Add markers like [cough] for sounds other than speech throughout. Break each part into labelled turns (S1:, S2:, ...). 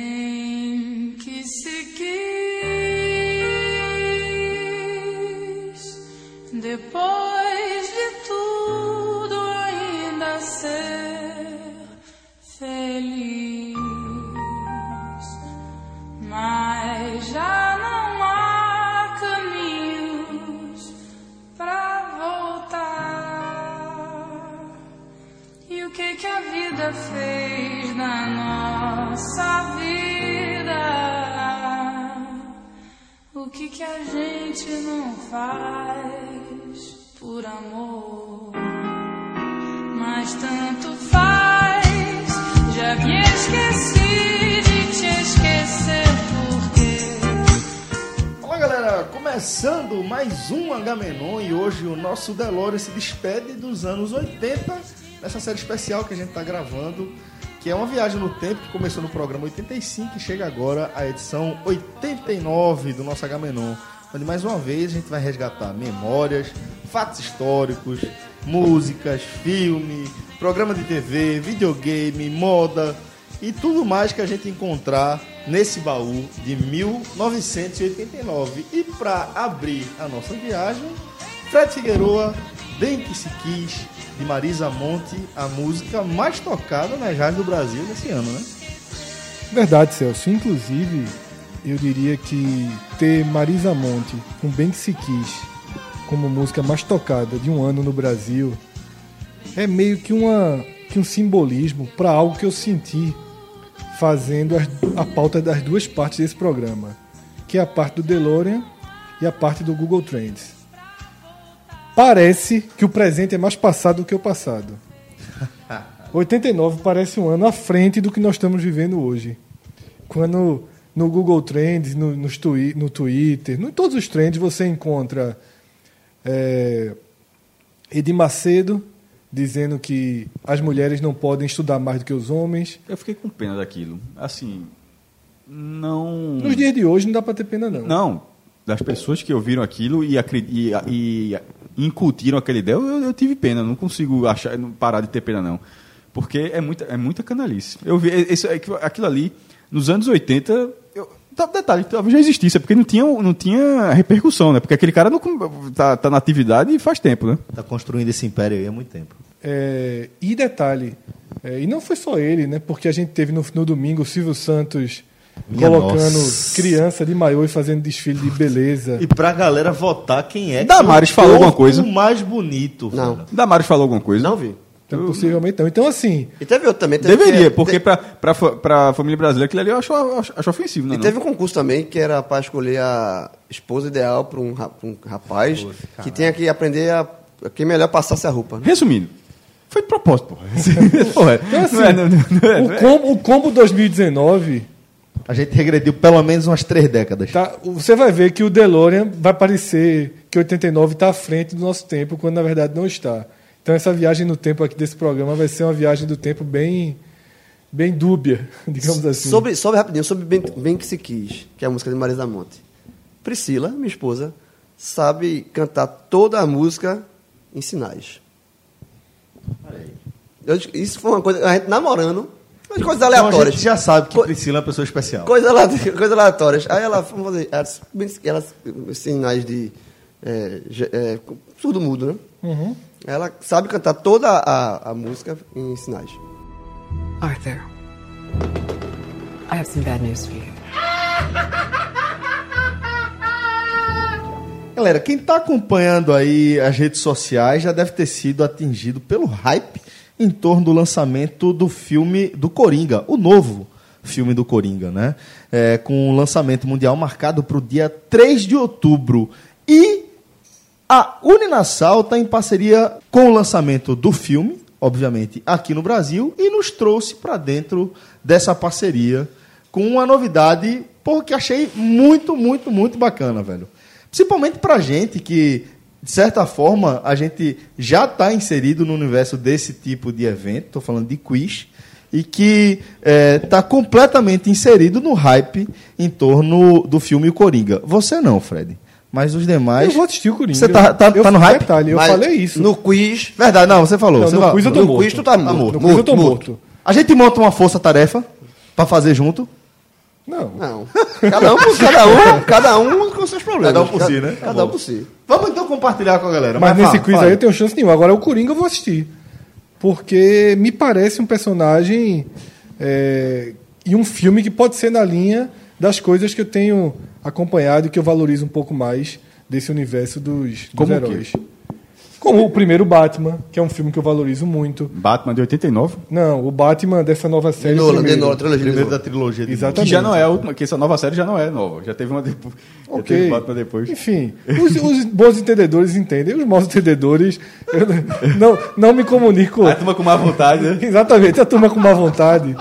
S1: Bem que se quis, depois de tudo ainda ser feliz, mas já não há caminhos pra voltar. E o que que a vida fez na nossa vida? O que que a gente não faz por amor? Mas tanto faz, já me esqueci de te esquecer porque
S2: Olá galera, começando mais um Agamenon e hoje o nosso Delore se despede dos anos 80 nessa série especial que a gente tá gravando, que é uma viagem no tempo que começou no programa 85 e chega agora à edição 89 do nosso Agamenon, onde mais uma vez a gente vai resgatar memórias, fatos históricos, músicas, filme, programa de TV, videogame, moda, e tudo mais que a gente encontrar nesse baú de 1989. E para abrir a nossa viagem, Fred Figueroa, Bem Que Se Quis, de Marisa Monte, a música mais tocada nas rádios do Brasil nesse ano, né?
S3: Verdade, Celso. Inclusive, eu diria que ter Marisa Monte com Bem Que Se Quis como música mais tocada de um ano no Brasil é meio que, uma, que um simbolismo para algo que eu senti fazendo as- a pauta das duas partes desse programa, que é a parte do DeLorean e a parte do Google Trends. Parece que o presente é mais passado do que o passado. 89 parece um ano à frente do que nós estamos vivendo hoje. Quando no Google Trends, no, nos twi- no Twitter, no- em todos os trends você encontra é, Edir Macedo dizendo que as mulheres não podem estudar mais do que os homens.
S4: Eu fiquei com pena daquilo. Assim, não.
S3: Nos dias de hoje não dá para ter pena, não.
S4: Não, das pessoas que ouviram aquilo e, acre- e- e incutiram aquela ideia, eu, eu tive pena, não consigo achar, não parar de ter pena, não. Porque é muita, é muita canalice. Eu vi é, esse, aquilo ali, nos anos 80, eu, tá- detalhe, talvez já existisse, é porque não tinha, não tinha repercussão, né? Porque aquele cara não, com- tá, tá na atividade faz tempo, né?
S5: Tá construindo esse império aí há muito tempo.
S3: É, e detalhe, é, e não foi só ele, né? Porque a gente teve no, no domingo o Silvio Santos
S5: Minha
S3: colocando
S5: nossa.
S3: criança de maiô e fazendo desfile de beleza.
S5: E pra galera votar quem é
S4: Damares
S5: que
S4: falou
S5: corpo
S4: alguma coisa?
S5: mais bonito.
S6: Não.
S5: velho.
S4: Damares falou alguma coisa?
S6: Não vi.
S3: Então, possivelmente
S4: né?
S3: não. Então, assim,
S6: E teve outro também. teve- é,
S4: Deveria,
S6: te-
S4: porque pra, pra, fa- pra família brasileira aquilo ali eu acho, eu acho- acho ofensivo, né?
S6: E
S4: não?
S6: teve um concurso também que era para escolher a esposa ideal para um, ra- pra um rapaz que tinha que aprender a a quem melhor passasse a roupa. né?
S5: [laughs]
S4: Resumindo, foi de propósito, porra. Porra,
S3: então, assim
S4: não é- não- não é- não
S3: o,
S4: é-
S3: combo, o combo 2019,
S5: A gente regrediu pelo menos umas três décadas.
S3: tá, você vai ver que o DeLorean vai parecer que 89 está tá à frente do nosso tempo, quando na verdade não está. Então, essa viagem no tempo aqui desse programa vai ser uma viagem do tempo bem, bem dúbia, [laughs] digamos assim.
S6: Sobre, sobre rapidinho, sobre bem, Bem que se quis, que é a música de Marisa Monte. Priscila, minha esposa, sabe cantar toda a música em sinais. Eu dis- isso foi uma coisa, a gente namorando, umas coisas
S5: Então a
S6: aleatórias.
S5: gente já sabe que
S6: Co-
S5: Priscila é uma pessoa especial.
S6: Coisa, ale- [laughs] coisa aleatórias. Aí ela foi fazer ela disse, bem que- ela, sinais de é, ge- é, surdo mudo, né? Ela sabe cantar toda a, a música em sinais.
S7: Arthur, I have some bad news for you.
S5: Galera, quem tá acompanhando aí as redes sociais já deve ter sido atingido pelo hype em torno do lançamento do filme do Coringa, o novo filme do Coringa, né? É, com o lançamento mundial marcado para o dia 3 de outubro. E a Uninasal está em parceria com o lançamento do filme, obviamente, aqui no Brasil, e nos trouxe para dentro dessa parceria com uma novidade porra, que achei muito, muito, muito bacana, velho. Principalmente pra gente que, de certa forma, a gente já está inserido no universo desse tipo de evento, estou falando de quiz, e que está completamente inserido no hype em torno do filme O Coringa. Você não, Fred. Mas os demais.
S3: Eu vou assistir o Coringa.
S5: Você tá, tá,
S3: Eu-
S5: tá no hype?
S3: Detalhe, eu
S6: Mas
S3: falei isso.
S6: No quiz,
S5: Verdade, não, você falou.
S3: Não,
S5: você
S3: no
S5: falou.
S3: quiz eu tô
S6: no
S3: morto.
S6: quiz tu tá morto.
S3: No
S6: morto,
S3: quiz eu tô
S6: morto.
S3: morto.
S5: A gente monta uma força-tarefa para fazer junto.
S3: Não.
S6: Não.
S5: [laughs]
S6: Cada um, por- cada um, cada um com seus problemas.
S5: Cada um por si, né? Tá
S6: Cada
S5: bom.
S6: um por si.
S5: Vamos então compartilhar com a galera.
S3: Mas nesse
S5: fala,
S3: quiz
S5: fala.
S3: aí eu tenho chance nenhuma. Agora o Coringa eu vou assistir. Porque me parece um personagem é, e um filme que pode ser na linha das coisas que eu tenho acompanhado e que eu valorizo um pouco mais desse universo dos, dos
S4: Como o quê?
S3: heróis. Como o primeiro Batman, que é um filme que eu valorizo muito.
S4: Batman de 89?
S3: Não, o Batman dessa nova série.
S6: Nola, de
S3: primeiro.
S6: Nola, trilogia de
S5: Primeiro
S6: Nola.
S5: da trilogia. de
S4: Que
S3: Exatamente.
S4: já não é a última, que essa nova série já não é nova. Já teve uma depois. Já
S3: Ok.
S4: teve Batman depois.
S3: Enfim, os, os bons entendedores entendem, os maus entendedores. Eu não, não me
S4: [laughs]
S3: comunico.
S4: A turma com má vontade,
S3: [laughs]
S4: né?
S3: Exatamente, a turma com má vontade.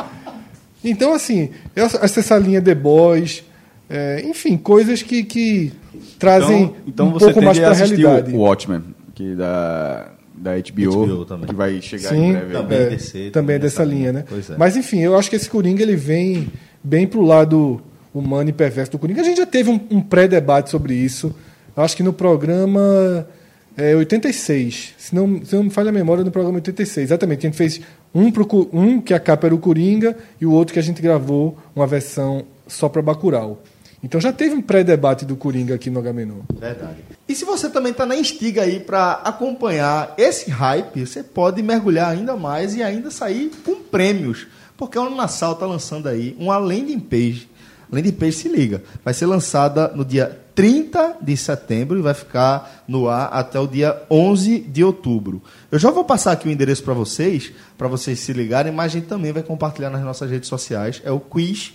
S3: Então, assim, eu acho essa linha The Boys, é, enfim, coisas que, que
S4: Então,
S3: trazem um pouco
S4: tem
S3: mais
S4: que
S3: para a
S4: assistir
S3: realidade.
S4: O Watchmen, que da, da HBO,
S5: HBO também.
S4: que vai chegar tá em
S3: Sim,
S4: breve.
S3: é,
S5: Também
S3: também,
S5: DC, também
S3: dessa
S5: dessa
S3: linha,
S5: linha.
S3: né?
S5: Pois é.
S3: Mas, enfim, eu acho que esse Coringa ele vem bem pro lado humano e perverso do Coringa. A gente já teve um, um pré-debate sobre isso, eu acho que no programa é, 86, se não, se não me falha a memória, no programa 86, exatamente. que A gente fez um, pro, Cu- um que a capa era o Coringa e o outro que a gente gravou uma versão só para Bacurau. Então já teve um pré-debate do Coringa aqui no Agamenon.
S5: Verdade. E se você também tá na instiga aí para acompanhar esse hype, você pode mergulhar ainda mais e ainda sair com prêmios. Porque a Uninassal tá lançando aí uma landing page. Landing page, se liga. Vai ser lançada no dia 30 de setembro e vai ficar no ar até o dia 11 de outubro. Eu já vou passar aqui o endereço para vocês, para vocês se ligarem, mas a gente também vai compartilhar nas nossas redes sociais. É o quiz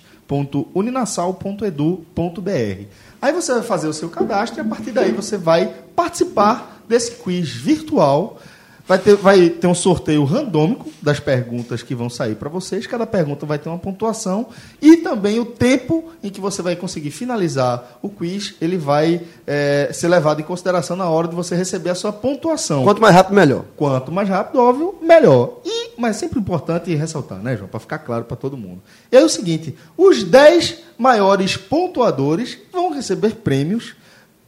S5: www.uninassal.edu.br. Aí você vai fazer o seu cadastro e a partir daí você vai participar desse quiz virtual. Vai ter, vai ter um sorteio randômico das perguntas que vão sair para vocês. Cada pergunta vai ter uma pontuação e também o tempo em que você vai conseguir finalizar o quiz. Ele vai eh, ser levado em consideração na hora de você receber a sua pontuação.
S6: Quanto mais rápido, melhor.
S5: Quanto mais rápido, óbvio, melhor. E, mas é sempre importante ressaltar, né, João? Para ficar claro para todo mundo. E aí é o seguinte: os 10 maiores pontuadores vão receber prêmios.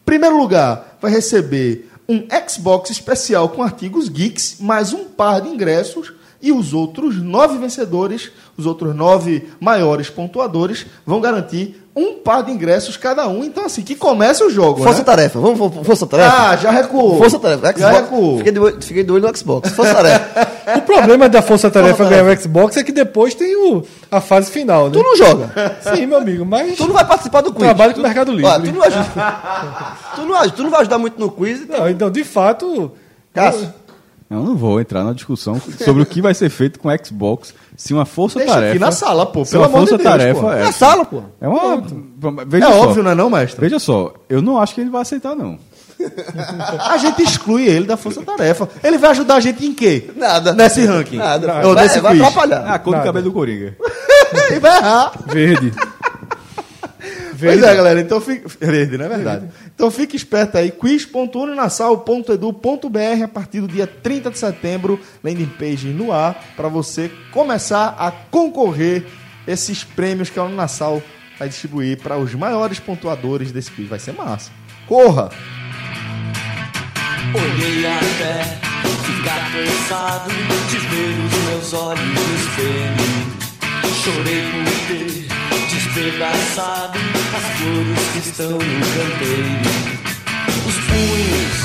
S5: Primeiro lugar, vai receber um Xbox especial com artigos geeks, mais um par de ingressos. E os outros nove vencedores, os outros nove maiores pontuadores, vão garantir um par de ingressos cada um. Então, assim, que começa o jogo. né?
S6: Força-tarefa, vamos, for- força-tarefa.
S5: Ah, já recuou. Já
S6: Força-tarefa, Xbox.
S5: recuou.
S6: Fiquei de, olho- fiquei de olho no Xbox. Força-tarefa.
S3: O problema da Força Tarefa ganhar o Xbox é que depois tem o, a fase final, né?
S6: tu não joga.
S3: Sim, meu amigo, mas.
S6: Tu não vai participar do quiz.
S3: Trabalho com
S6: Tu-
S3: Mercado Livre.
S6: Ó, tu, não ajuda, tu, não aj- tu não vai ajudar [laughs] muito no quiz. então-
S3: Não, então, de fato.
S6: Cássio.
S4: Eu não vou entrar na discussão sobre o que vai ser feito com o Xbox se uma força-tarefa.
S5: aqui na sala, pô,
S4: se
S5: pelo
S4: uma
S5: amor de Deus,
S4: força-tarefa
S5: pô.
S4: é.
S6: Na sala, pô.
S4: É uma. Veja
S5: É
S4: só.
S5: óbvio, não é não, mestre?
S4: Veja só, eu não acho que ele vai aceitar, não.
S5: A gente exclui ele da força-tarefa. Ele vai ajudar a gente em quê?
S6: Nada.
S5: Nesse ranking.
S6: Nada.
S5: Ou
S6: vai,
S5: nesse
S6: vai
S5: quiz.
S4: É a
S6: atrapalhar.
S4: cor do
S3: Nada.
S4: cabelo do Coringa.
S5: Ele vai errar.
S3: Verde.
S5: Pois é, galera. Então fica. Verde, não é verdade? Então fique esperto aí. quiz.uninasal.edu.br a partir do dia 30 de setembro. Landing page no ar para você começar a concorrer esses prêmios que a Uninasal vai distribuir para os maiores pontuadores desse quiz. Vai ser massa. Corra!
S8: Olhei até ficar cansado de ver os meus olhos no espelho. Chorei por ter despedaçado as flores que estão no canteiro. Os punhos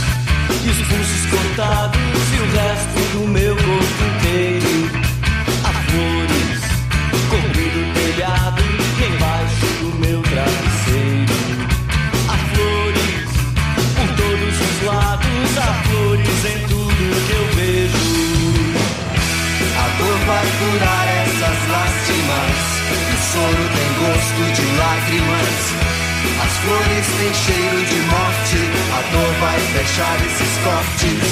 S8: e os pulsos cortados e o resto do meu corpo inteiro. As flores cobrindo o telhado e embaixo do meu travesseiro. Há flores por todos os lados, há flores em tudo que eu vejo. A dor vai curar essas lástimas, o soro tem gosto de lágrimas. As flores têm cheiro de morte, a dor vai fechar esses cortes.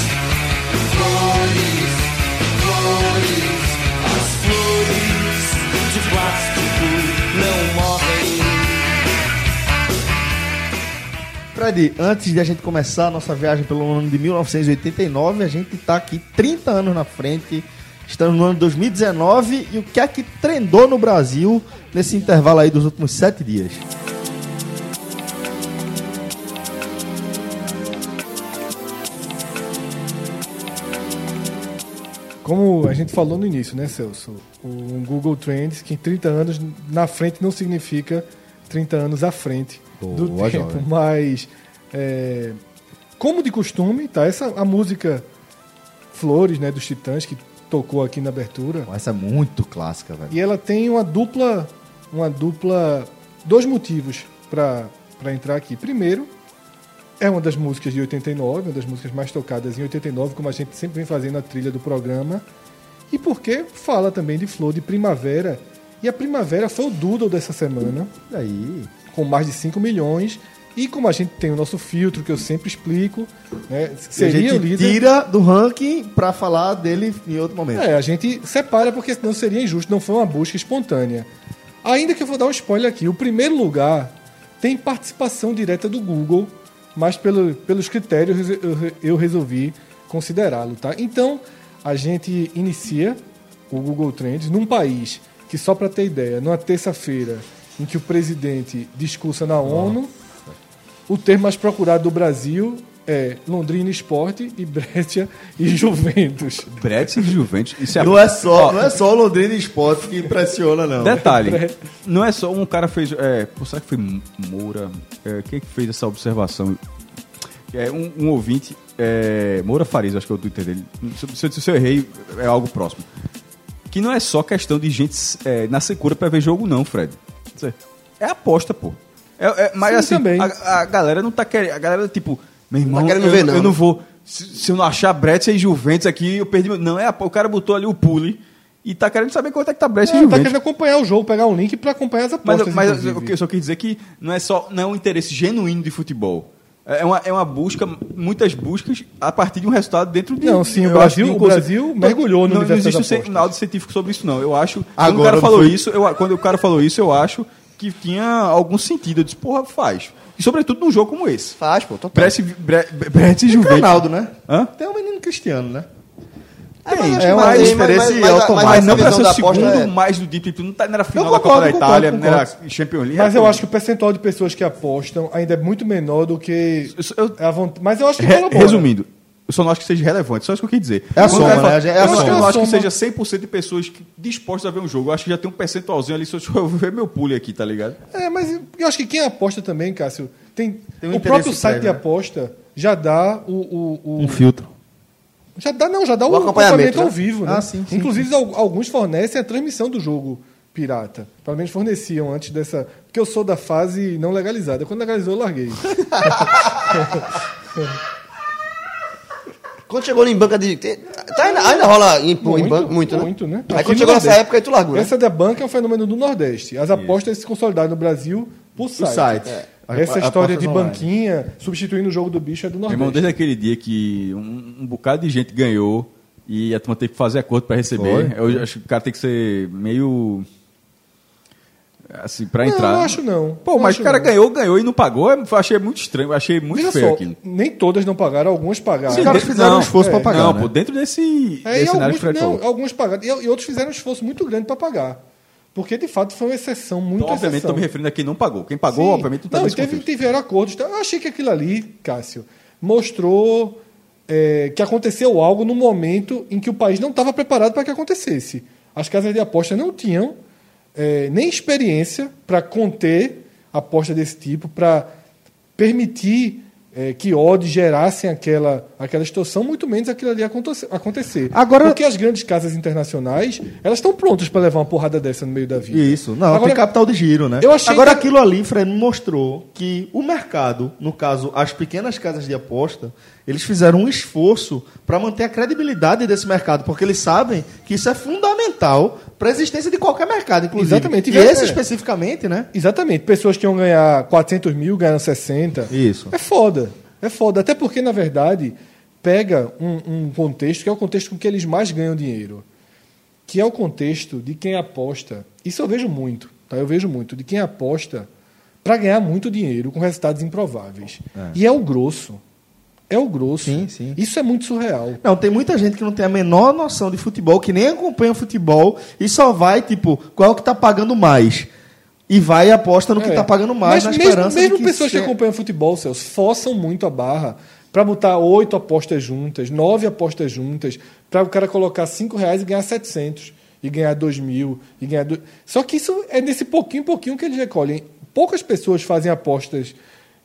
S8: Flores, flores, as flores de plástico não morrem.
S5: Fred, antes de a gente começar a nossa viagem pelo ano de 1989, a gente está aqui 30 anos na frente. Estamos no ano 2019 e o que é que trendou no Brasil nesse intervalo aí dos últimos sete dias?
S3: Como a gente falou no início, né, Celso? Um Google Trends que 30 anos na frente não significa 30 anos à frente do
S5: Boa,
S3: tempo.
S5: jovem.
S3: Mas, é, como de costume, tá? Essa, a música Flores, né, dos Titãs, que tocou aqui na abertura,
S5: Pô, Essa é muito clássica, velho.
S3: e ela tem uma dupla, uma dupla, dois motivos para entrar aqui. Primeiro, é uma das músicas de 89, uma das músicas mais tocadas em 89, como a gente sempre vem fazendo a trilha do programa. E porque fala também de flor de primavera. E a primavera foi o doodle dessa semana
S5: E aí?
S3: com mais de 5 milhões. E como a gente tem o nosso filtro, que eu sempre explico, né, seria
S5: a
S3: o
S5: gente
S3: líder.
S5: tira do ranking pra falar dele em outro momento.
S3: É, a gente separa porque senão seria injusto, não foi uma busca espontânea. Ainda que eu vou dar um spoiler aqui, o primeiro lugar tem participação direta do Google, mas pelo- pelos critérios eu, re- eu resolvi considerá-lo, tá? Então, a gente inicia o Google Trends num país que, só para ter ideia, numa terça-feira em que o presidente discursa na ONU, o termo mais procurado do Brasil é Londrina Esporte e Brescia e Juventus.
S4: Brett e Juventus. Isso é
S5: Não é só,
S4: Ó,
S5: não é só o Londrina Esporte que impressiona, não.
S3: [laughs]
S4: Detalhe, não é só um cara fez. É, pô, será que foi Moura? É, quem é que fez essa observação? É, um, um ouvinte, é, Moura Farias, acho que é o Twitter dele. Se, eu- se eu errei, é algo próximo. Que não é só questão de gente é, na secura pra ver jogo, não, Fred. É aposta, pô. É, é, mas
S3: Sim,
S4: assim,
S3: também.
S4: A, a galera não tá querendo. A galera, tipo, meu irmão,
S6: Tá querendo
S4: eu,
S6: ver, não.
S4: eu não vou. Se, se eu não achar Brett e Juventus aqui, eu perdi. meu- Não, é a- o cara botou ali o pule e tá querendo saber quanto é que tá Brett e
S3: Não,
S4: Juventus.
S3: tá querendo acompanhar o jogo, pegar um link pra acompanhar as
S4: Mas,
S3: apostas.
S4: mas
S3: inclusive.
S4: o que eu só quis dizer que não é só não é um interesse genuíno de futebol. É uma, é uma busca, muitas buscas, a partir de um resultado dentro de.
S3: Não, sim, o
S4: eu
S3: Brasil-
S4: acho que de um
S3: o
S4: conceito-
S3: Brasil
S4: Não-
S3: mergulhou no
S4: Não, não
S3: universo das
S4: existe um
S3: apostas.
S4: sinal científico sobre isso, não. Eu acho. quando o
S5: Agora
S4: cara
S5: não
S4: falou
S5: foi.
S4: isso, eu, quando o cara falou isso, eu acho que tinha algum sentido. Eu disse, porra, faz. E sobretudo num jogo como esse.
S6: Faz, pô, total.
S4: Brest, Bre- Bre- Brest e Juventus.
S5: Ronaldo, né?
S4: Hã?
S5: Tem um menino cristiano, né?
S6: É, mas acho
S5: é
S6: que
S5: uma
S6: mais-
S5: diferença
S6: mas- mas- mas-
S5: automática.
S4: Mas
S6: essa
S4: não pra
S6: visão
S4: ser
S6: da
S4: o
S6: aposta
S4: segundo
S6: é-
S4: mais do Deep Trip. Não tá, não era final
S5: Eu
S4: da Copa
S5: concordo,
S4: da
S5: concordo,
S4: Itália, não era
S5: concordo.
S4: Champions League. é
S3: Mas eu acho que o percentual de pessoas que apostam ainda é muito menor do que.
S4: Eu- eu-
S3: a vontade. Mas eu acho que.
S4: Re-
S3: colabora.
S4: resumindo, eu só não acho que seja relevante, só isso que eu quis dizer.
S5: É a
S4: Quando o
S5: soma,
S4: cara fala-
S5: né? É a
S4: eu acho que
S5: soma.
S4: eu não acho que
S3: Soma.
S4: seja 100% de pessoas que- dispostas a ver um jogo. Eu acho que já tem um percentualzinho ali, se eu ver meu pule aqui, tá ligado?
S3: É, mas eu acho que quem aposta também, Cássio,
S5: Tem
S3: tem.
S5: um
S3: o
S5: interesse
S3: próprio site
S5: prévio,
S3: de
S5: né?
S3: aposta já dá o. o-
S4: Um
S3: o-
S5: filtro.
S3: já dá, não, já dá o,
S6: acompanhamento,
S3: ao
S6: né?
S3: vivo, né?
S5: Ah, sim, sim,
S3: Inclusive, al- alguns fornecem a transmissão do jogo pirata. Pelo menos forneciam antes dessa. Porque eu sou da fase não legalizada. Quando legalizou, eu larguei.
S6: Quando chegou em banca de. te- Tá ainda, ainda rola em, em banca muito, né?
S3: Muito, né? Aqui
S6: Aí
S3: no
S6: quando chegou nessa
S3: Nordeste.
S6: época, aí tu largou. né?
S3: Essa da banca é um fenômeno do Nordeste. As apostas se consolidaram no Brasil por site.
S5: site. É.
S3: Essa
S5: Apostas
S3: história de
S5: online.
S3: banquinha substituindo o jogo do bicho é do
S4: é. Meu
S3: Nordeste.
S4: irmão, desde aquele dia que um, um bocado de gente ganhou e a turma teve que fazer acordo pra receber,
S5: Foi.
S4: eu acho que o cara tem que ser meio. Assim, pra
S3: Não,
S4: entrar.
S3: não acho não.
S4: Pô,
S3: Não
S4: mas
S3: acho
S4: o cara
S3: não.
S4: ganhou, ganhou e não pagou, é, eu achei muito estranho, eu achei muito
S3: Veja
S4: feio
S3: só,
S4: aquilo.
S3: nem todas não pagaram, algumas pagaram.
S5: Sim, caras fizeram um esforço pra pagar,
S4: Não,
S5: né?
S4: pô, dentro desse,
S3: É,
S4: desse
S3: e
S4: cenário
S3: alguns,
S4: de Fred
S3: não,
S4: falou.
S3: alguns pagaram. E, e outros fizeram um esforço muito grande para pagar. Porque, de fato, foi uma exceção, muito
S4: Então, obviamente,
S3: exceção.
S4: estou me referindo a quem não pagou. Quem pagou,
S3: Sim.
S4: obviamente, não tá
S5: tá
S3: Não, e
S4: está nesse
S3: teve,
S4: contexto.
S3: tiveram acordos. Então, Eu achei que aquilo ali, Cássio, mostrou é, que aconteceu algo no momento em que o país não estava preparado para que acontecesse. As casas de aposta não tinham é, nem experiência para conter aposta desse tipo, para permitir é, que odds gerassem aquela, aquela situação, muito menos aquilo ali aconte- acontecer.
S5: Agora-
S3: Porque as grandes casas internacionais elas estão prontas para levar uma porrada dessa no meio da vida.
S5: Isso, não,
S3: Agora,
S5: tem capital de giro, né?
S3: Eu achei
S5: Agora,
S3: que-
S5: aquilo ali, Fred, mostrou que o mercado, no caso, as pequenas casas de aposta, eles fizeram um esforço para manter a credibilidade desse mercado, porque eles sabem que isso é fundamental para a existência de qualquer mercado, inclusive.
S3: Exatamente.
S5: E esse
S3: É.
S5: especificamente, né?
S3: Exatamente. Pessoas que iam ganhar 400 mil ganham 60.
S5: Isso.
S3: É foda. É foda. Até porque, na verdade, pega um, um contexto que é o contexto com que eles mais ganham dinheiro. Que é o contexto de quem aposta. Isso eu vejo muito. Tá? Eu vejo muito. De quem aposta para ganhar muito dinheiro com resultados improváveis. E é o grosso. É o grosso.
S5: Sim, sim.
S3: Isso é muito surreal.
S5: Não, tem muita gente que não tem a menor noção de futebol, que nem acompanha o futebol e só vai, tipo, qual é o que tá pagando mais. E vai e aposta no que
S3: É.
S5: tá pagando mais,
S3: Mas
S5: na
S3: mesmo,
S5: esperança
S3: mesmo
S5: de que
S3: pessoas que
S5: se- é-
S3: acompanham futebol, Celso, forçam muito a barra Para botar oito apostas juntas, nove apostas juntas, para o cara colocar cinco reais e ganhar 700, e ganhar dois mil, e ganhar. Do... Só que isso é nesse pouquinho, pouquinho que eles recolhem. Poucas pessoas fazem apostas,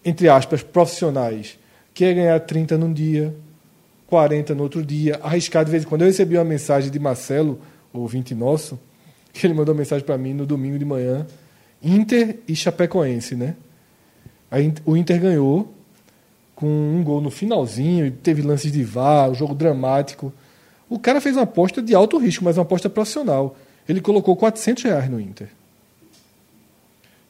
S3: entre aspas, profissionais, que é ganhar 30 num dia, 40 no outro dia, arriscar de vez em quando. Eu recebi uma mensagem de Marcelo, ouvinte nosso, que ele mandou mensagem para mim no domingo de manhã, Inter e Chapecoense, né? Aí o Inter ganhou com um gol no finalzinho, e teve lances de VAR, um jogo dramático. O cara fez uma aposta de alto risco, mas uma aposta profissional. Ele colocou 400 reais no Inter.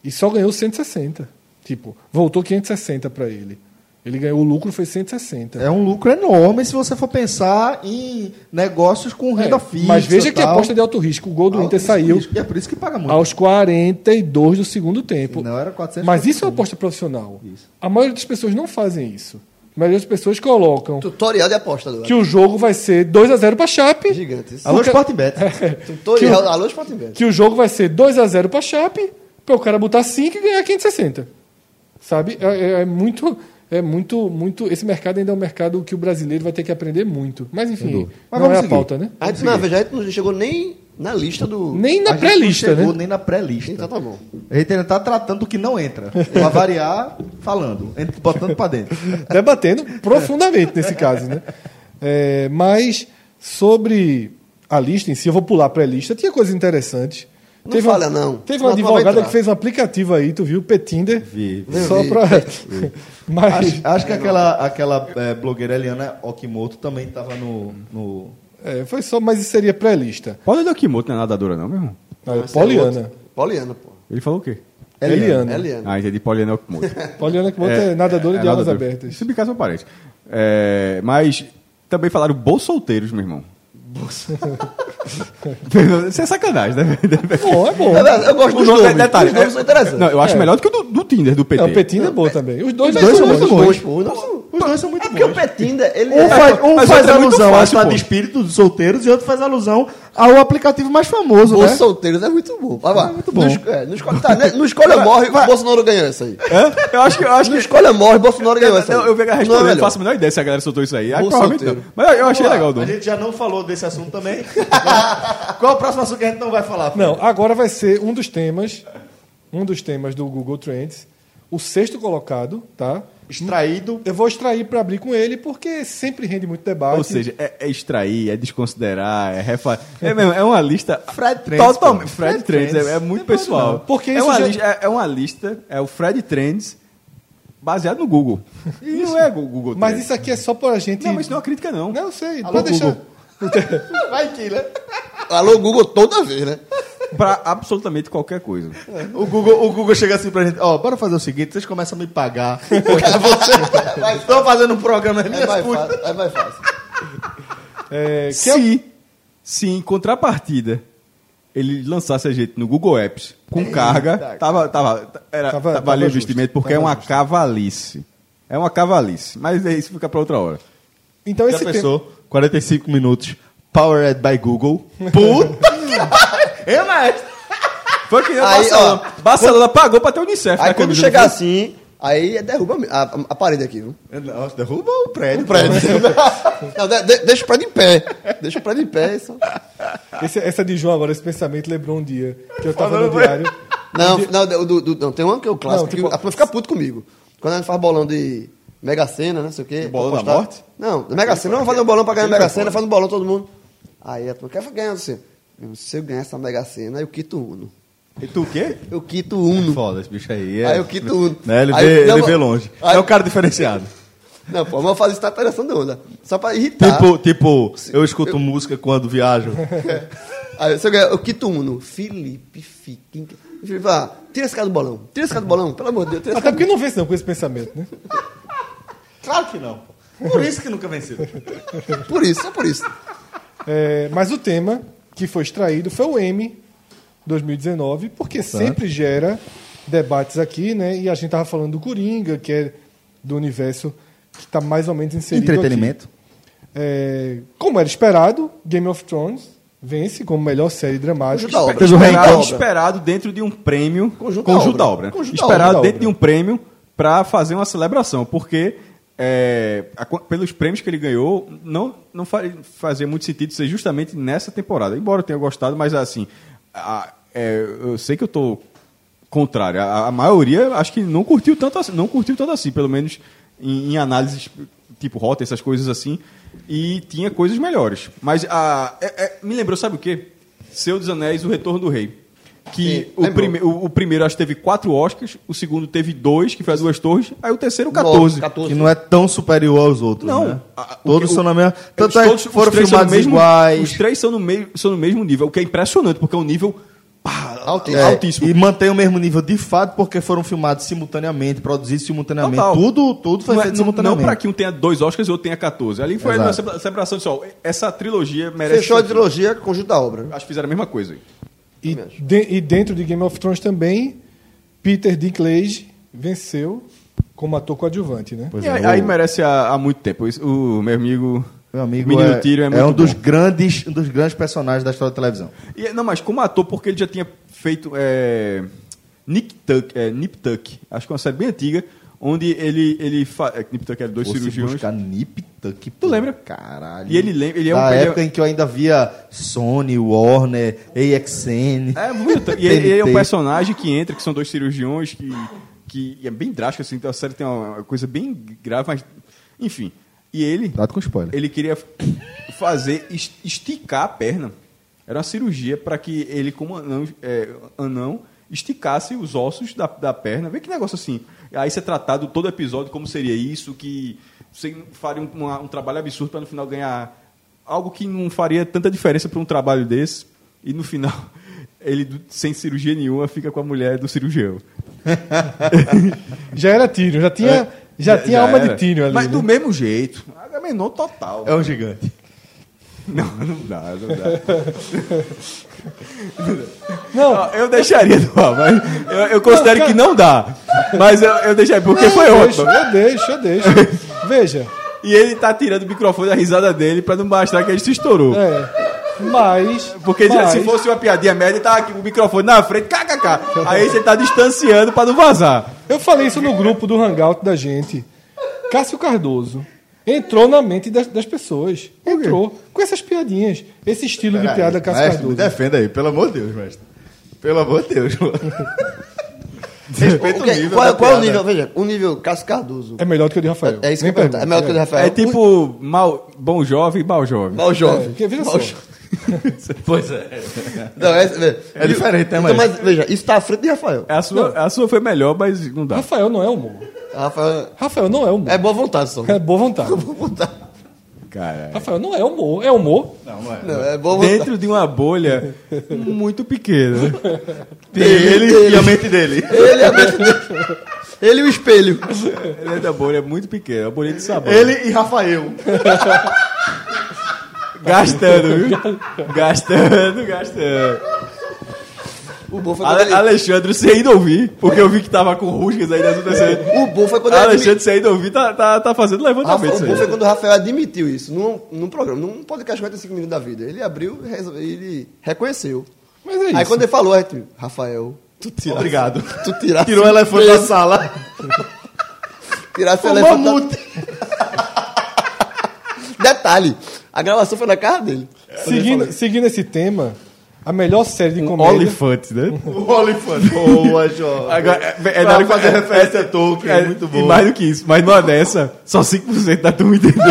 S3: E só ganhou 160. Tipo, voltou 560 para ele. Ele ganhou, o lucro foi 160.
S5: É um lucro enorme se você for pensar em negócios com renda
S3: É,
S5: fixa.
S3: Mas veja que
S5: tal.
S3: aposta de alto risco. O gol do
S5: Alto
S3: Inter
S5: risco,
S3: saiu
S5: risco. E é por isso que paga muito.
S3: aos 42 do segundo tempo.
S5: Não, era 400
S3: Mas isso é uma aposta profissional.
S5: Isso.
S3: A maioria das pessoas não fazem isso. A maioria das pessoas colocam
S6: Tutorial de aposta, Eduardo.
S3: que o jogo vai ser 2 a 0 para Chape.
S6: Gigante. isso.
S5: Alô,
S3: Nunca-
S5: Sportbet.
S6: Tutorial, alô, Sporting Bet.
S3: que o jogo vai ser 2 a 0 para Chape, para o cara botar 5 e ganhar 560. Sabe? É, é- é muito é muito muito esse mercado ainda é um mercado que o brasileiro vai ter que aprender muito. Mas enfim,
S5: Mas
S3: não
S5: vamos
S3: é a
S5: seguir.
S3: pauta, né?
S6: A gente, não, veja, a gente não chegou nem na lista do.
S3: Nem
S5: A
S3: na
S5: gente
S3: pré-lista,
S5: não chegou
S3: né?
S5: nem na pré-lista.
S6: Então tá bom.
S5: A gente ainda tá tratando do que não entra. Pra variar, falando. Ent- Botando pra dentro.
S3: Debatendo profundamente nesse caso, né? É, mas sobre a lista em si, eu vou pular para a lista. Tinha coisa interessante.
S6: Não
S3: uma-
S6: falha, não.
S3: Teve uma
S6: Senão tu não vai
S3: advogada
S6: entrar.
S3: que fez um aplicativo aí, tu viu? Petinder.
S5: Vi,
S3: Só
S6: vi,
S3: para. [laughs] Mas.
S5: Acho, acho que aquela, aquela eh, blogueira Eliana Okimoto também tava no... no...
S3: é, foi só, mas isso seria pré-lista.
S4: Pode dar Kimoto não é nadadora, não, meu irmão.
S3: Não, é
S6: Esse é
S3: Poliana.
S6: outro. Poliana, pô.
S4: Ele falou o quê?
S3: Eliana.
S6: É
S5: né?
S6: Eliana.
S4: Ah, entendi. Poliana é o
S5: [laughs]
S4: Kimoto.
S3: Poliana que bota é, nadadora de alas
S4: alas
S3: abertas.
S4: Se brincar, são parentes. um É, mas também falaram bons solteiros, meu irmão. [laughs] Isso é sacanagem,
S5: [laughs]
S4: né? [laughs]
S3: Bom, é bom.
S6: [laughs] É verdade, Eu gosto dos
S4: Não,
S6: nomes.
S4: detalhe,
S6: Os nomes são
S4: é-
S6: interessantes.
S4: Não, eu acho melhor do que o do, do Tinder, do PT.
S3: Não, o Petinda é bom também. Os dois,
S5: Os dois
S3: dois são
S5: são
S3: bons.
S5: muito bons.
S6: pô. Os nomes são-
S5: Os dois são muito
S6: É porque
S5: bons.
S6: o Petinda, ele
S5: Um
S6: é.
S5: faz, um
S4: mas
S5: faz
S4: outro é muito
S5: alusão à
S4: fácil,
S5: estado
S4: pô.
S5: de espírito dos solteiros e outro faz alusão ao aplicativo mais famoso,
S6: Os
S5: né?
S6: solteiros é muito bom. Vai lá.
S5: muito bom.
S6: No, é, no escolha, tá, né?
S4: [laughs]
S6: no escolha morre, Bolsonaro ganhou essa aí.
S5: né?
S4: É? Eu acho que. Eu acho
S6: No
S4: que...
S6: escolha morre, Bolsonaro ganhou essa aí.
S4: Não, eu vejo a
S6: Não é
S4: resposta, não
S6: melhor.
S4: faço a menor ideia se a galera soltou isso aí. Aí,
S6: Bom
S4: provavelmente não.
S6: solteiro.
S4: Mas eu, eu achei
S3: é
S4: legal,
S5: A
S4: Dom.
S5: gente já não falou desse assunto também. [laughs] Qual é o próximo assunto que a gente não vai falar? Fred?
S3: Não, agora vai ser um dos temas, um dos temas do Google Trends, o sexto colocado, tá?
S5: Extraído.
S3: Eu vou extrair para abrir com ele, porque sempre rende muito debate.
S4: Ou seja, é, é extrair, é desconsiderar, é refazer. É, mesmo, é uma lista.
S5: Fred Trends,
S4: Totalmente.
S5: pô.
S4: Fred,
S5: Fred
S4: Trends,
S5: Trends.
S4: É, é muito
S5: Não é
S4: pessoal.
S3: não. Porque
S4: é,
S3: isso
S4: uma
S3: já-
S4: lista, é, é uma lista, é o Fred Trends baseado no Google. E não é Google, Google
S3: mas
S4: Trends.
S3: isso aqui é só pra gente.
S4: Não, mas não é uma crítica, não.
S3: Não, eu sei,
S5: Alô,
S3: pode deixar.
S5: Google.
S6: Vai que, né? Alô, Google toda vez,
S4: [laughs]
S6: né?
S4: Pra absolutamente qualquer coisa.
S5: O Google, o Google chega assim pra gente, ó, bora fazer o seguinte, vocês começam a me pagar. é
S4: [laughs]
S6: Vai,
S5: Estou fazendo um programa nas
S6: é
S5: minhas
S6: mais
S5: custas.
S6: fácil. É mais fácil.
S3: É, que é-
S4: se, se em contrapartida ele lançasse a gente no Google Apps com carga, tava, tava, era,
S3: Tava-
S4: tava,
S3: tava
S4: ali o
S3: justo,
S4: investimento, porque
S3: tava
S4: é uma cavalice. É uma cavalice. Mas é isso fica pra outra hora.
S3: Então
S5: Já
S3: esse tema.
S5: pensou? 45 minutos, Powered by Google. Puta
S6: [laughs]
S5: que pariu! Ei, maestro!
S4: Foi que nem o
S6: Aí,
S4: Barcelona.
S6: ó,
S4: Barcelona pagou pra ter o Unicef.
S6: Aí
S4: na
S6: quando
S4: camisa
S6: chegar
S4: do-
S6: assim, aí derruba a, a- a parede aqui, viu? [laughs]
S5: Nossa, derruba o prédio.
S6: O prédio. Não, de- de- deixa o prédio em pé. Deixa o prédio em pé. Só.
S3: Esse- essa de João agora, esse pensamento lembrou um dia que eu tava no diário.
S6: Não, não, do- do- não, tem um que é o clássico.
S3: Não, tipo-
S6: que a pessoa fica puto comigo. Quando a gente faz bolão de Mega Sena, né? Sei o quê.
S4: bolão
S6: pra
S4: da
S6: apostar.
S4: morte?
S6: Não, Mega Sena.
S5: é.
S6: Vamos fazer um bolão pra ganhar Mega Sena, faz um bolão todo mundo. Aí a turma quer ganhar você. Se eu ganhar essa Mega Sena, eu quito o Uno.
S4: E tu o quê?
S6: Eu quito o Uno.
S5: Foda esse bicho aí.
S6: Aí eu quito o Uno.
S5: Né, ele,
S6: Aí-
S5: vê,
S6: não,
S5: ele
S6: mas-
S5: vê longe.
S6: aí-
S5: É um cara diferenciado.
S6: Não, pô, mas eu faço isso na tiração de onda. Só pra
S4: Tá.
S6: irritar.
S5: Tipo, tipo, eu escuto música quando viajo.
S6: Aí você ganha, eu quito uno. Felipe fica. em ca- Felipe, ah, tira esse cara do bolão. Tira esse cara do bolão, pelo amor de Deus. Tira esse
S3: Até
S5: é
S6: cara do...
S3: porque não vence não com esse pensamento, né?
S5: Claro que não. Por isso que nunca venceu.
S6: Por isso, é por isso.
S3: É, mas o tema que foi extraído foi o M 2019, porque sempre gera debates aqui, né? E a gente tava falando do Coringa, que é do universo que está mais ou menos inserido aqui.
S5: Entretenimento.
S3: É, como era esperado, Game of Thrones vence como melhor série dramática.
S4: tá
S6: Conjunto da obra.
S5: Fez o
S6: Conjunto da
S4: Esperado,
S6: obra.
S4: esperado dentro de um prêmio.
S6: Conjunto da obra.
S4: da obra. né?
S6: Conjunto da
S4: esperado
S3: obra.
S4: dentro de um prêmio pra fazer uma celebração, porque é, a qua- pelos prêmios que ele ganhou, não, não fa- fazia muito sentido ser justamente nessa temporada. Embora eu tenha gostado, mas assim, a- é, eu sei que eu tô contrário. A, a maioria acho que não curtiu tanto assim, não curtiu tanto assim, pelo menos em, em análises tipo rota, essas coisas assim. E tinha coisas melhores. Mas a, é- é, me lembrou, sabe o quê? Seu dos Anéis, O Retorno do Rei. Que
S6: Sim,
S4: o,
S6: lembrou.
S4: prime- o, o primeiro acho que teve quatro Oscars, o segundo teve dois, que foi as duas torres, aí o terceiro
S6: Nove,
S4: 14.
S6: 14.
S5: Que não é tão superior aos outros,
S4: Não.
S5: né?
S4: A- a- o
S5: Todos
S4: que-
S5: são
S4: o-
S5: na mesma... Tanto
S4: Os
S5: é que
S4: todos- os
S5: foram
S4: três são
S5: filmados
S4: no mesmo- Os
S5: iguais.
S4: três são no, meio, são no mesmo nível, o que é impressionante, porque é um nível pá,
S6: Altíssimo.
S5: É,
S4: altíssimo.
S5: E mantém o mesmo nível de fato, porque foram filmados simultaneamente, produzidos simultaneamente.
S4: Total.
S5: Tudo, tudo foi
S4: não, é-
S5: feito
S4: não, não
S5: simultaneamente.
S4: para que um tenha dois Oscars e outro tenha 14. Ali foi
S5: Exato.
S4: a separa- separação de sol. Essa trilogia merece.
S6: Fechou a
S4: isso aqui.
S6: trilogia, conjunto da obra.
S4: Acho que fizeram a mesma coisa.
S3: E, de- e dentro de Game of Thrones também, Peter Dinklage venceu como ator coadjuvante, né?
S5: Pois
S4: E
S5: é,
S4: aí,
S5: o-
S4: aí merece há, há muito tempo. Isso- O meu amigo.
S5: Meu amigo
S4: Menino
S5: é,
S4: Tiro é,
S5: é
S4: muito
S5: um dos
S4: bom.
S5: grandes, um dos grandes personagens da história da televisão.
S4: E, não, mas como ator, porque ele já tinha feito é, Nick Tuck, é, Nip Tuck, acho que é uma série bem antiga, onde ele. ele fa... é, Nip Tuck era dois
S5: Você
S4: cirurgiões.
S5: buscar Nip Tuck,
S4: Tu lembra?
S5: Caralho.
S4: E ele lembra- ele é um-
S5: Na
S4: ele é-
S5: época em que eu ainda via Sony, Warner, AXN.
S4: É muito. Tuck. E ele, ele é um
S5: TNT.
S4: personagem que entra, que são dois cirurgiões, que, que e é bem drástico, assim, então a série tem uma uma coisa bem grave, mas. Enfim. E ele.
S5: Cuidado com spoiler.
S4: Ele queria fazer es- esticar a perna. Era uma cirurgia para que ele, como anão, é, anão, esticasse os ossos da, da perna. Vê que negócio assim. Aí ser tratado todo episódio como seria isso, que você faria um, uma- um trabalho absurdo para no final ganhar algo que não faria tanta diferença para um trabalho desse. E no final, [laughs] ele, do- sem cirurgia nenhuma, fica com a mulher do cirurgião.
S3: Já era Tyrion, já tinha,
S5: É,
S3: já, tinha alma de Tyrion ali.
S4: Mas do
S3: né?
S4: mesmo jeito. Agamenon total.
S5: É um gigante.
S4: Não, [laughs] não dá, não dá.
S3: Não,
S4: Ó, Eu deixaria no ar, mas eu, eu considero que não dá. Mas eu, eu deixaria, porque foi
S3: eu
S4: ótimo.
S3: deixo, eu deixo, eu
S4: [laughs]
S3: deixo. Veja,
S4: E ele tá tirando o microfone da risada dele pra não mostrar que ele se estourou.
S3: é, mas...
S4: Porque
S3: mas,
S4: se fosse uma piadinha média, ele tava aqui com o microfone na frente, kkk. Aí você tá distanciando pra não vazar.
S3: Eu falei isso no grupo do Hangout da gente. Cássio Cardoso entrou na mente das, das pessoas. Entrou. Com essas piadinhas. Esse estilo de piada Cássio
S5: mestre, me
S3: Cardoso.
S5: defenda aí, pelo amor de Deus, mestre. Pelo amor de Deus, mano. Respeita
S6: O que-
S5: o nível.
S6: qual
S5: da
S6: qual é
S5: piada.
S6: o nível? Veja, o nível Cascaduzo.
S3: É melhor do que o de Rafael.
S6: É, é isso que
S3: Nem
S6: eu ia perguntar. É
S3: pergunta.
S6: melhor que o de Rafael.
S4: É tipo mal, bom jovem e mal jovem.
S6: Mal
S3: É,
S6: jovem.
S3: porque veja
S6: Mal
S3: só.
S6: jovem.
S5: Pois é.
S6: Não, é, veja,
S5: É diferente, né,
S6: então,
S5: mas-
S6: mas veja, isso tá à frente de Rafael.
S4: A sua, a sua foi melhor, mas não dá.
S3: Rafael não é humor.
S6: Rafael
S3: Rafael não é humor.
S6: é boa vontade só. [laughs]
S3: É, boa vontade.
S4: Cara.
S3: Rafael não é humor. É humor.
S6: Não, é boa vontade.
S4: Dentro de uma bolha muito pequena.
S5: Ele,
S6: Ele-
S5: e a mente dele.
S6: Ele é a mente dele. Ele e o espelho.
S4: Ele é da bolha muito pequena, a bolha de sabão.
S5: Ele e Rafael.
S4: Gastando, viu? Gastando, gastando.
S6: O bom foi quando
S4: Ale
S6: ele...
S4: Alexandre, sem ainda ouvir, porque eu vi que tava com rusgas aí nas outras séries.
S6: O bom foi quando ele
S4: Alexandre, sem ainda ouvir, tá, tá, tá fazendo
S6: Rafa,
S4: levantamento
S6: o bom
S4: isso
S6: foi
S4: aí.
S6: quando o Rafael admitiu isso num, num programa, num podcast 45 minutos da vida. Ele abriu e resol- ele reconheceu.
S3: Mas é isso.
S6: Aí quando ele falou, aí, tu- Rafael, tu tirasse,
S5: Obrigado.
S6: tu tirasse,
S5: Tirou o elefante da sala.
S6: [laughs] tirasse o
S5: O
S6: elefante da-
S5: mamute.
S6: [laughs] Detalhe, a gravação foi na casa dele.
S3: Seguindo, seguindo esse tema, a melhor série de
S6: Um
S3: comédia...
S4: Olifante, né?
S5: O
S4: [laughs]
S5: elefante. Boa, jovem.
S4: Agora, é, é,
S5: Pra
S4: na-
S5: fazer
S4: é-
S5: referência a Tolkien,
S4: é-
S5: muito
S4: E
S5: bom.
S4: mais do que isso, mas numa dessa, só 5% da turma entendeu.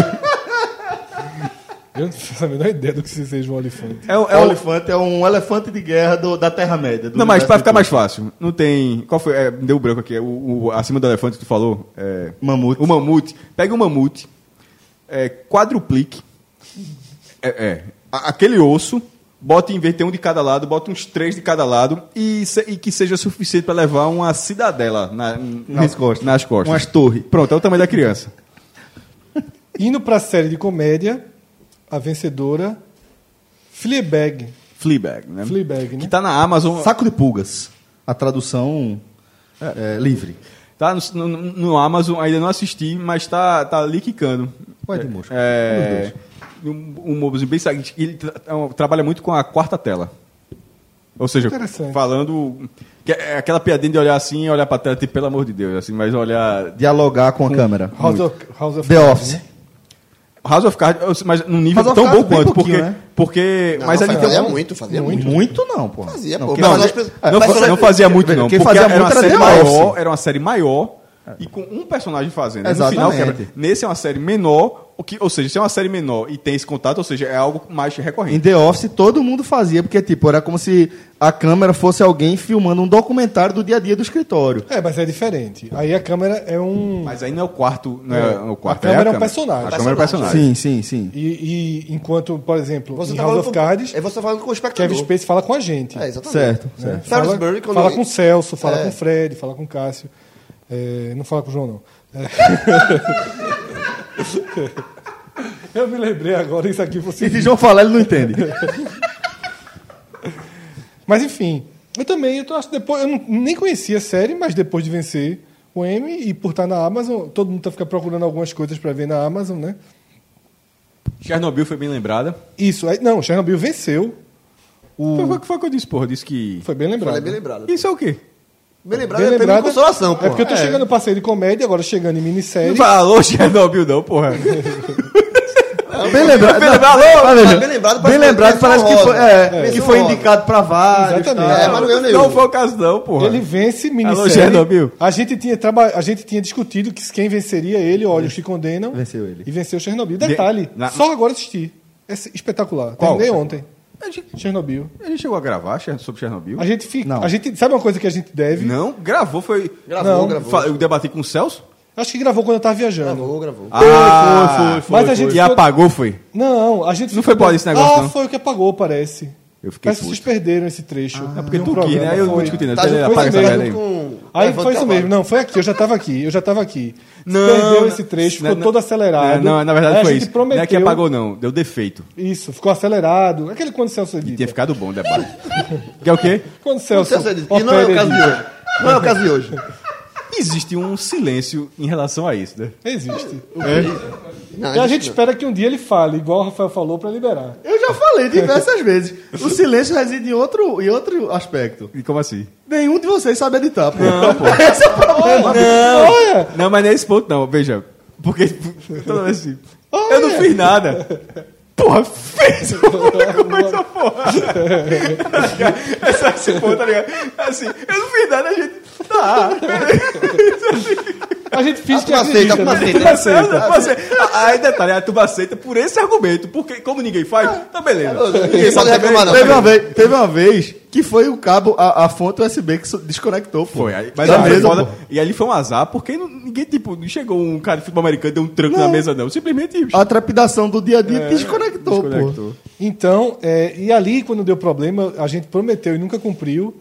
S3: Eu não faço a menor ideia do que isso seja um olifante.
S4: É, um- é
S5: o
S4: um-
S5: elefante é um elefante de guerra do- da Terra-média. do
S4: Não, mas
S5: universo
S4: pra ficar
S5: de
S4: mais fácil, não tem. Qual foi? É, me deu um branco aqui. é O, o- acima do elefante que tu falou. é,
S5: Mamute.
S4: O mamute. Pega o mamute, é, quadruplique. É, é, a- aquele osso, bota em vez de ter um de cada lado, bota uns três de cada lado e, se- e que seja suficiente pra levar uma cidadela na-
S5: Nas costas.
S4: nas costas.
S5: Umas torres.
S4: Pronto, é o tamanho da criança.
S3: Indo pra série de comédia, a vencedora... Fleabag.
S4: Fleabag, né?
S3: Fleabag, né?
S4: Que tá na Amazon.
S5: Saco de pulgas. A tradução é, livre.
S4: Tá no, no- no Amazon, ainda não assisti, mas tá, tá ali quicando.
S5: Vai de mosca.
S4: É, um, um mobozinho bem sabe, ele tra- é um- trabalha muito com a quarta tela. Ou seja,
S3: Interessante.
S4: falando. que é Aquela piadinha de olhar assim e olhar pra tela, tipo, pelo amor de Deus, assim, mas olhar.
S5: Dialogar com a câmera.
S3: House of, House of
S5: The
S3: Cards,
S5: Office.
S3: né?
S4: House of Cards, eu- mas num nível
S5: House of
S4: tão
S5: Cards,
S4: bom
S5: bem
S4: quanto. Porque.
S5: pouquinho, né?
S4: porque mas ali tem
S6: fazia
S4: um-
S6: muito, fazia muito.
S5: Muito. não, pô.
S6: Fazia,
S5: não,
S6: pô.
S5: quem
S4: Não,
S6: Mas
S5: fazia-
S6: as pessoas-
S4: não,
S6: mas
S4: fa-
S6: as-
S4: não fazia muito, não.
S5: quem
S4: porque
S5: fazia
S4: era
S5: muito
S4: uma
S5: era
S4: série
S5: The
S4: maior,
S5: Office.
S4: era uma série maior e com um personagem fazendo. Aí, No final,
S5: Exatamente.
S4: quebra. Nesse é uma série menor, o que, ou seja, se é uma série menor e tem esse contato, ou seja, é algo mais
S5: Em
S4: recorrente.
S5: The Office todo mundo fazia, porque tipo, era como se a câmera fosse alguém filmando um documentário do dia a dia do escritório.
S3: É, mas é diferente. Aí a câmera é um.
S4: Mas aí não é o quarto. Não é, o quarto
S3: A câmera é um
S4: A
S3: personagem.
S4: câmera é um
S5: Sim,
S4: personagem.
S5: sim, sim.
S3: E, e enquanto, por exemplo,
S6: Você
S3: em
S6: tá
S3: House
S6: falando
S3: of
S6: com-
S3: Cards,
S6: É você falando com o espectador.
S3: Kevin Space fala com a gente.
S6: É, exatamente.
S5: Certo, certo.
S3: Fala,
S6: Salisbury, quando
S3: fala
S6: ele-
S3: com o Celso, fala
S6: É.
S3: com o Fred, fala com o Cássio. É, não fala com o João,
S6: [laughs]
S3: não. É. [laughs] Eu me lembrei agora, isso
S5: Se
S3: aqui você.
S5: de João falar, ele não [laughs] entende.
S3: Mas enfim, eu também, eu tô- acho que depois, eu não- nem conhecia a série, mas depois de vencer o M e por estar na Amazon, todo mundo tá ficando procurando algumas coisas para ver na Amazon, né?
S4: Chernobyl foi bem lembrada.
S3: Isso, aí, não, Chernobyl venceu. O...
S4: Foi o que foi que eu disse, porra. Disse que.
S3: Foi bem lembrado.
S6: Falei bem lembrado.
S4: Isso é o quê?
S6: Bem lembrado
S3: Bem
S6: é prêmio de
S3: lembrado.
S6: consolação, pô.
S3: É porque eu tô chegando, passei de comédia, agora chegando em
S4: Não
S3: minissérie.
S4: falou Chernobyl, [laughs] não, porra.
S5: Bem lembrado.
S4: Bem
S5: não,
S4: lembrado,
S5: mas veja,
S6: bem lembrado,
S5: bem
S6: parece que
S5: lembrado,
S6: é
S5: parece que
S6: honrosa.
S5: foi, é,
S6: É.
S5: que foi
S6: Honrosa.
S5: indicado pra vários.
S3: Exatamente.
S5: tal.
S6: É, mas não ganhou nenhum.
S4: Não foi o caso, não, porra.
S3: Ele vence
S4: Alô,
S3: minissérie.
S4: Chernobyl.
S3: A gente tinha traba... a gente tinha discutido que quem venceria ele, olhos que condenam.
S5: Venceu ele.
S3: E venceu Chernobyl. Detalhe,
S4: Na-
S3: só agora assisti. É espetacular.
S4: Qual?
S3: Terminei ontem.
S4: A gente-
S3: Chernobyl.
S4: a gente chegou a gravar Cher- sobre Chernobyl?
S3: A gente fica,
S5: Não.
S3: a gente sabe uma coisa que a gente deve.
S4: Não, gravou, foi.
S6: Gravou,
S3: Não.
S6: gravou.
S4: Fa- Eu debati com o Celso?
S3: Acho que gravou quando eu tava viajando.
S6: Gravou, gravou.
S4: Ah,
S3: foi, Mas a gente
S4: E
S3: ficou-
S4: apagou, foi.
S3: Não, a gente
S4: Não foi bom esse negócio,
S3: Ah,
S4: não?
S3: foi o que apagou, parece.
S4: Eu fiquei
S3: Parece que
S4: puto.
S3: vocês perderam esse trecho.
S4: É porque
S3: de um
S4: tu que,
S3: programa,
S4: né? Eu vou
S3: foi.
S4: discutir, né?
S6: Tá É, junto
S4: Apaga
S3: com
S4: essa
S3: ele é
S4: merda aí.
S3: mesmo
S6: Com...
S3: Aí
S6: Levanta
S3: foi isso
S6: a
S3: mesmo, não, foi aqui, eu já tava aqui, eu já tava aqui.
S4: Não,
S3: Perdeu
S4: não,
S3: esse trecho, ficou
S4: não,
S3: todo
S4: não,
S3: acelerado.
S4: É, Não, na
S3: Aí
S4: verdade
S3: a
S4: foi
S3: gente
S4: isso.
S3: Prometeu,
S4: Não é que apagou, não. Deu defeito.
S3: Isso, ficou acelerado. Aquele quando o Celso edita.
S4: Tinha ficado bom
S3: [laughs]
S4: o debate. que é o quê?
S3: Quando o
S6: Não
S3: Celso,
S6: sei se é disso. E não é o
S3: opera
S6: caso de
S3: edita.
S6: hoje. Não é o caso de hoje.
S4: Existe um silêncio em relação a isso, né?
S3: Existe.
S4: É?
S6: Não,
S3: E a
S6: isso
S3: gente
S6: não.
S3: espera que um dia ele fale, igual o Rafael falou, pra liberar.
S5: Eu já falei [laughs] diversas vezes. O silêncio reside em outro, em outro aspecto.
S4: E como assim?
S5: Nenhum de vocês sabe editar, pô. Esse é o problema.
S3: Olha!
S4: Não, mas não é esse ponto, não. Veja. Porque [laughs] toda vez assim. Eu não fiz nada. Porra,
S3: [laughs]
S4: fez alguma coisa, porra. [laughs] É só esse ponto, tá ligado? Assim, eu não fiz nada, a gente. Tá,
S3: A gente finge que
S6: Tu aceita,
S3: acredita.
S6: tu
S3: né?
S4: Tu
S6: aceita.
S4: aceita, tu aceita. Ah, Aí detalhe, aí tu aceita por esse argumento, porque como ninguém
S3: Ah.
S4: faz, tá beleza.
S6: Ninguém
S3: é
S6: pode reclamar, não.
S5: Teve uma, vez, teve uma vez que foi o cabo, a, a fonte USB que so- desconectou, pô.
S4: Foi, aí, mas
S5: Da
S4: aí foi
S5: mesa,
S4: foda.
S5: pô.
S4: E ali foi um azar, porque não- ninguém, tipo, não chegou um cara de futebol americano e deu um tranco na mesa, não. Simplesmente.
S3: Ah,
S5: A trepidação do dia a dia desconectou, pô.
S4: É, desconectou.
S3: Então, é, e ali, quando deu problema, a gente prometeu e nunca cumpriu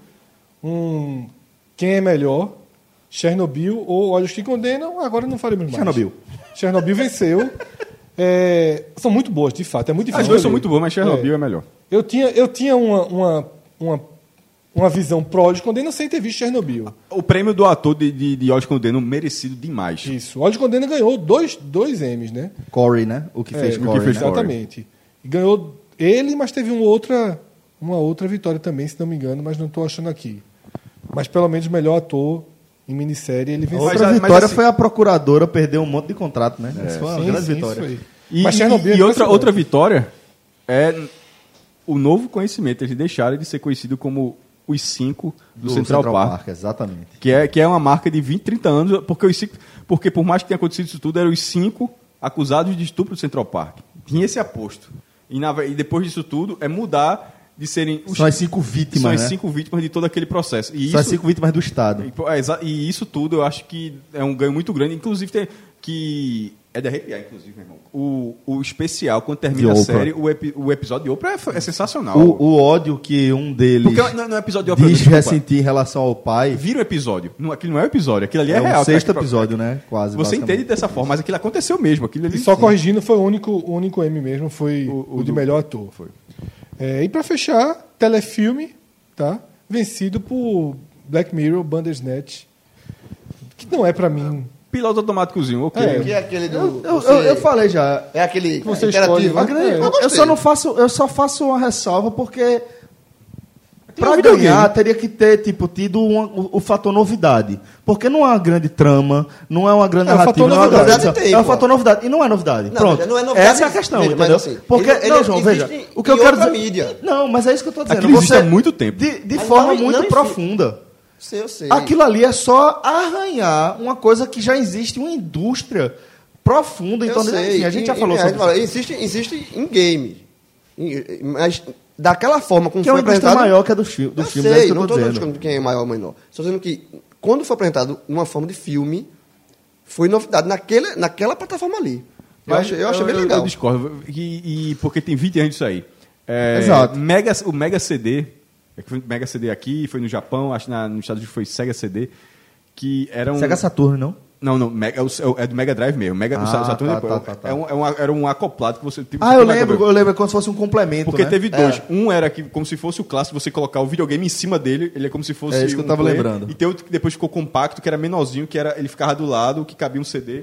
S3: um quem é melhor, Chernobyl ou Olhos que Condenam, agora não faremos mais.
S5: Chernobyl.
S3: Chernobyl venceu. É, são muito boas, de fato. É muito difícil.
S4: As duas são
S3: escolher.
S4: muito boas, mas Chernobyl é, melhor.
S3: Eu tinha, eu tinha uma, uma, uma, uma visão pró de Condena sem ter visto Chernobyl.
S4: O prêmio do ator de, de, de Oscar Condeno merecido demais.
S3: Isso. Olhos que Condena ganhou dois, dois M's, né?
S5: Corey, né? O que
S3: É,
S5: fez
S3: o que
S5: Corey.
S4: fez
S5: né?
S4: Corey.
S3: Exatamente. E ganhou ele, mas teve uma outra, uma outra vitória também, se não me engano, mas não estou achando aqui. Mas pelo menos o melhor ator em minissérie ele venceu.
S4: Mas
S5: Outra
S4: já- mas
S5: vitória
S4: assim-
S5: foi a procuradora perder um monte de contrato, né?
S4: É.
S5: Isso foi uma
S3: Sim,
S5: grande
S3: sim,
S5: vitória.
S3: isso aí.
S4: E,
S3: mas
S4: e-
S3: Chernobyl é
S4: e outra,
S3: impressionante.
S4: outra vitória é o novo conhecimento. Eles deixaram de ser conhecido como os cinco do, Central, Park.
S5: Exatamente.
S4: Que é, que é uma marca de 20, 30 anos, porque, os cinco, porque por mais que tenha acontecido isso tudo, eram os cinco acusados de estupro do Central Park. Tinha esse aposto. E, na ve- e depois disso tudo, é mudar de serem os
S5: São as cinco vítimas,
S4: são as
S5: né?
S4: cinco vítimas de todo aquele processo. E
S5: São as
S4: isso,
S5: cinco vítimas do Estado.
S4: e, pô, é, exa- e isso tudo eu acho que é um ganho muito grande. Inclusive, tem que. É de arrepiar, inclusive, meu irmão. O, o especial, quando termina a
S5: De Oprah.
S4: série, o, epi- o episódio de Oprah é, f- é sensacional.
S5: O, o ódio que um deles
S4: Porque não, não é episódio de Oprah.
S5: diz
S4: desculpa.
S5: ressentir em relação ao pai
S4: Vira o episódio. Não, aquilo não é um episódio, aquilo ali é,
S5: é,
S4: real.
S5: o sexto
S4: Aquilo-
S5: episódio, né? Quase.
S4: Você
S5: basicamente.
S4: entende dessa forma, mas aquilo aconteceu mesmo. Aquilo ali,
S3: E só corrigindo, foi o único, o único M mesmo, foi o,
S4: O- o
S3: de
S4: do-
S3: melhor ator.
S4: foi.
S3: É, e para fechar, telefilme, tá? Vencido por Black Mirror, Bandersnatch, que não é para mim.
S4: Piloto automáticozinho, ok.
S3: É.
S6: Que é aquele do...
S5: Eu, eu,
S6: você-
S5: eu falei já.
S6: É aquele
S3: Você
S6: interativo.
S3: escolhe, né?
S6: Eu
S5: Eu
S6: gostei.
S5: só não faço, eu só faço uma ressalva porque Pra ganhar, teria que ter, tipo, tido uma- o, o fator novidade. Porque não é uma grande trama, não é uma grande
S3: É, o
S5: narrativa.
S3: fator
S5: não é uma
S3: novidade.
S5: grande
S6: Novidade tem,
S5: é o
S6: pô.
S5: fator novidade. E não é novidade.
S6: Não,
S5: Pronto.
S6: mas não é novidade,
S5: Essa é a questão,
S6: veja, mas
S5: entendeu?
S6: assim,
S5: Porque,
S6: ele-
S5: não,
S6: ele
S5: João,
S6: existe
S5: veja.
S6: em-
S5: O que eu
S6: em
S5: quero dizer.
S6: outra mídia.
S5: Não, mas é isso que eu tô dizendo.
S4: Aquilo existe
S5: Você-
S4: há muito tempo.
S5: De, de
S6: Mas
S5: forma
S6: não-
S5: muito
S6: não existe.
S5: profunda.
S6: Sei, eu sei.
S5: Aquilo ali é só arranhar uma coisa que já existe, uma indústria profunda. Então,
S6: eu sei.
S3: assim,
S5: enfim, a gente já
S6: E-
S5: falou
S6: e a
S5: sobre
S6: gente fala, Existe, existe em game. Em- Mas daquela forma como
S5: Que
S3: um
S5: é uma
S6: foi
S5: indústria
S6: apresentado...
S5: maior que a do, fi- do
S6: eu
S5: filme,
S3: né?
S6: sei,
S5: é isso que
S6: não
S5: eu tô
S6: estou
S5: dizendo.
S6: discutindo quem é maior ou menor. Estou dizendo que quando foi apresentado numa forma de filme, foi novidade naquele, naquela plataforma ali. Eu, achei, eu achei bem legal.
S4: Eu discordo. E, e porque tem 20 anos disso aí. É,
S5: Exato.
S4: Mega, o Mega CD, é que foi Mega CD aqui, foi no Japão, acho que na, nos Estados Unidos foi Sega CD, que era um...
S5: Sega Saturno, não?
S4: Não, não, Mega, é, o- é do Mega Drive mesmo. Mega,
S5: Ah,
S4: o Sa- Saturn
S5: tá,
S4: depois.
S5: tá, tá, tá.
S4: É um- é um- era um acoplado que você... tipo,
S5: Ah,
S4: você
S5: eu
S4: colocava-
S5: lembro, eu lembro, é como se fosse um complemento,
S4: Porque
S5: né?
S4: teve dois. Um era que, como se fosse o clássico, você colocar o videogame em cima dele, ele é como se fosse.
S5: É isso que eu
S4: um
S5: tava
S4: player.
S5: lembrando.
S4: E tem outro que depois ficou compacto, que era menorzinho, que era, ele ficava do lado, que cabia um CD.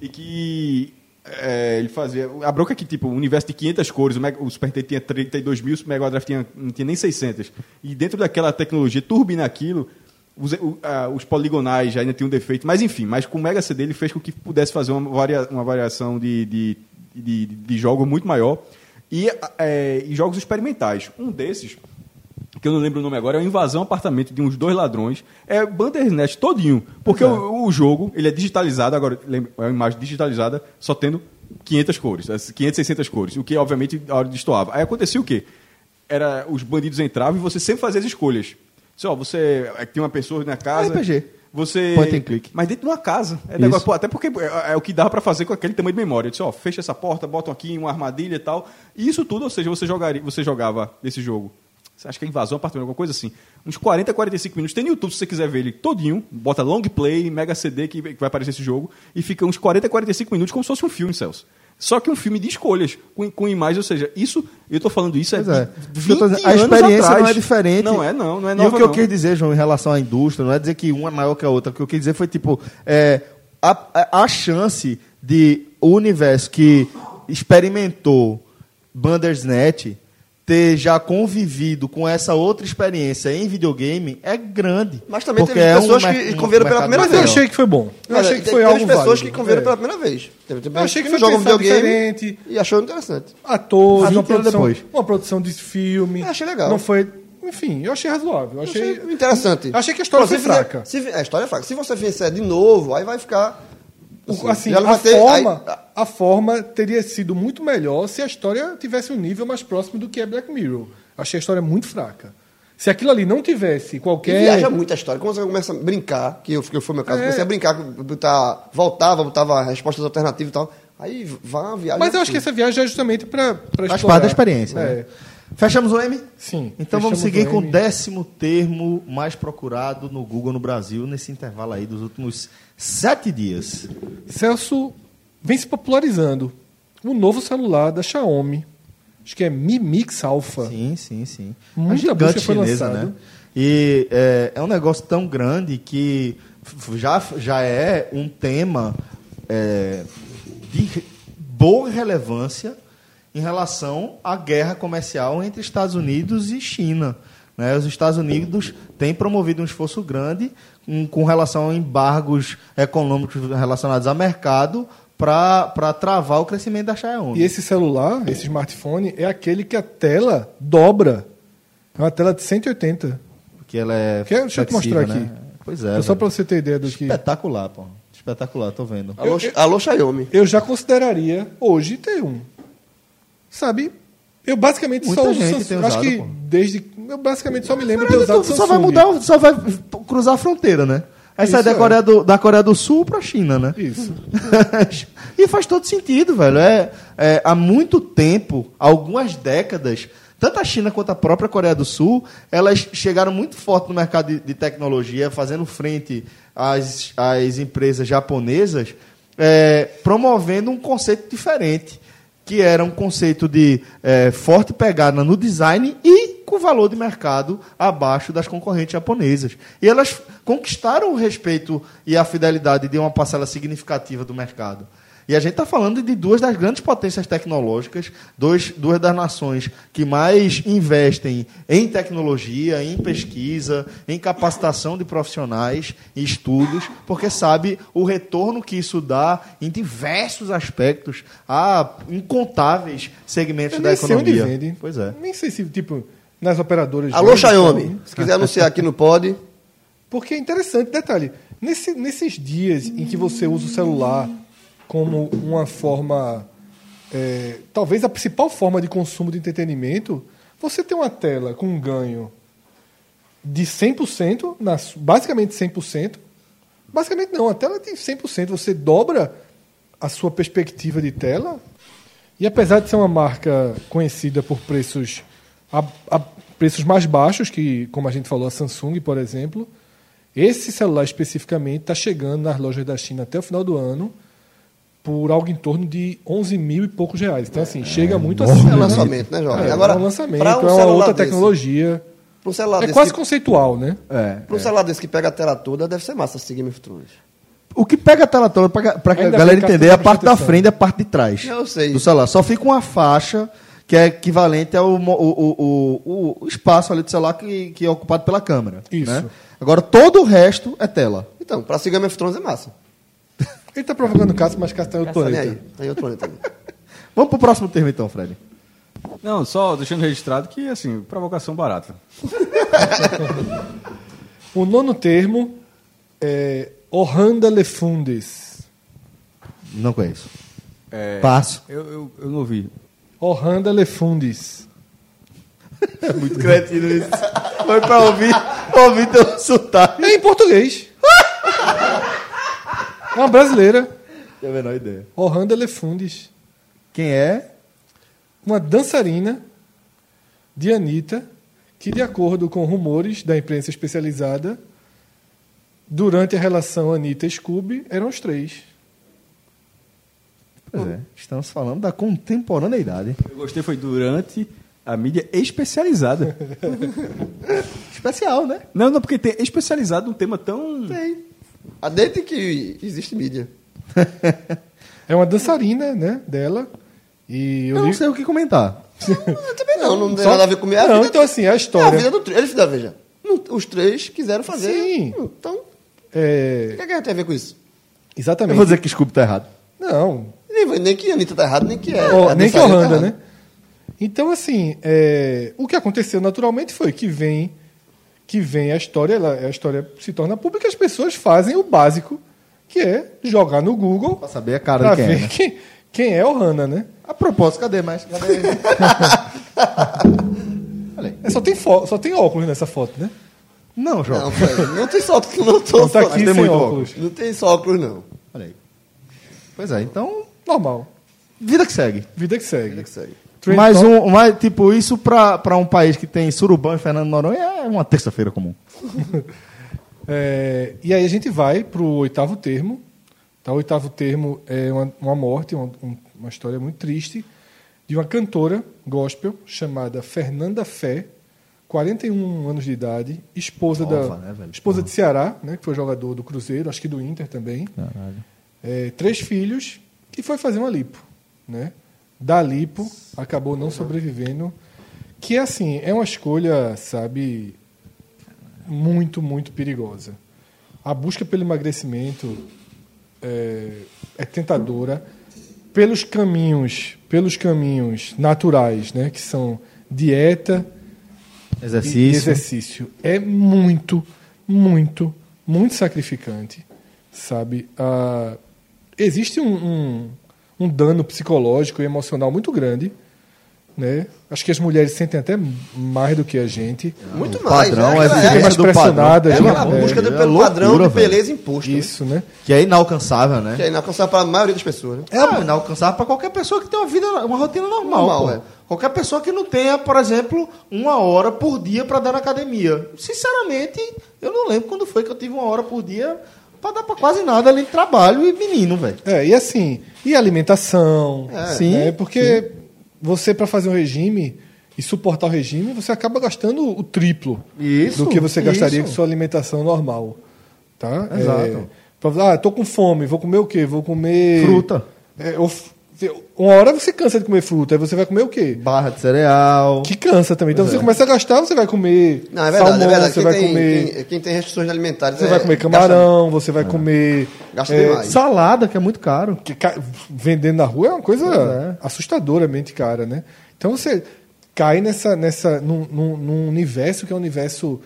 S4: E que. é, ele fazia. A bronca é que, tipo, o universo de 500 cores, o, Mega, o Super Nintendo tinha 32 mil, o Mega Drive tinha, não tinha nem 600. E dentro daquela tecnologia, turbina aquilo. Os, o- ah, os poligonais já ainda tinham um defeito, mas enfim, mas com o Mega CD ele fez com que pudesse fazer uma, varia, uma variação de, de, de, de jogo muito maior e, é, e jogos experimentais. Um desses, que eu não lembro o nome agora, é uma invasão ao apartamento de uns dois ladrões. É Bandersnatch todinho. Porque o, o jogo, ele é digitalizado, agora lembra, é uma imagem digitalizada, só tendo 500 cores, as 500, 600 cores. O que, obviamente, a hora destoava. Aí acontecia o quê? Era, os bandidos entravam e você sempre fazia as escolhas. Você, ó, você é, tem uma pessoa na casa...
S5: RPG.
S4: Você...
S5: Point and click.
S4: Mas dentro de uma casa. É
S5: Isso.
S4: negócio, pô, até porque é, é o que dava pra fazer com aquele tamanho de memória. Eu disse, ó, fecha essa porta, botam aqui uma armadilha e tal. E isso tudo, ou seja, você, jogaria, você jogava desse jogo. Você acha que é invasão, apartamento, alguma coisa assim. Uns 40, 45 minutos. Tem no YouTube, se você quiser ver ele todinho. Bota long play, mega CD, que, que vai aparecer esse jogo. E fica uns 40, 45 minutos como se fosse um filme, Celso. Só que um filme de escolhas, com, com imagens, ou seja, isso, eu tô falando isso, é,
S5: Pois é.
S4: de
S5: O que eu
S4: 20
S5: tô dizendo, a
S4: anos
S5: experiência
S4: atrás.
S5: não é diferente.
S4: Não é, não, não é
S5: E o
S4: nova,
S5: que eu
S4: não.
S5: quis dizer, João, em relação à indústria, não é dizer que uma é maior que a outra. O que eu quis dizer foi, tipo, é, a, a- a chance de o universo que experimentou Bandersnatch ter já convivido com essa outra experiência em videogame é grande.
S6: Mas também
S5: Porque
S6: teve
S5: é um
S6: pessoas que
S5: mer-
S6: conviveram pela
S5: mercado
S6: primeira
S3: Mas eu
S6: Não.
S5: maior.
S3: achei que foi bom. Eu achei que
S6: Tem-
S3: foi
S6: tem
S3: algo
S6: pessoas
S3: válido.
S6: que conviveram
S3: É.
S6: pela primeira vez. Teve, teve
S3: Eu achei
S6: pessoas
S3: que foi pensado diferente.
S6: um e achou interessante.
S5: Ah,
S3: atores, uma
S5: 20 anos
S3: produção,
S5: depois.
S3: uma produção de filme.
S6: Eu achei legal.
S3: Não foi, enfim, eu achei razoável. Eu achei,
S6: Achei interessante.
S3: Achei que a história
S6: Pô,
S3: foi
S6: se fizer-
S3: fraca.
S6: se vi- é, a história é fraca. Se você fizer de novo, aí vai ficar...
S3: O- assim,
S6: já não
S3: a
S6: vai ter-
S3: forma,
S6: aí-
S3: a forma teria sido muito melhor se a história tivesse um nível mais próximo do que é Black Mirror. Achei a história muito fraca. Se aquilo ali não tivesse
S6: E
S3: qualquer
S6: viaja muito a história. Quando você começa a brincar, que eu, que foi o meu caso,
S3: É.
S6: comecei a brincar, botar, voltava, botava respostas alternativas e tal. Aí vai uma viagem.
S3: Mas eu acho que
S6: absurda.
S3: essa viagem é justamente para
S5: Faz parte da experiência.
S3: É.
S5: né? Fechamos o M?
S3: Sim,
S5: Então
S3: fechamos
S5: vamos seguir
S3: o
S5: com o
S3: M.
S5: décimo termo mais procurado no Google no Brasil nesse intervalo aí dos últimos sete dias.
S3: Celso vem se popularizando. O novo celular da Xiaomi. Acho que é Mi Mix Alpha.
S5: Sim, sim, sim.
S3: Muita
S5: a gigante
S3: busca foi
S5: chinesa,
S3: lançada.
S5: né? E é, é um negócio tão grande que f- já, já é um tema é, de re- boa relevância em relação à guerra comercial entre Estados Unidos e China. né? Os Estados Unidos têm promovido um esforço grande com, com relação a embargos econômicos relacionados a mercado para travar o crescimento da Xiaomi.
S3: E esse celular, esse smartphone, é aquele que a tela dobra. É uma tela de 180.
S5: Porque ela é.
S3: Quer? Deixa eu te
S5: flexível,
S3: mostrar
S5: né? Pois é.
S3: É, só
S5: velho.
S3: para você ter ideia do
S5: É.
S3: que.
S5: Espetacular, pô. Espetacular, tô vendo.
S6: Alô, alô, Xiaomi.
S3: Eu já consideraria hoje ter um. Sabe? Eu basicamente só
S5: Muita
S3: uso
S5: gente
S3: Samsung.
S5: tem
S3: acho
S5: usado,
S3: que
S5: pô.
S3: desde. Eu basicamente só me lembro de ter
S5: Caralho,
S3: usado
S5: tu
S3: Samsung.
S5: então só vai mudar, o- só vai cruzar a fronteira, né? Aí sai
S3: Isso
S5: da
S3: é.
S5: Coreia, do, da Coreia do Sul pra China, né?
S3: Isso.
S5: [laughs] e faz todo sentido, velho. É, é, há muito tempo, algumas décadas, tanto a China quanto a própria Coreia do Sul, elas chegaram muito forte no mercado de, de tecnologia, fazendo frente às, às empresas japonesas, é, promovendo um conceito diferente, que era um conceito de é, forte pegada no design e com valor de mercado abaixo das concorrentes japonesas. E elas conquistaram o respeito e a fidelidade de uma parcela significativa do mercado. E a gente está falando de duas das grandes potências tecnológicas, dois, duas das nações que mais investem em tecnologia, em pesquisa, em capacitação de profissionais, em estudos, porque sabe o retorno que isso dá em diversos aspectos a incontáveis segmentos
S3: Eu
S5: da
S3: nem sei onde
S5: economia.
S3: vende.
S5: Pois é.
S3: Nem sei se, tipo, nas operadoras.
S6: Alô,
S3: vende,
S6: Xiaomi.
S3: sabe?
S6: Se quiser anunciar aqui no Pod,
S3: Porque é interessante, detalhe, nesse- nesses dias em que você usa o celular como uma forma, é, talvez a principal forma de consumo de entretenimento, você tem uma tela com um ganho de 100%, na su- basicamente 100%, basicamente não, a tela tem 100%, você dobra a sua perspectiva de tela, e apesar de ser uma marca conhecida por preços a, a preços mais baixos, que como a gente falou, a Samsung, por exemplo, esse celular especificamente está chegando nas lojas da China até o final do ano por algo em torno de 11 mil e poucos reais. Então, assim, chega muito acima.
S6: é lançamento, né, jovem?
S3: É,
S6: Agora,
S3: é um lançamento,
S6: pra um
S3: é uma
S6: celular
S3: outra
S6: desse,
S3: tecnologia.
S6: pro celular
S3: É
S6: desse. tipo.
S3: quase
S6: que-
S3: conceitual, né?
S4: É.
S6: pro celular desse que pega a tela toda, deve ser massa esse Game of Thrones.
S5: O que pega a tela toda, pra, pra
S3: Ainda
S5: a galera
S3: bem que a
S5: entender, é
S3: tela
S5: a parte
S3: presta
S5: da
S3: atenção.
S5: frente e a parte de trás.
S6: Eu sei.
S5: Do celular. Só fica uma faixa que é equivalente ao mo- o, o, o, o espaço ali do celular que, que é ocupado pela câmera.
S3: Isso.
S5: né? Agora, todo o resto é tela.
S6: Então, pra ser Game of Thrones é massa.
S3: Ele está tá provocando caso, mas caso está em outro
S6: Tá nem
S3: planeta.
S6: aí. Tá em outro planeta. né?
S5: Vamos pro próximo termo então, Fred.
S4: Não, só deixando registrado que, assim, provocação barata.
S3: O nono termo é Orranda Lefundes.
S5: Não conheço.
S4: É,
S5: Passo.
S4: eu, eu, eu não ouvi.
S3: Orranda Lefundes.
S5: Muito cretino isso. Foi pra ouvir, [laughs] ouvir teu sotaque.
S3: É em português. é uma brasileira.
S5: Não a menor ideia.
S3: Orranda Lefundes.
S5: Quem é?
S3: Uma dançarina de Anitta que, de acordo com rumores da imprensa especializada, durante a relação Anitta-Scooby, eram os três.
S5: Pois é, estamos falando da contemporaneidade.
S4: Eu gostei, foi durante a
S5: [laughs]
S4: mídia especializada.
S5: Especial, né?
S4: não, não, porque tem especializado um tema tão.
S6: Ah, Desde que existe mídia.
S3: É uma dançarina, né, dela. E eu
S5: Eu não
S3: li-
S5: sei o que comentar.
S6: Eu também não, não, tem
S3: só-
S6: nada a ver comigo. É a
S3: Não,
S6: vida-
S3: então assim, é a
S6: É a
S3: história.
S6: vida do trio. Eles fizeram, veja. não- Os três quiseram fazer.
S3: Sim.
S6: Então, o
S3: É,
S6: que é que tem a ver com isso?
S5: Eu
S3: exatamente.
S5: vou dizer que Scooby tá errado.
S3: Não,
S6: Nem, nem que a Anitta tá errada, nem que é.
S3: Ó,
S6: a
S3: nem que
S6: dançarina
S3: Holanda,
S6: tá
S3: né?
S6: errada.
S3: Então, assim, é, o que aconteceu naturalmente foi que vem que vem a história, ela, a história se torna pública, as pessoas fazem o básico, que é jogar no Google
S5: Pra saber a cara
S3: para
S5: de quem é.
S3: ver
S5: né?
S3: quem, quem é o Hanna, né?
S5: A propósito, cadê mais?
S3: [laughs]
S5: Cadê?
S3: É, só, tem fo- só tem óculos nessa foto, né?
S5: Não,
S6: Não,
S5: João.
S6: velho, não tem só que não tô
S3: Não tá
S6: só-
S3: aqui
S6: tem
S3: sem
S6: muito
S3: óculos.
S6: Não tem só óculos, não.
S5: Olha aí. Pois é, então,
S3: Normal.
S5: vida que segue.
S3: Vida que segue.
S6: Que segue.
S3: Trend
S5: mais
S3: top-
S5: um, mais, tipo, isso pra, pra um país que tem Surubão e Fernando Noronha é uma terça-feira comum.
S3: É, e aí a gente vai para o oitavo termo. Tá? O oitavo termo é uma, uma morte, uma, um- uma história muito triste, de uma cantora gospel chamada Fernanda Fé, 41 anos de idade, esposa,
S5: Nova,
S3: da,
S5: né, velho?
S3: esposa de Ceará, né, que foi jogador do Cruzeiro, acho que do Inter também. É, três filhos, e foi fazer uma lipo. Né? Da lipo, acabou não sobrevivendo. Que, assim, é uma escolha, sabe, muito, muito perigosa. A busca pelo emagrecimento é, é tentadora pelos caminhos, pelos caminhos naturais, né, que são dieta e-
S5: Exercício.
S3: e exercício. É muito, muito, muito sacrificante, sabe? Ah, existe um, um, um dano psicológico e emocional muito grande, né? Acho que as mulheres sentem até mais do que a gente.
S6: Muito
S5: Ah, O
S6: mais.
S5: padrão,
S6: né?
S5: a
S6: Aquela-
S5: exigência
S3: Ficam mais
S5: do padrão.
S3: pressionadas,
S6: É
S3: né?
S6: aquela
S3: É,
S6: busca do-
S5: é
S6: pelo
S5: loucura,
S6: padrão de
S5: velho.
S6: beleza imposto. né?
S3: Isso, né?
S5: Que é inalcançável, né?
S6: Que é inalcançável para a maioria das pessoas, né?
S5: É ah, inalcançável para qualquer pessoa que tenha uma vida, uma rotina normal.
S6: Normal,
S5: pô.
S6: é.
S5: Qualquer pessoa que não tenha, por exemplo, uma hora por dia para dar na academia. Sinceramente, eu não lembro quando foi que eu tive uma hora por dia para dar para quase nada além de trabalho e menino, velho.
S3: É, e assim, e alimentação.
S6: É.
S3: né?
S5: Sim,
S3: Porque você, para fazer um regime e suportar o regime, você acaba gastando o triplo
S5: Isso,
S3: do que você gastaria
S5: isso.
S3: com sua alimentação normal. Tá?
S5: Exato.
S3: É, pra- ah, tô com fome, vou comer o quê? Vou comer.
S5: Fruta.
S3: É, of- uma hora você cansa de comer fruta, aí você vai comer o quê?
S5: Barra de cereal.
S3: Que cansa também. Então você começa a gastar, você vai comer
S6: é. Não, é verdade,
S3: salmão,
S6: é verdade.
S3: você
S6: Quem
S3: vai
S6: tem,
S3: comer.
S6: quem, quem tem restrições alimentares.
S3: Você
S6: é-
S3: vai comer camarão, você vai comer.
S6: Gasta, gasta
S3: é,
S6: demais.
S5: Salada, que é muito caro.
S3: que ca- vendendo na rua é uma coisa assustadoramente cara, né? Então você cai nessa, nessa num, num- num universo que é um universo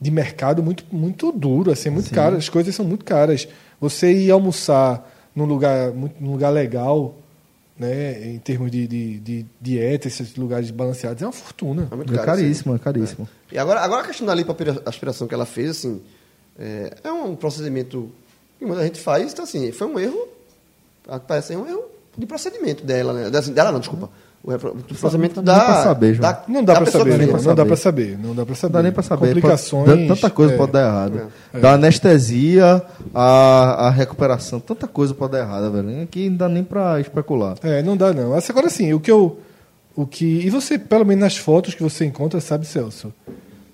S3: de mercado muito, muito duro, assim, muito caro. As coisas são muito caras. Você ir almoçar num lugar, muito- num lugar legal, né, em termos de, de, de dieta, esses lugares balanceados, é uma fortuna.
S6: É muito
S5: É
S6: caro. sim.
S5: caríssimo, é caríssimo.
S6: E agora, agora a questão da lipoaspiração que ela fez, assim, é, é um procedimento que muita gente faz, então, assim, foi um erro, ao que parece, é um erro de procedimento dela, né? Dessa- Dela não, desculpa. O repro- do procedimento
S5: Não
S6: da...
S5: dá pra saber, João.
S6: da-
S3: Não dá
S6: da
S3: pra
S6: pessoa que
S3: saber,
S5: nem
S3: né?
S6: fez.
S5: pra
S3: não dá
S5: saber.
S3: pra saber, não dá pra saber.
S5: Não dá nem pra saber. pode-
S3: Complicações.
S5: tan- tanta coisa
S3: é.
S5: pode dar errado. Da anestesia, a, a recuperação, tanta coisa pode dar errada, velho. Que não dá nem pra especular.
S3: É, não dá não. Mas Agora sim, o que eu. O que, e você, pelo menos nas fotos que você encontra, sabe, Celso?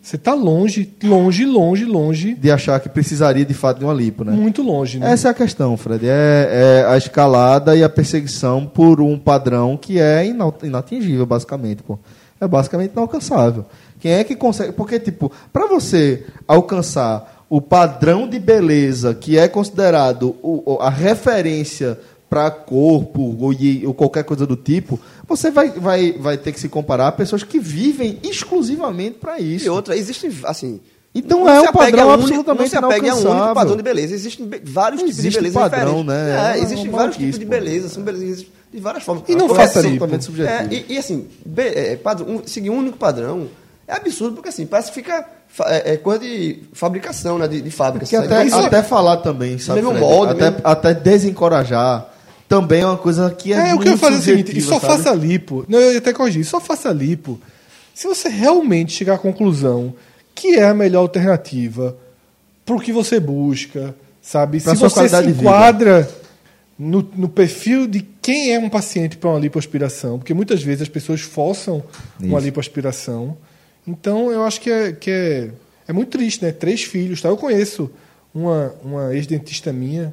S3: Você tá longe, longe, longe, longe,
S5: De achar que precisaria de fato de uma lipo, né?
S3: muito longe, né?
S5: Essa é a questão, Fred. É, é a escalada e a perseguição por um padrão que é ina- inatingível, basicamente. Pô. É basicamente inalcançável. Quem é que consegue? Porque, tipo, para você alcançar o padrão de beleza que é considerado o- o- a referência para corpo ou, de- ou qualquer coisa do tipo, você vai, vai, vai ter que se comparar a pessoas que vivem exclusivamente para isso.
S6: E outra, existem, assim...
S5: Então
S6: não
S5: é
S6: se
S5: um
S6: apegue
S5: padrão
S6: a único-
S5: absolutamente
S6: Não se apegue a um único
S5: inalcançável.
S6: padrão de beleza. Existem be- vários tipos de
S5: Existe
S6: beleza
S5: padrão,
S6: diferentes.
S5: né?
S6: É,
S5: É uma
S6: existem vários
S5: maluquice,
S6: tipos de
S5: pô.
S6: beleza. São belezas de várias formas.
S3: E não
S6: Agora,
S3: faça
S6: são-
S3: lipo.
S5: Absolutamente subjetivo.
S6: É, e, e, assim, be- é, padrão- um- seguir um único padrão é absurdo, porque assim, parece que fica fa- é, é coisa de fabricação, né? De, de fábrica.
S5: Que
S6: Isso aí
S5: até,
S6: é- isso é-
S5: até falar também, sabe?
S6: Mesmo
S5: Fred?
S6: molde, né?
S5: até,
S6: mesmo-
S5: até desencorajar também é uma coisa que é.
S3: É, o que eu ia
S5: muito
S3: fazer é o seguinte, e
S5: subjetiva,
S3: só
S5: sabe?
S3: faça lipo. Não, eu ia até corrigir, só faça lipo. Se você realmente chegar à conclusão que é a melhor alternativa pro que você busca, sabe?
S5: Pra
S3: se
S5: sua
S3: você se
S5: qualidade de vida.
S3: enquadra no, no perfil de quem é um paciente para uma lipoaspiração, porque muitas vezes as pessoas forçam uma
S5: Isso.
S3: lipoaspiração. Então eu acho que é, que é, é muito triste, né? Três filhos, tá? Eu conheço uma, uma ex-dentista minha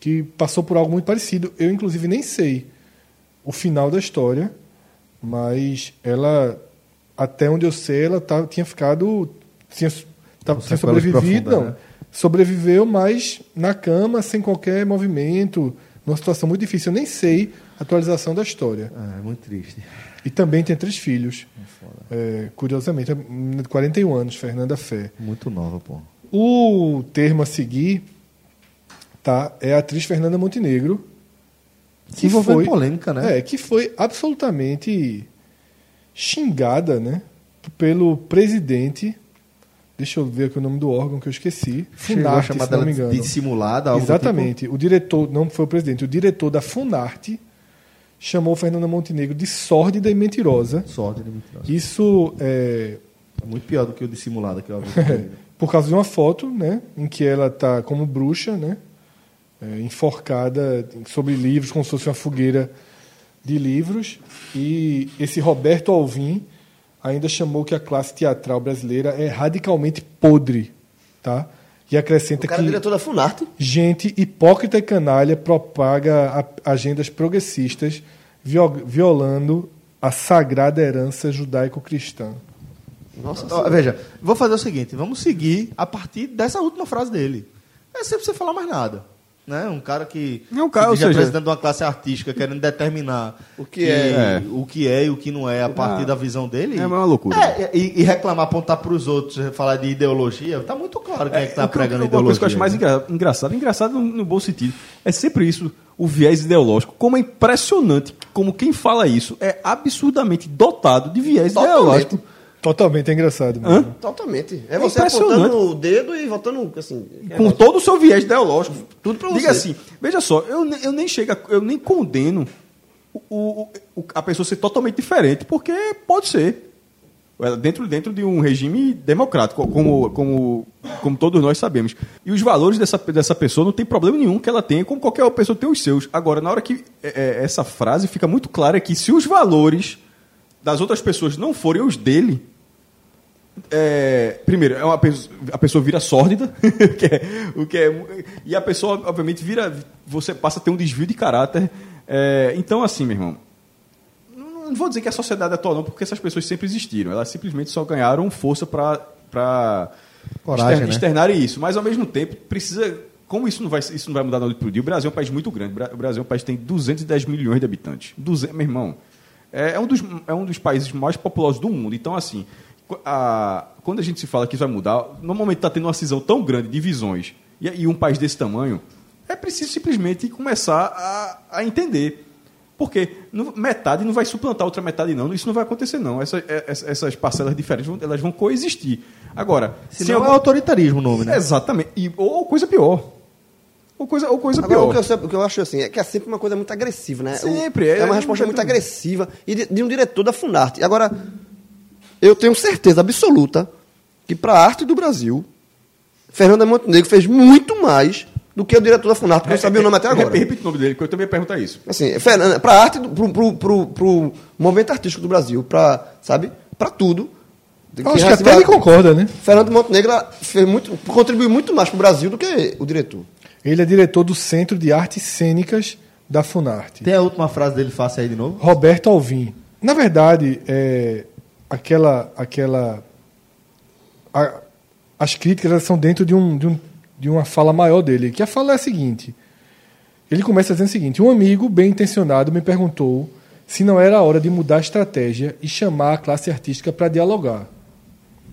S3: que passou por algo muito parecido. Eu, inclusive, nem sei o final da história, mas ela, até onde eu sei, ela tá- tinha ficado. Tinha, tá-
S5: Com
S3: tinha
S5: sequelas
S3: sobrevivido.
S5: profundas,
S3: não.
S5: né?
S3: Sobreviveu, mas na cama, sem qualquer movimento, numa situação muito difícil. Eu nem sei a atualização da história.
S5: Ah, é muito triste.
S3: E também tem três filhos. É, curiosamente, é uma menina de 41 anos, Fernanda Fé.
S5: Muito nova, pô.
S3: O termo a seguir tá, é a atriz Fernanda Montenegro.
S5: Se envolveu em polêmica, né?
S3: É, que foi absolutamente xingada, né? Pelo presidente. Deixa eu ver aqui o nome do órgão que eu esqueci.
S5: Chegou a
S3: Funarte,
S5: chamar
S3: se não
S5: dela
S3: me engano.
S5: de tipo. dissimulada, algo do
S3: Exatamente. O diretor, não foi o presidente, o diretor da Funarte chamou Fernanda Montenegro de sórdida e mentirosa.
S5: tipo. Sorte de mentirosa.
S3: Isso é,
S5: Muito pior do que o dissimulada que eu vi.
S3: por causa de uma foto, né, em que ela está como bruxa, né, é, enforcada sobre livros, como se fosse uma fogueira de livros. E esse Roberto Alvim ainda chamou que a classe teatral brasileira é radicalmente podre, tá? E acrescenta
S6: [laughs] O cara é
S3: que
S6: diretor da Funarte.
S3: gente hipócrita e canalha propaga a- agendas progressistas, vio- violando a sagrada herança judaico-cristã.
S6: é- Nossa assim,
S5: Ó, veja, vou fazer o seguinte: vamos seguir a partir dessa última frase dele. É sem você falar mais nada. Né? Um cara que,
S4: É um cara,
S5: que
S4: ou
S5: já é
S4: seja-
S5: presidente de uma classe artística querendo determinar
S6: O que é.
S5: o que é e o que não é a partir da visão dele.
S4: É uma loucura.
S5: É, e, e reclamar, apontar para os outros, falar de ideologia, tá muito claro quem é, que tá
S4: o que-
S5: pregando
S4: uma coisa
S5: ideologia.
S4: que eu acho mais
S5: né?
S4: engra- engraçado, engraçado no, no bom sentido, é sempre isso, o viés ideológico. Como é impressionante como quem fala isso é absurdamente dotado de viés
S6: Totalmente.
S4: ideológico.
S3: Totalmente engraçado.
S4: Hã?
S3: mano.
S6: Totalmente. É
S4: É
S6: você
S4: impressionante.
S6: apontando o dedo e voltando, assim...
S5: É
S4: com todo o seu viés ideológico.
S6: Tudo pra
S4: Diga
S6: você.
S4: assim, veja só, eu, ne- eu nem chego, a- eu nem condeno o- o- o- a pessoa ser totalmente diferente, porque pode ser. Ela Dentro, dentro de um regime democrático, como, como, como todos nós sabemos. E os valores dessa, dessa pessoa não tem problema nenhum que ela tenha, como qualquer outra pessoa tem os seus. Agora, na hora que é, é, essa frase fica muito clara é que se os valores das outras pessoas não forem os dele, é, primeiro, é uma pessoa, a pessoa vira sórdida, [laughs] o que é, o que é- e a pessoa, obviamente, vira. Você passa a ter um desvio de caráter É, então, assim, meu irmão, não não vou dizer que a sociedade atual não, porque essas pessoas sempre existiram. Elas simplesmente só ganharam força para
S5: Coragem, né?
S4: externar isso. Mas, ao mesmo tempo, precisa... Como isso não vai, isso não vai mudar da noite para o dia? O Brasil é um país muito grande. O Bra- O Brasil é um país que tem 210 milhões de habitantes. 200, meu irmão, é, é um dos, é um dos países mais populosos do mundo. Então, assim, qu- a- quando a gente se fala que isso vai mudar, normalmente está tendo uma cisão tão grande de visões e, e um país desse tamanho, é preciso simplesmente começar a, a entender. Porque não- metade não vai suplantar a outra metade, não. Isso não vai acontecer, não. Essa- é- essa- essas parcelas diferentes vão- elas vão coexistir. Agora,
S5: Se
S4: se
S5: não é
S4: algum-
S5: autoritarismo o nome, né?
S4: Exatamente. E- ou coisa pior. Ou coisa, ou coisa
S6: Agora,
S4: pior.
S6: o que, eu, sei- o que eu acho assim é que é sempre uma coisa muito agressiva, né? O-
S4: Sempre, é-
S6: É,
S4: não
S3: um
S6: uma resposta
S4: tem
S6: muito
S4: dúvida.
S6: agressiva e de, de um diretor da Funarte. Agora, eu tenho certeza absoluta que para a arte do Brasil, Fernanda Montenegro fez muito mais do que o diretor da Funarte, que eu não sabia
S3: [laughs]
S6: o nome até agora.
S4: É, Repete, repete o nome dele, que eu também ia perguntar isso.
S6: Assim, Fernanda, pra arte, do- pro, pro, pro, pro momento artístico do Brasil, pra, sabe? Pra tudo.
S3: Eu acho que até ele concorda, né?
S6: Fernando Montenegro ela fez muito, contribuiu muito mais pro Brasil do que o diretor.
S3: Ele é diretor do Centro de Artes Cênicas da Funarte.
S5: Tem a última frase dele, faça aí de novo.
S3: Roberto Alvim. Na verdade, é, aquela. aquela a- as críticas elas são dentro de, um, de, um, de uma fala maior dele, que a fala é a seguinte. Ele começa dizendo o seguinte: Um amigo bem intencionado me perguntou se não era a hora de mudar a estratégia e chamar a classe artística para dialogar.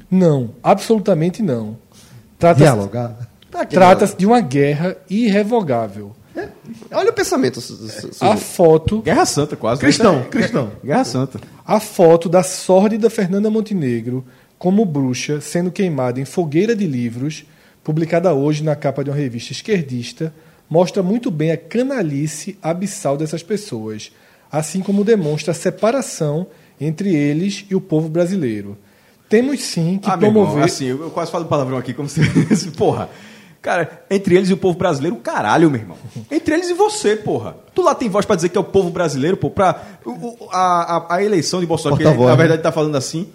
S3: Não, absolutamente não. Trata-se-
S5: Dialogar.
S3: Trata-se de uma guerra irrevogável.
S6: Olha o pensamento. su- su- su-
S3: A foto
S4: Guerra Santa, quase. né? É,
S5: Cristão, cristão.
S4: Guerra Santa.
S3: A foto da sórdida Fernanda Montenegro como bruxa sendo queimada em fogueira de livros, publicada hoje na capa de uma revista esquerdista, mostra muito bem a canalice abissal dessas pessoas, assim como demonstra a separação entre eles e o povo brasileiro. Temos sim que
S4: ah, meu irmão,
S3: promover.
S4: assim, eu, eu quase falo palavrão aqui, como se... [laughs] porra. Cara, entre eles e o povo brasileiro, caralho, meu irmão. Entre eles e você, porra. Tu lá tem voz pra dizer que é o povo brasileiro, pô, pra... o- o- a, a- a eleição de Bolsonaro, que ele,
S5: Porta-voz,
S4: na
S5: né?
S4: verdade tá falando assim,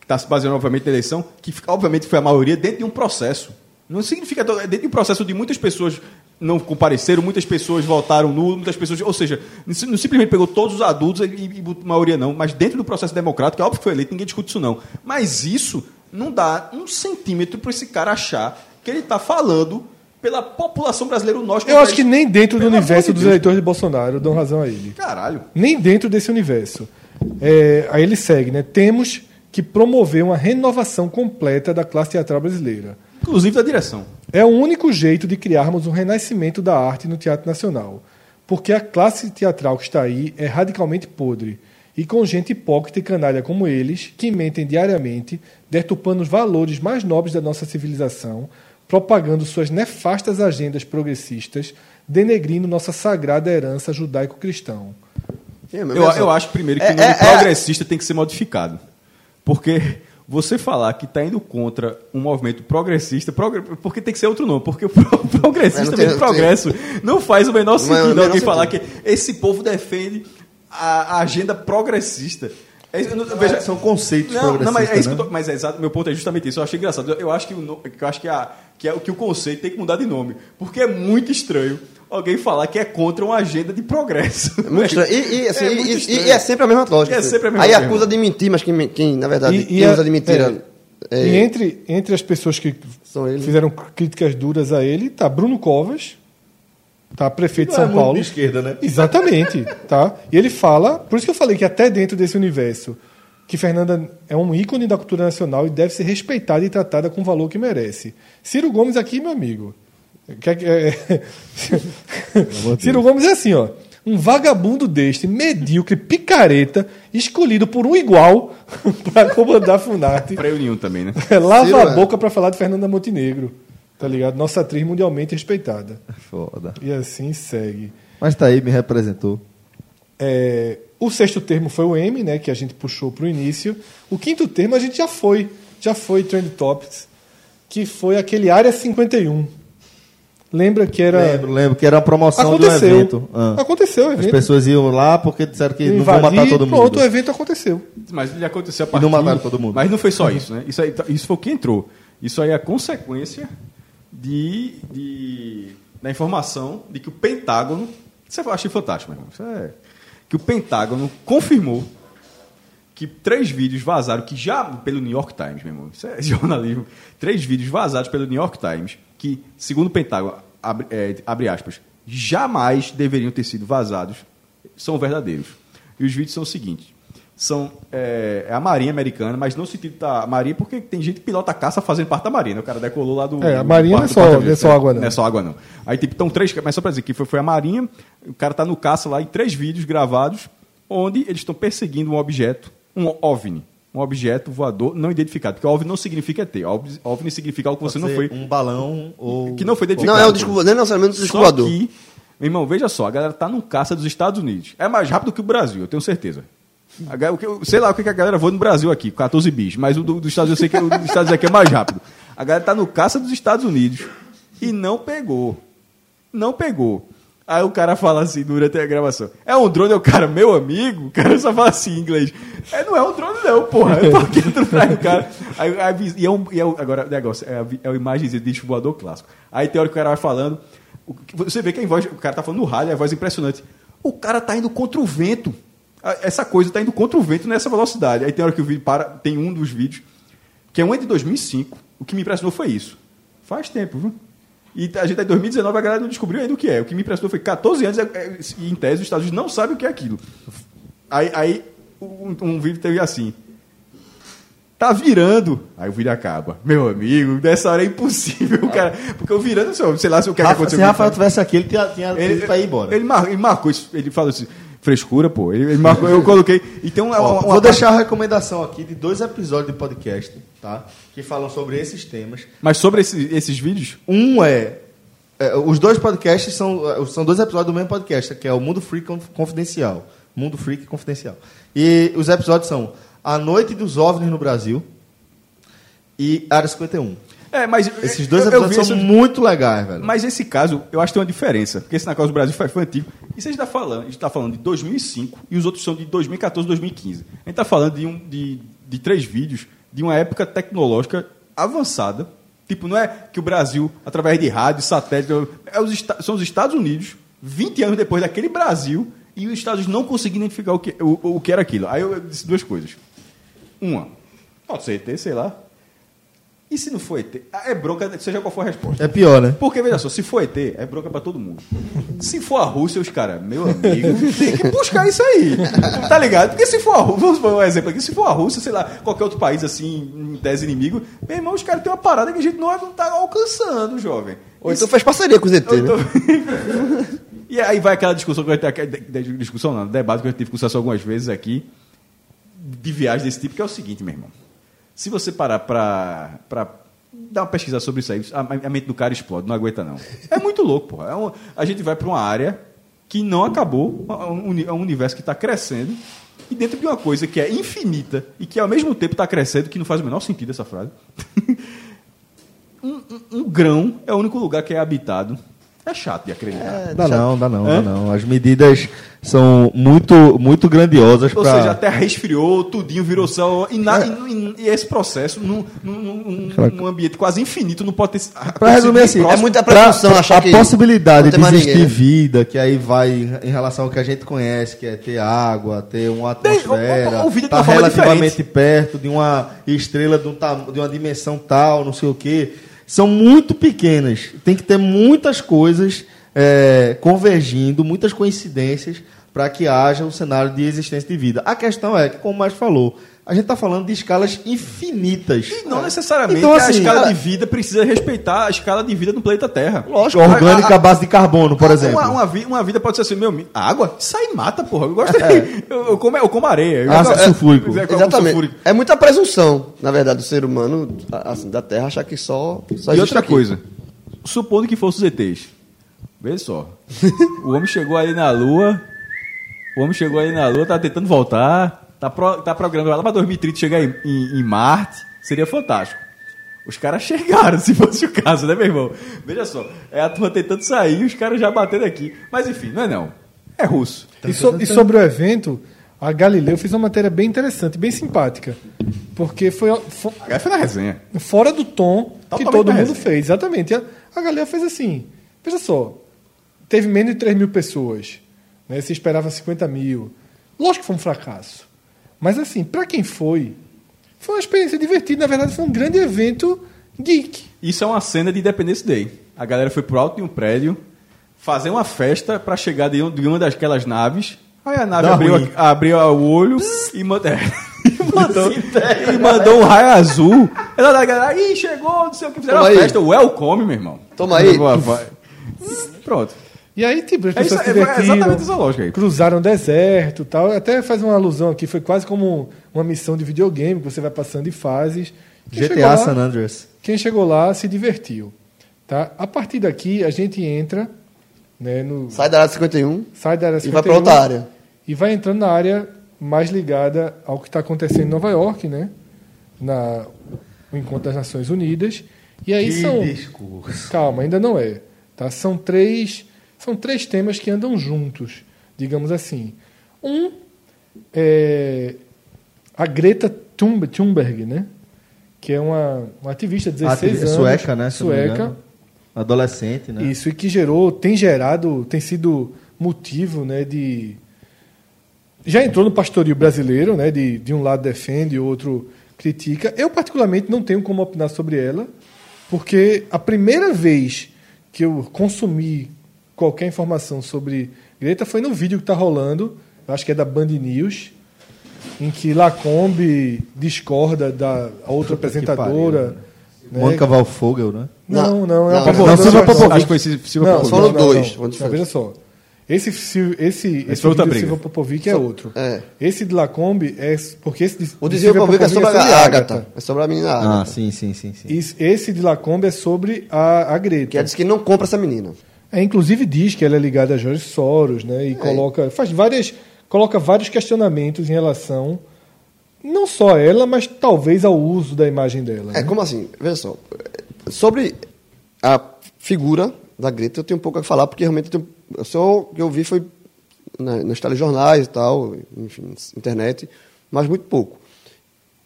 S4: que tá se baseando, obviamente, na eleição, que fica- obviamente foi a maioria dentro de um processo. Não significa... to- é Dentro de um processo de muitas pessoas não compareceram, muitas pessoas votaram nulo, muitas pessoas... Ou seja, não si- não simplesmente pegou todos os adultos e, e, e maioria não, mas dentro do processo democrático, é óbvio que foi eleito, ninguém discute isso não. Mas isso não dá um centímetro para esse cara achar que ele está falando pela população brasileira, nós
S3: Eu acho que nem dentro do
S4: Pelo amor
S3: universo
S4: de
S3: dos
S4: Deus.
S3: eleitores de Bolsonaro dão razão a ele.
S4: Caralho.
S3: nem dentro desse universo. É, aí ele segue, né? Temos que promover uma renovação completa da classe teatral brasileira.
S4: Inclusive da direção.
S3: É o único jeito de criarmos um renascimento da arte no Teatro Nacional. Porque a classe teatral que está aí é radicalmente podre. E com gente hipócrita e canalha como eles, que mentem diariamente, deturpando os valores mais nobres da nossa civilização, propagando suas nefastas agendas progressistas, denegrindo nossa sagrada herança judaico-cristão.
S6: É, mas
S4: Eu,
S6: olha só.
S4: eu acho primeiro que
S6: É,
S4: o nome
S6: é, é.
S4: progressista tem que ser modificado. Porque você falar que está indo contra um movimento progressista, progre- porque tem que ser outro nome, porque o pro-
S6: É,
S4: progressista
S6: não
S4: vem
S6: tem-
S4: do progresso. Não faz o menor
S6: Não é o
S4: sentido
S6: menor
S4: alguém
S6: sentido.
S4: falar que esse povo defende a, a agenda progressista. É isso- eu não- veja-
S5: são conceitos
S4: não, não, mas é isso
S5: progressistas, né?
S4: que eu tô- mas é exato, meu ponto é justamente isso. Eu achei engraçado. Eu acho que o no- que eu acho que a que, é, o- que o conceito tem que mudar de nome, porque é muito estranho alguém falar que é contra uma agenda de progresso.
S6: É muito
S4: [laughs]
S6: estranho. E, e, assim,
S4: É
S6: e-
S4: muito
S6: e-
S4: estranho.
S6: e é sempre a mesma lógica.
S4: É sempre a mesma
S6: Aí
S4: lógica.
S6: acusa de mentir, mas quem, quem na verdade, quem
S3: a-
S6: usa de mentira.
S3: é,
S6: é-
S3: e entre, entre as pessoas que
S6: São eles.
S3: fizeram críticas duras a ele, tá Bruno Covas, tá prefeito de
S5: Não é
S3: São
S5: muito
S3: Paulo.
S5: de esquerda, né?
S3: Exatamente, tá? E ele fala, por isso que eu falei que até dentro desse universo, que Fernanda é um ícone da cultura nacional e deve ser respeitada e tratada com o valor que merece. Ciro Gomes aqui, meu amigo. Quer que- é- [laughs] Ciro Gomes é assim, ó. Um vagabundo deste, medíocre, picareta, escolhido por um igual [laughs] para comandar a Funarte.
S4: Pra eu nenhum também, né?
S3: É, [laughs] lava
S6: Ciro
S3: a
S6: é.
S3: boca pra falar de Fernanda Montenegro. Tá ligado? Nossa atriz mundialmente respeitada.
S5: Foda.
S3: E assim segue.
S5: Mas tá aí, me representou.
S3: É, o sexto termo foi o M, né? Que a gente puxou pro início. O quinto termo a gente já foi. Já foi Trend Topics. Que foi aquele Área 51. Lembra que era.
S5: Lembro, lembro, que era a promoção de um
S3: É. Aconteceu.
S5: evento. Ah.
S3: Aconteceu o evento.
S5: As pessoas iam lá porque disseram que não vão
S3: Invadir,
S5: matar todo mundo.
S3: Pronto, o evento aconteceu.
S4: [laughs] Mas ele aconteceu a
S5: E
S4: partir...
S5: não mataram todo mundo.
S4: Mas não foi só isso, né? Isso, aí, isso foi o que entrou. Isso aí é a consequência de, de- da informação de que o Pentágono Isso eu achei fantástico, meu irmão. Isso é... Que o Pentágono confirmou que três vídeos vazaram, que já pelo New York Times, meu irmão. Isso é [laughs] jornalismo. Três vídeos vazados pelo New York Times, que, segundo o Pentágono, abre, é, abre aspas, jamais deveriam ter sido vazados, são verdadeiros. E os vídeos são os seguintes. São é, é a Marinha americana, mas não no sentido da Marinha, porque tem gente que pilota caça fazendo parte da Marinha. né? O cara decolou lá do.
S3: É, a
S4: do
S3: Marinha não é
S4: quarto-
S3: só-
S4: quarto
S3: não é só água, não.
S4: Não é só água, não. Aí, tipo, estão três. Mas só pra dizer que foi, foi a Marinha, o cara tá no caça lá em três vídeos gravados, onde eles estão perseguindo um objeto, um OVNI. Um objeto voador não identificado. Porque OVNI não significa ET. OVNI OVNI significa algo que você não foi.
S5: Um balão ou.
S4: Que não foi identificado.
S6: Não, é um desculpa, não é necessariamente um
S4: Só
S6: desculpador.
S4: que, meu irmão, veja só, a galera tá num caça dos Estados Unidos. É mais rápido que o Brasil, eu tenho certeza. A ga- o que eu- Sei lá o que que a galera voa no Brasil aqui, 14 bis, mas o do- dos Estados Unidos eu sei que o dos Estados Unidos aqui é mais rápido. A galera tá no caça dos Estados Unidos e não pegou. Não pegou. Aí o cara fala assim durante a gravação. É um drone, é o cara, meu amigo? O cara só fala assim em inglês. É, não é um drone, não, porra. Eu tô aqui atrás do cara. Aí, aí vi- e é um, e é um- agora, o negócio, é, a vi- é uma imagem de disco voador clássico. Aí tem hora que o cara vai falando. o que- Você vê que a voz, o cara tá falando no rádio, é a voz impressionante. O cara tá indo contra o vento. A- Essa coisa tá indo contra o vento nessa velocidade. Aí tem hora que o vídeo para, tem um dos vídeos, que é um de 2005. O que me impressionou foi isso. Faz tempo, viu? E a gente tá em 2019, a galera não descobriu ainda o que é. O que me impressionou foi 14 anos, é- é- e em tese, os Estados Unidos não sabem o que é aquilo. Aí, aí um, um vídeo teve assim. Tá virando. Aí o vídeo acaba. Meu amigo, dessa hora é impossível, [laughs] cara. Porque eu virando, assim, sei lá se o que, é que
S5: Rafa,
S4: aconteceu.
S5: se Rafael tivesse aqui, ele tinha, tinha
S4: Ele-
S5: pra ir embora.
S4: Ele, mar- ele marcou isso, ele falou assim, frescura, pô. Ele, ele marcou, eu coloquei. E tem um. uma-
S5: Ó,
S4: uma
S5: vou
S4: parte-
S5: deixar a recomendação aqui de dois episódios de podcast, tá? Que falam sobre esses temas.
S4: Mas sobre esse- esses vídeos,
S5: Um é, é, os dois podcasts são é, são dois episódios do mesmo podcast, que é o Mundo Freak Conf- Confidencial, Mundo Freak Confidencial. E os episódios são A Noite dos OVNIs no Brasil e um. Área 51.
S4: é, mas.
S5: Esses dois
S4: eu- eu vi
S5: episódios são
S4: esse-
S5: muito legais, velho.
S4: Mas esse caso, eu acho que tem uma diferença. Porque esse na causa do Brasil foi, foi antigo. E você está falando, a gente está falando de 2005 e os outros são de 2014, 2015. A gente está falando de, um, de, de três vídeos de uma época tecnológica avançada. Tipo, não é que o Brasil, através de rádio, satélite, é os esta- são os Estados Unidos, 20 anos depois daquele Brasil, e os Estados Unidos não conseguiram identificar o que, o, o que era aquilo. Aí eu eu disse duas coisas. Uma, pode ser ET, sei lá. E se não foi ET? Ah, É bronca, seja qual for a resposta.
S5: É pior, né?
S4: Porque, veja só, se for ET, é bronca pra todo mundo. Se for a Rússia, os caras, meu amigo, tem que buscar isso aí. Tá ligado? Porque se for a Rússia, vamos pôr um exemplo aqui, se for a Rússia, sei lá, qualquer outro país assim, em tese inimigo, meu irmão, os caras têm uma parada que a gente não não tá alcançando, jovem.
S6: Ou então faz parceria com o ZT, né?
S4: [laughs] E aí vai aquela discussão que eu até- de- de- discussão não, debate que eu tive com o Sassou algumas vezes aqui de viagem desse tipo, que é o seguinte, meu irmão. Se você parar pra, pra dar uma pesquisa sobre isso aí, a, a mente do cara explode, não aguenta não. É muito louco, porra. É um- a gente vai pra uma área que não acabou, é um uni- é um universo que está crescendo, e dentro de uma coisa que é infinita e que ao mesmo tempo está crescendo, que não faz o menor sentido essa frase. [laughs] um, um- um grão é o único lugar que é habitado. É chato de acreditar.
S5: Dá não, dá não,
S4: Hã?
S5: dá não. As medidas são muito, muito grandiosas
S4: Ou
S5: pra- É.
S4: seja, a terra resfriou, tudinho virou sal. E, na- e- e- e esse processo, num, num- num- num ambiente quase infinito, não pode ter.
S5: Pra resumir assim,
S6: É muita presunção
S5: pra-
S6: achar
S5: a
S6: que
S5: possibilidade de
S6: não tem mais
S5: existir
S6: ninguém. né?
S5: vida, que aí vai em- em relação ao que a gente conhece, que é ter água, ter uma
S4: Tem- o- o-
S5: atmosfera,
S4: o vídeo tem
S5: tá
S4: uma forma
S5: relativamente perto de uma estrela de, um tam- de uma dimensão tal, não sei o quê. São muito pequenas. Tem que ter muitas coisas é, convergindo, muitas coincidências para que haja um cenário de existência de vida. A questão é que, como o Márcio falou, a gente está falando de escalas infinitas.
S4: E não necessariamente
S5: Então,
S4: a
S5: assim,
S4: escala
S5: cara-
S4: de vida precisa respeitar a escala de vida do planeta Terra.
S5: Lógico, orgânica à base de carbono, por
S4: Uma-
S5: exemplo.
S4: Uma, uma vi- uma vida pode ser assim, meu amigo, água? Sai e mata, porra. Eu gosto de- [laughs] eu, eu como, eu como areia. Eu
S5: Ácido
S4: gosto- é-
S5: É. Ah, sulfúrico.
S4: é, eu como sulfúrico.
S6: Exatamente. É muita presunção, na verdade, do ser humano, a- assim, da Terra, achar que só, só
S4: E
S6: existe
S4: outra
S6: Tá aqui.
S4: coisa, supondo que fosse os ETs, veja só, o homem chegou aí na Lua, o homem chegou aí na Lua, tá tentando voltar, tá, pro, tá programando lá pra 2030 chegar em, em- em Marte, seria fantástico. Os caras chegaram, [laughs] se fosse o caso, né, meu irmão? Veja só, é a turma tentando sair e os caras já batendo aqui. Mas enfim, não é não. É russo.
S5: Então,
S3: E, so- e sobre o evento, a Galileu fez uma matéria bem interessante, bem simpática. Porque foi, fo-
S4: Agora foi na resenha.
S3: fora do tom que
S4: Totalmente
S3: todo
S4: na
S3: mundo
S4: resenha.
S3: fez. Exatamente. E A, a galera fez assim. Veja só. teve menos de 3 mil pessoas. Né? Se esperava 50 mil. Lógico que foi um fracasso. Mas, assim, para quem foi, foi uma experiência divertida. Na verdade, foi um grande evento geek.
S4: Isso é uma cena de Independence Day. A galera foi pro alto de um prédio fazer uma festa pra chegar de, um- de uma daquelas naves. Aí a nave
S5: Dá
S4: abriu,
S5: ruim.
S4: a- abriu o olho e, manda- [laughs] e mandou, e mandou um raio azul. Ela a galera, ih, chegou, não sei o que, fizeram
S6: Toma
S4: uma
S6: aí.
S4: festa. Welcome, meu irmão.
S6: Toma aí.
S4: Vai, vai. Pronto.
S3: E aí, tipo, as
S4: É, isso,
S3: pessoas se
S4: é
S3: divertiram.
S4: exatamente essa lógica aí.
S3: Cruzaram o deserto e tal. Até faz uma alusão aqui, foi quase como uma missão de videogame, que você vai passando de fases. Quem chegou
S5: GTA
S3: lá-
S5: San Andreas.
S3: Quem chegou lá se divertiu. Tá? A partir daqui, a gente entra né, no,
S6: Sai da área 51
S3: sai da área
S6: e
S3: 51
S6: vai pra outra área.
S3: E vai entrando na área mais ligada ao que está acontecendo em Nova York, né? Na, o Encontro das Nações Unidas. E aí são.
S5: discurso.
S3: Calma, ainda não é. Tá? São, três, são três temas que andam juntos, digamos assim. Um é a Greta Thunb- Thunberg, né? Que é uma, uma ativista de 16
S5: Atriz-
S3: anos.
S5: sueca, né, se eu não me
S3: Sueca.
S5: engano. Adolescente, né?
S3: Isso, e que gerou, tem gerado, tem sido motivo né, de. Já entrou no pastorio brasileiro, né, de, de um lado defende, o outro critica. Eu, particularmente, não tenho como opinar sobre ela, porque a primeira vez que eu consumi qualquer informação sobre Greta foi no vídeo que está rolando, eu acho que é da Band News, em que Lacombe discorda da a outra
S5: Puta que
S3: apresentadora. né?
S5: Mônica Valfogel, né?
S3: Não,
S6: Não,
S3: não, é
S6: não,
S3: uma
S6: não,
S3: apresentadora-
S5: Silvia
S3: Não,
S5: Popovic.
S4: Acho que foi Sil- Silva
S3: não,
S4: Popovic.
S6: Foram
S3: não, não,
S6: dois,
S3: não.
S6: vamos
S3: Não, veja
S6: diferente.
S3: só. Esse, Sil- esse, esse
S4: foi
S3: vídeo
S4: outra
S3: do
S4: briga.
S3: Silva Popovic é outro.
S6: é.
S3: Esse de Lacombe é. Porque esse de,
S6: O
S3: de
S6: desvio
S3: Silvia
S6: público é sobre a
S3: sobre
S6: Agatha. É sobre a menina
S5: Ah,
S6: Agatha.
S5: sim, sim, sim, sim.
S3: Isso- Esse de Lacombe é sobre a, a Greta.
S6: Que é ela disse que não compra essa menina.
S3: É, inclusive diz que ela é ligada a Jorge Soros,
S6: É.
S3: né? E coloca. Faz várias. Coloca vários questionamentos em relação. Não só a ela, mas talvez ao uso da imagem dela. né?
S6: É, como assim? Veja só. Sobre a figura da Greta, eu tenho pouco a falar, porque realmente eu tenho, só o que eu vi foi na, nos telejornais e tal, enfim, internet, mas muito pouco.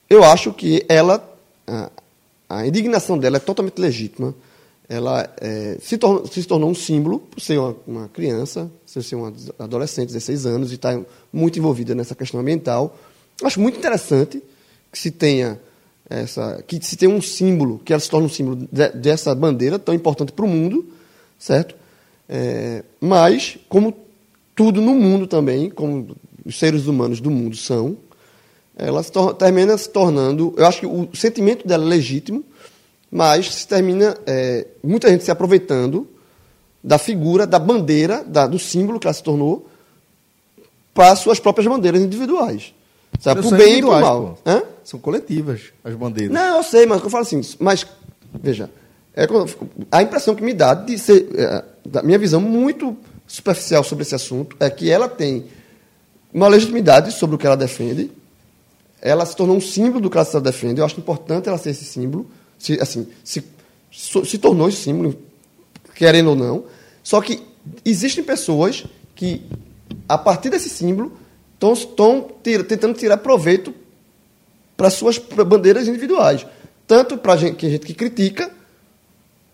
S6: Eu acho que ela, a, a indignação dela é totalmente legítima. Ela eh, se, tor- se tornou um símbolo por ser uma, uma criança, por ser uma adolescente, 16 anos, e está muito envolvida nessa questão ambiental. Acho muito interessante que se tenha essa, que se tenha um símbolo, que ela se torne um símbolo de- dessa bandeira tão importante para o mundo, certo? Eh, mas, como tudo no mundo também, como os seres humanos do mundo são, ela se tor- termina se tornando. Eu acho que o sentimento dela é legítimo, mas se termina eh, muita gente se aproveitando da figura, da bandeira, da- do símbolo que ela se tornou, para suas próprias bandeiras individuais. Sabe? Pro
S5: São
S6: bem e pro
S5: individuais,
S6: mal.
S5: pô.
S6: Hã?
S5: São coletivas as bandeiras.
S6: Não, eu sei, mas eu falo assim, mas, veja, é quando- a impressão que me dá de ser, é, da minha visão muito superficial sobre esse assunto, é que ela tem uma legitimidade sobre o que ela defende, ela se tornou um símbolo do que ela se defende, eu acho importante ela ser esse símbolo, se, assim, se, so- se tornou esse símbolo, querendo ou não, só que existem pessoas que, a partir desse símbolo, estão tentando tirar proveito para suas pra- bandeiras individuais. Tanto para gente, que a gente que critica,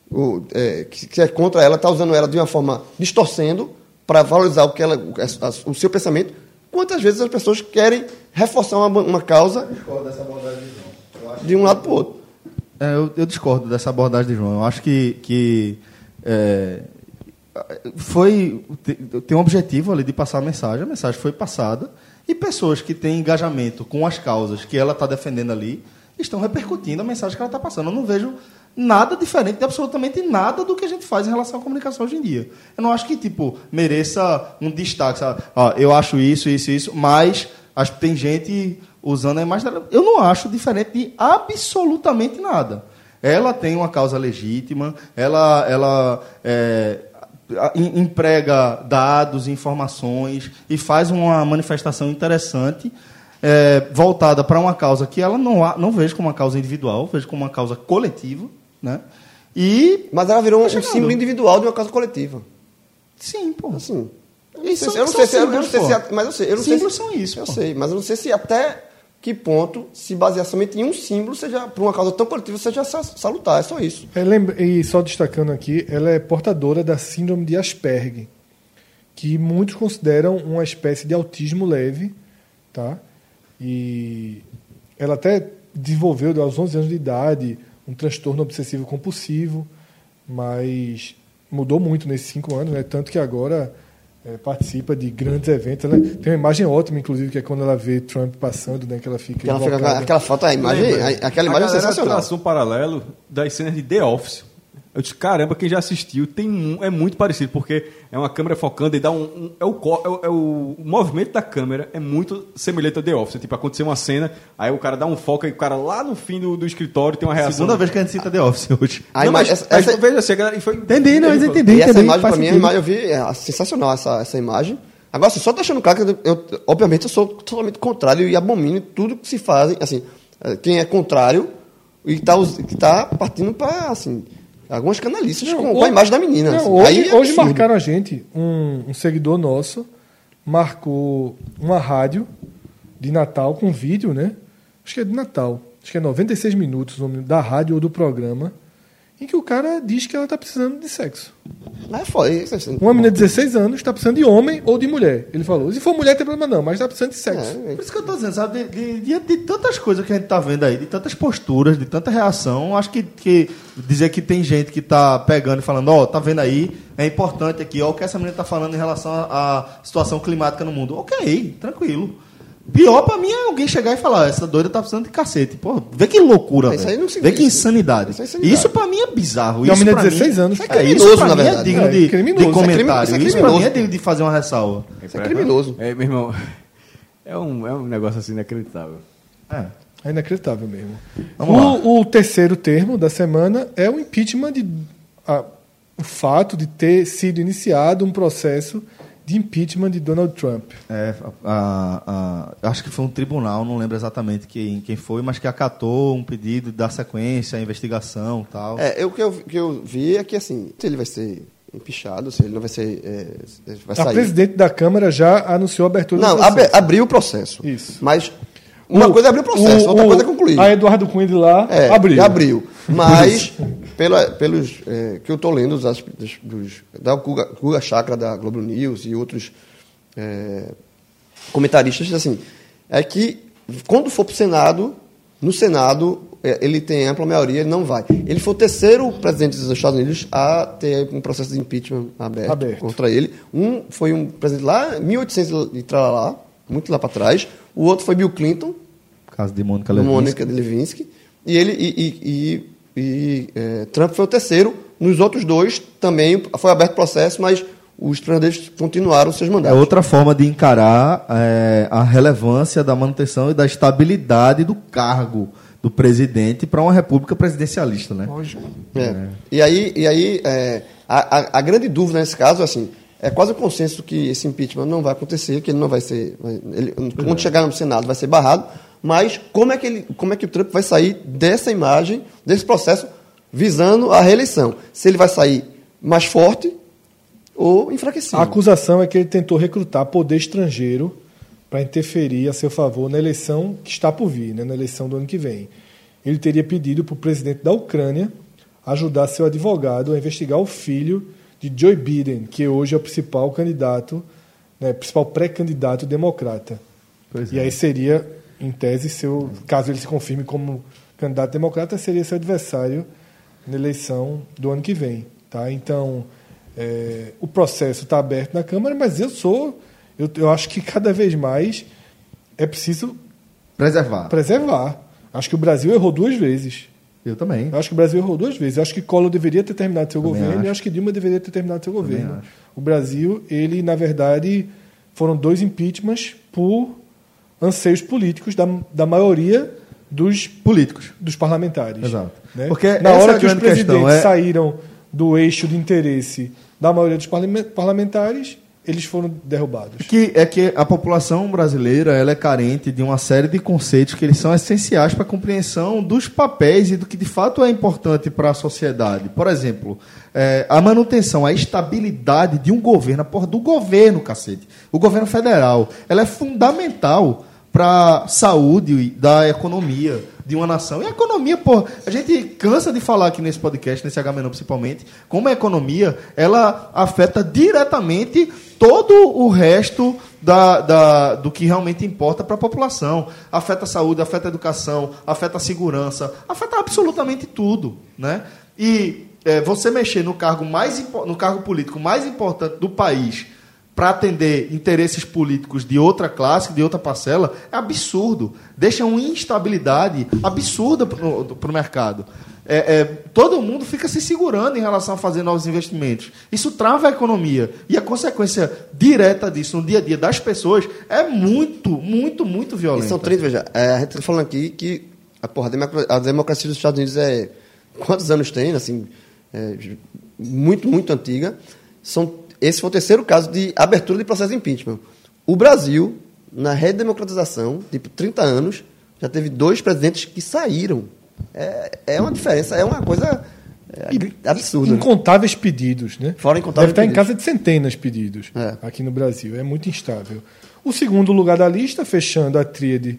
S6: o, é, que, que é contra ela, está usando ela de uma forma distorcendo para valorizar o, que ela, o- a- a- o seu pensamento, quantas vezes as pessoas querem reforçar uma, ban- uma causa de um lado para o outro.
S5: É, eu, eu discordo dessa abordagem de João. Eu acho que, que é, foi te- tem um objetivo ali de passar a mensagem. A mensagem foi passada e pessoas que têm engajamento com as causas que ela está defendendo ali estão repercutindo a mensagem que ela está passando. Eu não vejo nada diferente de absolutamente nada do que a gente faz em relação à comunicação hoje em dia. Eu não acho que tipo mereça um destaque. Sabe? Ó, eu acho isso, isso, isso, mas acho que tem gente usando a imagem dela. Eu não acho diferente de absolutamente nada. Ela tem uma causa legítima, ela, ela é, a- em- emprega dados, informações e faz uma manifestação interessante é, voltada para uma causa que ela não, a- não vejo como uma causa individual, vejo como uma causa coletiva. Né? E,
S6: Mas ela virou um,
S5: Tá chegando.
S6: símbolo individual de uma causa coletiva.
S5: sim, pô.
S6: Assim, eu não
S5: E
S6: sei
S5: são-
S6: se- eu não
S5: são
S6: sei se- é, eu não
S5: símbolos,
S6: sei se.
S5: pô.
S6: a- Mas eu sei. eu não sei
S5: Símbolos
S6: se-
S5: são isso,
S6: Eu
S5: pô.
S6: sei, mas eu não sei se até que ponto se basear somente em um símbolo seja para uma causa tão coletiva seja sa- salutar. É só isso.
S3: É, lembra- e só destacando aqui, ela é portadora da síndrome de Asperger, que muitos consideram uma espécie de autismo leve, tá? E ela até desenvolveu aos 11 anos de idade um transtorno obsessivo compulsivo, mas mudou muito nesses cinco anos, né? Tanto que agora eh, participa de grandes eventos. Ela tem uma imagem ótima, inclusive, que é quando ela vê Trump passando, né? Que ela fica.
S6: Aquela, fica-
S3: invocada.
S6: aquela foto, a imagem, a- aquela imagem é sensacional.
S4: traçou um paralelo das cenas de The Office. Eu disse, caramba, quem já assistiu tem um- é muito parecido, porque é uma câmera focando e dá um. um- é, o, co- é o- é o- o movimento da câmera é muito semelhante ao The Office. Tipo, aconteceu uma cena, aí o cara dá um foco e o cara lá no fim do, do escritório tem uma reação.
S5: Segunda vez que a gente cita The Office [laughs] hoje.
S6: A
S4: não, mas,
S6: imagem- essa-
S4: mas
S6: essa-
S4: veja assim, a galera- e foi-
S5: Entendi, não, mas
S4: Ele falou,
S5: entendi,
S6: E essa
S5: entendi.
S6: imagem, pra
S5: faz
S6: mim, a
S5: sentido.
S6: imagem, eu vi é sensacional essa, essa imagem. Agora, assim, só deixando claro que eu, eu- obviamente, eu sou totalmente contrário e abomino tudo que se fazem. Assim, eh, quem é contrário e tá, us- que tá partindo para, assim, algumas canalices
S3: Não,
S6: com, com
S3: hoje-
S6: a imagem da menina.
S3: não,
S6: assim.
S3: hoje,
S6: Aí é
S3: hoje
S6: absurdo.
S3: marcaram a gente, um, um seguidor nosso marcou uma rádio de Natal com vídeo, né? Acho que é de Natal. Acho que é 96 minutos o nome da rádio ou do programa, em que o cara diz que ela tá precisando de sexo.
S6: Mas é foda. isso é- assim,
S3: Uma menina de 16 anos tá precisando de homem ou de mulher. Ele falou. Se for mulher, tem problema não, mas tá precisando de sexo.
S6: é, é.
S5: Por isso que eu tô dizendo, sabe? de- de- Diante de, tantas coisas que a gente tá vendo aí, de tantas posturas, de tanta reação, acho que, que dizer que tem gente que tá pegando e falando, ó, tá vendo aí, é importante aqui, ó, o que essa menina tá falando em relação à à situação climática no mundo. Ok, tranquilo. Pior pra mim é alguém chegar e falar, essa doida tá precisando de cacete. Pô, vê que loucura,
S6: Isso
S5: velho.
S6: aí não se-
S5: Vê que insanidade.
S6: Isso
S5: Isso,
S6: é insanidade.
S5: pra mim é bizarro.
S3: E uma
S5: Isso
S3: menina
S5: pra
S3: de 16
S5: mim-
S3: anos.
S5: É,
S6: criminoso,
S5: isso pra
S6: na
S5: mim é
S6: verdade.
S5: digno
S3: É,
S5: de,
S3: criminoso.
S5: de
S3: Isso é
S6: crime-
S5: comentário.
S6: isso é
S5: Isso pra mim é
S6: criminoso.
S5: digno de fazer uma ressalva.
S6: Isso é criminoso.
S4: É, meu irmão, [laughs] é um, é um negócio assim inacreditável.
S5: É.
S3: É inacreditável mesmo.
S5: Vamos
S3: O, o terceiro termo da semana é o impeachment de a- o fato de ter sido iniciado um processo de impeachment de Donald Trump.
S5: É, a- a- acho que foi um tribunal, não lembro exatamente quem, quem foi, mas que acatou um pedido da sequência, a investigação e tal.
S6: É, eu, o que eu, que eu vi é que, assim, se ele vai ser empichado, se ele não vai ser. eh, se ele vai
S3: A
S6: sair.
S3: presidente da Câmara já anunciou a abertura
S6: Não,
S3: do processo.
S6: abre- abriu o processo.
S3: Isso.
S6: Mas uma
S3: O-
S6: coisa é abrir o processo, outra coisa é concluir.
S3: A Eduardo Cunha de lá
S6: É,
S3: abriu.
S6: já abriu.
S3: [laughs]
S6: Mas, pela- pelos é, que eu estou lendo, os, as- dos, dos- da Guga, Guga Chakra, da Globo News e outros é, comentaristas, assim, é que quando for para o Senado, no Senado, é, ele tem ampla maioria, ele não vai. Ele foi o terceiro presidente dos Estados Unidos a ter um processo de impeachment aberto,
S3: Aberto.
S6: contra ele. Um foi um presidente lá, 1800 e tralalá, muito lá para trás. O outro foi Bill Clinton,
S5: Caso de Mônica
S6: Levinsky.
S5: Lewinsky.
S6: Mônica Levinsky. E ele e, e- e- e, eh, Trump foi o terceiro. Nos outros dois também foi aberto processo, mas os presidentes continuaram seus
S5: É
S6: mandatos.
S5: outra forma de encarar é, a relevância da manutenção e da estabilidade do cargo do presidente para uma república presidencialista, né?
S6: É. E aí, e aí eh, a, a- a grande dúvida nesse caso, assim, é quase o consenso que esse impeachment não vai acontecer, que ele não vai ser, vai- ele,
S5: É
S6: quando chegar no Senado vai ser barrado. Mas como é que ele, como é que o Trump vai sair dessa imagem, desse processo, visando a reeleição? Se ele vai sair mais forte ou enfraquecido?
S3: A acusação é que ele tentou recrutar poder estrangeiro para interferir a seu favor na eleição que está por vir, né, na eleição do ano que vem. Ele teria pedido para o presidente da Ucrânia ajudar seu advogado a investigar o filho de Joe Biden, que hoje é o principal candidato, né, principal pré-candidato democrata.
S5: Pois
S3: e
S5: é.
S3: aí seria, em tese, seu, caso ele se confirme como candidato democrata, seria seu adversário na eleição do ano que vem. Tá? Então, é, o processo está aberto na Câmara, mas eu sou. Eu, eu acho que cada vez mais é preciso
S5: Preservar.
S3: preservar. Acho que o Brasil errou duas vezes.
S5: Eu também.
S3: Eu acho que o Brasil errou duas vezes. Eu acho que Collor deveria ter terminado seu
S5: Também
S3: governo e
S5: acho.
S3: acho que Dilma deveria ter terminado seu governo.
S5: acho.
S3: O Brasil, ele, na verdade, foram dois impeachments por anseios políticos da, da maioria dos,
S5: Políticos.
S3: dos parlamentares.
S5: Exato.
S3: né?
S5: Porque essa
S3: na
S5: é
S3: hora
S5: a
S3: que os
S5: grande questão,
S3: presidentes
S5: é-
S3: saíram do eixo de interesse da maioria dos parlamen- parlamentares, eles foram derrubados.
S5: que é que a população brasileira ela é carente de uma série de conceitos que eles são essenciais para a compreensão dos papéis e do que de fato é importante para a sociedade. Por exemplo, é, a manutenção, a estabilidade de um governo, a porra do governo, cacete, o governo federal, ela é fundamental para a saúde da economia, de uma nação. E a economia, pô, a gente cansa de falar aqui nesse podcast, nesse HMNO principalmente, como a economia, ela afeta diretamente todo o resto da, da- do que realmente importa para a população. Afeta a saúde, afeta a educação, afeta a segurança, afeta absolutamente tudo, né? E é, você mexer no cargo mais impo- no cargo político mais importante do país para atender interesses políticos de outra classe, de outra parcela, é absurdo. Deixa uma instabilidade absurda para o mercado. É, é, todo mundo fica se segurando em relação a fazer novos investimentos. Isso trava a economia. E a consequência direta disso no dia a dia das pessoas é muito, muito, muito
S6: E
S5: violenta.
S6: são 30, veja, é, a gente tá falando aqui que a, porra, a democra- a democracia dos Estados Unidos é. Quantos anos tem? Assim, é, j- muito, muito antiga. São, esse foi o terceiro caso de abertura de processo de impeachment. O Brasil, na redemocratização, tipo 30 anos, já teve dois presidentes que saíram. É, é uma diferença, é uma coisa é, absurda. né?
S3: Incontáveis pedidos, né?
S6: Fora
S3: Deve
S6: incontáveis
S3: estar em
S6: pedidos.
S3: casa de centenas de pedidos
S6: É.
S3: aqui no Brasil. É muito instável. O segundo lugar da lista, fechando a tríade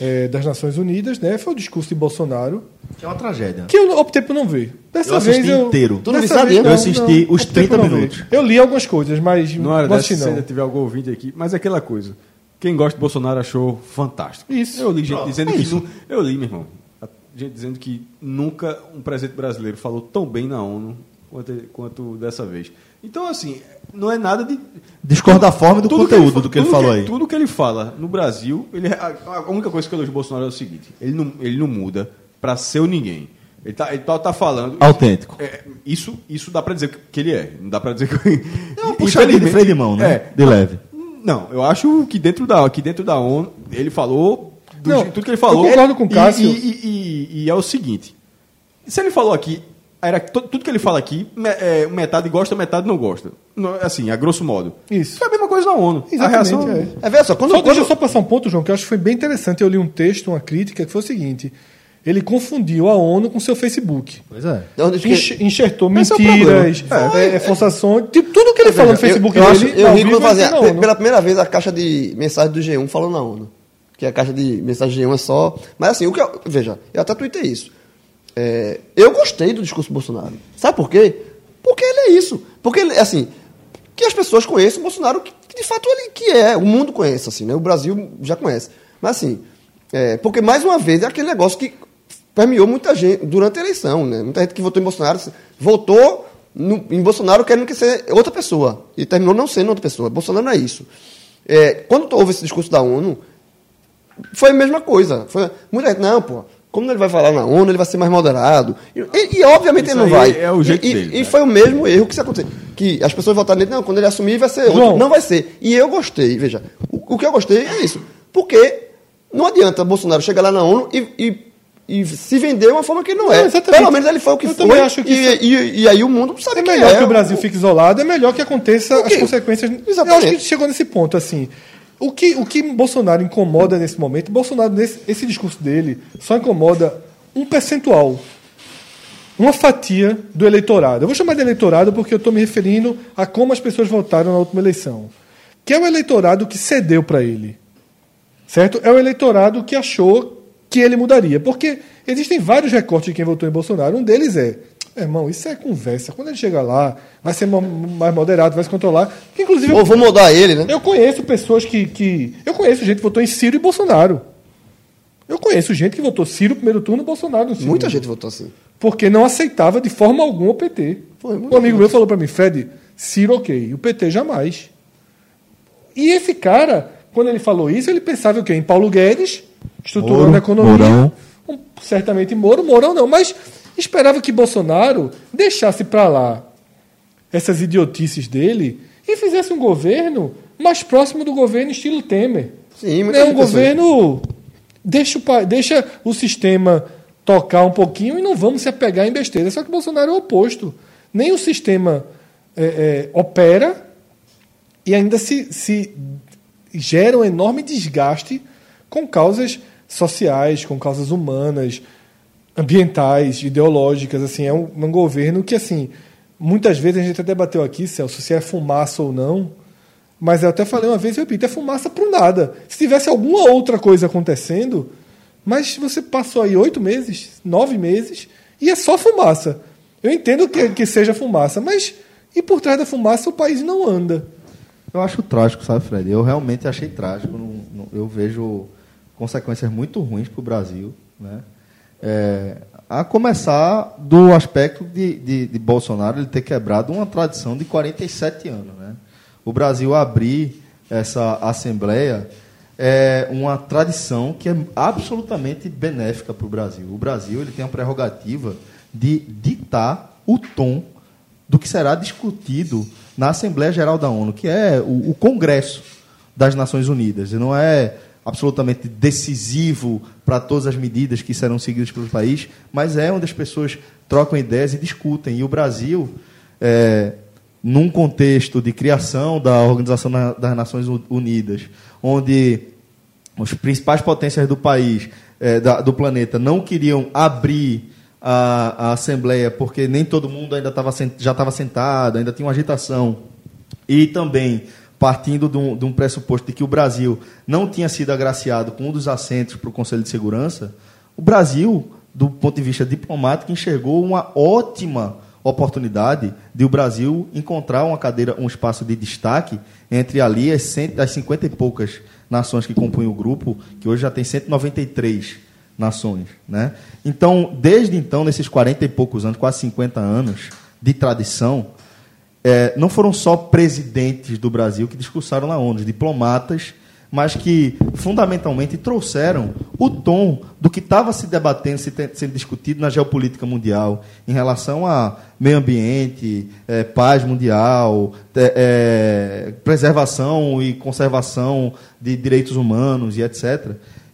S3: eh, das Nações Unidas, né, foi o discurso de Bolsonaro,
S5: É uma tragédia.
S3: que eu optei por não ver. Dessa
S5: Eu assisti
S3: vez eu,
S5: inteiro. Tu
S6: não
S3: dessa
S6: viu, sabia?
S3: vez
S6: Eu
S5: assisti os
S3: optei por
S5: 30
S3: não ver.
S5: minutos.
S3: Eu li algumas coisas, mas
S4: Não
S3: não
S4: era dessa,
S3: assisti
S4: se ainda
S3: não.
S4: tiver algum ouvinte aqui. Mas é aquela coisa. Quem gosta de Bolsonaro achou fantástico.
S3: Isso.
S4: Eu li gente dizendo
S3: é
S4: que.
S3: isso.
S4: nu- Eu li, meu irmão. A- Gente dizendo que nunca um presidente brasileiro falou tão bem na ONU quanto, quanto dessa vez. Então, assim, não é nada de.
S5: Discorda a forma do
S4: ele
S5: conteúdo
S4: fa-
S5: do que ele
S4: tudo
S5: falou aí.
S4: Tudo que ele fala no Brasil, ele, é, a, a única coisa que eu elogio o Bolsonaro é o seguinte: ele não, ele não muda para ser o ninguém. Ele tá, ele tá, tá falando.
S5: Autêntico.
S4: É, isso, isso dá pra dizer que- que ele é. Não dá pra dizer que.
S5: É
S4: [laughs]
S5: uma puxadinha de freio de mão, né?
S4: É.
S5: de leve.
S4: Não, eu acho que dentro da, que dentro da ONU ele falou do
S3: Não,
S4: jeito- tudo que ele falou.
S3: eu concordo com o
S4: E-
S3: Cássio.
S4: E, e- e- e é o seguinte: se ele falou aqui, era to- tudo que ele fala aqui, me- é, metade gosta, metade não gosta. Não, assim, a grosso modo.
S3: Isso.
S4: É a mesma coisa na ONU.
S3: Exatamente,
S4: a reação,
S3: é.
S6: É, veja só, quando,
S3: Só, deixa eu
S6: quando,
S3: só passar um ponto, João, que eu acho que foi bem interessante. Eu li um texto, uma crítica, que foi o seguinte: ele confundiu a ONU com seu Facebook.
S5: Pois é.
S6: Onde que-
S3: Enche- enxertou
S6: Esse é o problema.
S3: mentiras, é, é, forçações, tipo, tudo que ele falou no
S6: Veja,
S3: Facebook
S6: é, eu, eu
S3: dele.
S6: Acho, eu
S3: ao
S6: ri
S3: vivo,
S6: quando fazia,
S3: assim, não,
S6: pe-
S3: não.
S6: pela primeira vez a caixa de mensagem do G1 falou na ONU. Que a caixa de mensagem do G1 é só. Mas assim, o que eu, veja, eu até tuitei isso. É, eu gostei do discurso do Bolsonaro. Sabe por quê? Porque ele é isso. Porque ele, assim, que as pessoas conheçam o Bolsonaro, que, que de fato ele que é, o mundo conhece, assim, né? O Brasil já conhece. Mas assim, é, porque mais uma vez é aquele negócio que permeou muita gente durante a eleição, né? Muita gente que votou em Bolsonaro assim, votou no- em Bolsonaro querendo que ser outra pessoa e terminou não sendo outra pessoa. Bolsonaro não é isso. É, quando houve esse discurso da ONU, foi a mesma coisa. Foi, muita gente, não, pô, como ele vai falar na ONU, ele vai ser mais moderado. E, e, obviamente
S4: Isso
S6: ele não
S4: aí
S6: vai.
S4: é o jeito
S6: e, e-
S4: dele,
S6: e
S4: né?
S6: foi o mesmo erro que se aconteceu. Que as pessoas votaram nele, não, quando ele assumir vai ser
S3: João.
S6: outro. Não vai ser. E eu gostei, veja. O, o que eu gostei é isso. Porque não adianta Bolsonaro chegar lá na ONU e. e e se vender de uma forma que ele não é.
S3: Não, exatamente.
S6: Pelo menos ele foi o que
S3: Eu
S6: foi.
S3: também acho que
S6: e,
S3: isso-
S6: e- e aí o mundo sabe
S3: É
S6: quem
S3: melhor que o Brasil
S6: o-
S3: fique isolado, é melhor que aconteça
S6: Ok.
S3: as consequências. Eu acho
S6: Exatamente.
S3: que chegou nesse ponto, assim. O que, o que Bolsonaro incomoda nesse momento, Bolsonaro, nesse, esse discurso dele, só incomoda um percentual. Uma fatia do eleitorado. Eu vou chamar de eleitorado porque eu estou me referindo a como as pessoas votaram na última eleição. Que é o eleitorado que cedeu para ele certo? É o eleitorado que achou que ele mudaria. Porque existem vários recortes de quem votou em Bolsonaro. Um deles é, "É, irmão, isso é conversa. Quando ele chegar lá, vai ser mo- mais moderado, vai se controlar. Que, inclusive,
S6: Ou vou mudar ele, né?
S3: eu conheço pessoas que, que. Eu conheço gente que votou em Ciro e Bolsonaro. Eu conheço gente que votou Ciro no primeiro turno e Bolsonaro no segundo.
S6: Muita gente votou assim.
S3: Porque não aceitava de forma alguma o PT.
S6: Foi, muito
S3: um amigo meu falou para mim, Fred, Ciro ok, o PT jamais. E esse cara, quando ele falou isso, ele pensava o quê? Em Paulo Guedes, estruturando
S5: Moro,
S3: a economia.
S5: Mourão.
S3: Um- certamente Moro, Mourão não, mas esperava que Bolsonaro deixasse para lá essas idiotices dele e fizesse um governo mais próximo do governo estilo Temer.
S6: Sim, muita
S3: é um
S6: gente pensou
S3: governo deixa o, pa- deixa o sistema tocar um pouquinho e não vamos se apegar em besteira. Só que Bolsonaro é o oposto. Nem o sistema é, é, opera e ainda se, se gera um enorme desgaste com causas sociais, com causas humanas, ambientais, ideológicas. Assim, é um, um governo que, assim, muitas vezes a gente até debateu aqui, Celso, se é fumaça ou não. Mas eu até falei uma vez, eu repito, é fumaça para nada. Se tivesse alguma outra coisa acontecendo, Mas você passou aí oito meses, nove meses, e é só fumaça. Eu entendo que, que seja fumaça, mas e por trás da fumaça o país não anda.
S5: Eu acho trágico, sabe, Fred? Eu realmente achei trágico. Não- não- eu vejo consequências muito ruins para o Brasil. Né? É, a começar do aspecto de, de, de Bolsonaro ele ter quebrado uma tradição de 47 anos. Né? O Brasil abrir essa Assembleia é uma tradição que é absolutamente benéfica para o Brasil. O Brasil ele tem a prerrogativa de ditar o tom do que será discutido na Assembleia Geral da ONU, que é o, o Congresso das Nações Unidas. E não é absolutamente decisivo para todas as medidas que serão seguidas pelo país, mas é onde as pessoas trocam ideias e discutem. E o Brasil, é, num contexto de criação da Organização na- das Nações Unidas, onde os principais potências do país, eh, da- do planeta, não queriam abrir a, a Assembleia, porque nem todo mundo ainda tava, sen- já estava sentado, ainda tinha uma agitação. E também partindo de um, de um pressuposto de que o Brasil não tinha sido agraciado com um dos assentos para o Conselho de Segurança, o Brasil, do ponto de vista diplomático, enxergou uma ótima oportunidade de o Brasil encontrar uma cadeira, um espaço de destaque entre ali as, cento, as 50 e poucas nações que compunham o grupo, que hoje já tem 193 nações. Né? Então, desde então, nesses 40 e poucos anos, quase 50 anos de tradição, é, não foram só presidentes do Brasil que discursaram na ONU, os diplomatas, mas que fundamentalmente trouxeram o tom do que estava se debatendo, se te- sendo discutido na geopolítica mundial, em relação a meio ambiente, eh, paz mundial, te- eh, preservação e conservação de direitos humanos e etc.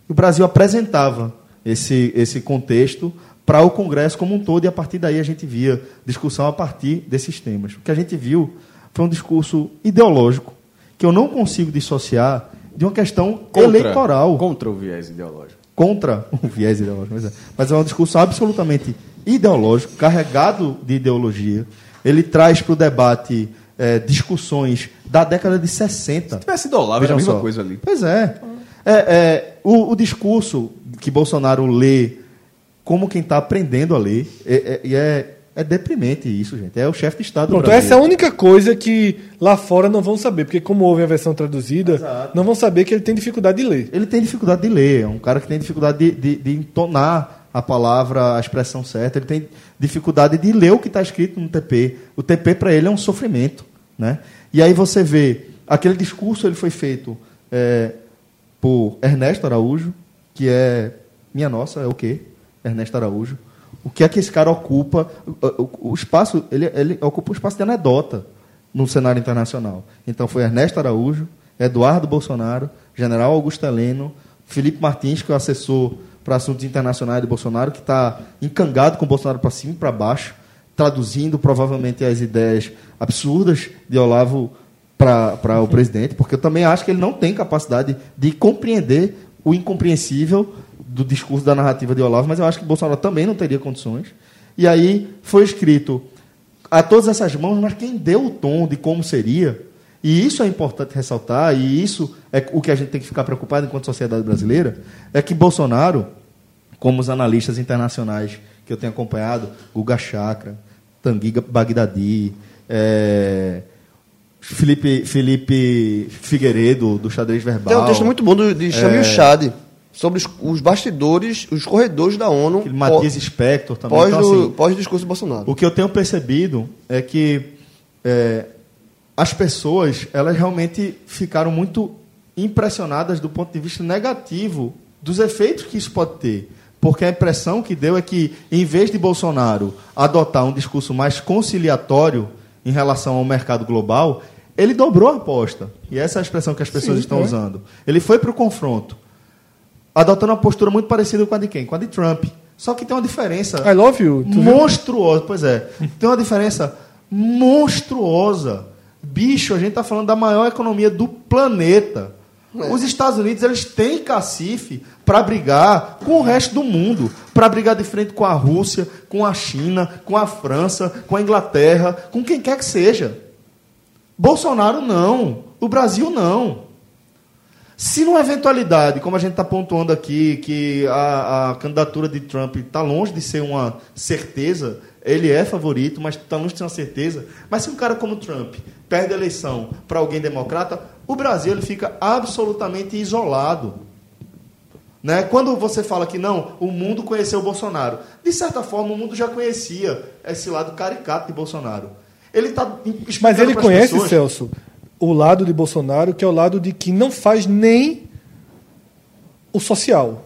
S5: E o Brasil apresentava esse, esse contexto para o Congresso como um todo, e a partir daí a gente via discussão a partir desses temas. O que a gente viu foi um discurso ideológico que eu não consigo dissociar de uma questão eleitoral
S4: Contra o viés ideológico.
S5: contra o viés ideológico, mas é, mas é um discurso absolutamente ideológico, carregado de ideologia. Ele traz para o debate eh, discussões da década de 60.
S3: É.
S4: Se tivesse idolável, era a mesma coisa ali.
S5: Pois é. É, é, o, o discurso que Bolsonaro lê como quem está aprendendo a ler, é, é, e é, é deprimente isso, gente. É o chefe de Estado do
S3: Pronto,
S5: Brasil.
S3: essa é a única coisa que lá fora não vão saber, porque como houve a versão traduzida, não vão saber que ele tem dificuldade de ler.
S5: Ele tem dificuldade de ler, é um cara que tem dificuldade de, de- de entonar a palavra, a expressão certa, ele tem dificuldade de ler o que está escrito no TP. O TP para ele é um sofrimento. Né? E aí você vê, aquele discurso ele foi feito é, por Ernesto Araújo, que é minha nossa, é o quê? Ernesto Araújo. O que é que esse cara ocupa? O, o- o espaço, ele, ele ocupa um espaço de anedota no cenário internacional. Então foi Ernesto Araújo, Eduardo Bolsonaro, General Augusto Heleno, Felipe Martins, que é o assessor para assuntos internacionais de Bolsonaro, que está encangado com o Bolsonaro para cima e para baixo, traduzindo provavelmente as ideias absurdas de Olavo para o presidente, porque eu também acho que ele não tem capacidade de compreender o incompreensível do discurso da narrativa de Olavo, mas eu acho que Bolsonaro também não teria condições. E aí foi escrito a todas essas mãos, mas quem deu o tom de como seria, e isso é importante ressaltar, e isso é o que a gente tem que ficar preocupado enquanto sociedade brasileira, é que Bolsonaro, como os analistas internacionais que eu tenho acompanhado, Guga Chakra, Tanguy Bagdadi, eh, Felipe, Felipe Figueiredo, do xadrez verbal.
S6: Tem um texto muito bom do, de Chamil
S5: É.
S6: Chad sobre os, os bastidores, os corredores da ONU.
S5: Aquele Matias
S6: pó-
S5: Spector também.
S6: pós,
S5: Então,
S6: do-
S5: assim,
S6: pós discurso do Bolsonaro.
S5: O que eu tenho percebido é que é, as pessoas elas realmente ficaram muito impressionadas do ponto de vista negativo dos efeitos que isso pode ter. Porque a impressão que deu é que, em vez de Bolsonaro adotar um discurso mais conciliatório em relação ao mercado global, ele dobrou a aposta. E essa é a expressão que as pessoas estão usando. Ele foi para o confronto, adotando uma postura muito parecida com a de quem? Com a de Trump. Só que tem uma diferença
S3: I love you. Tu viu?
S5: monstruosa. Pois é. Tem uma diferença monstruosa. Bicho, a gente tá falando da maior economia do planeta. Os Estados Unidos, eles têm cacife para brigar com o resto do mundo, para brigar de frente com a Rússia, com a China, com a França, com a Inglaterra, com quem quer que seja. Bolsonaro não, o Brasil não. Se numa eventualidade, como a gente está pontuando aqui, que a, a candidatura de Trump está longe de ser uma certeza, ele é favorito, mas está longe de ser uma certeza. Mas se um cara como Trump perde a eleição para alguém democrata, o Brasil ele fica absolutamente isolado. Né? Quando você fala que não, o mundo conheceu o Bolsonaro. De certa forma, o mundo já conhecia esse lado caricato de Bolsonaro. Ele tá
S3: Mas
S5: explicando
S3: ele
S5: pras
S3: conhece,
S5: pessoas-
S3: Celso, o lado de Bolsonaro, que é o lado de que não faz nem o social.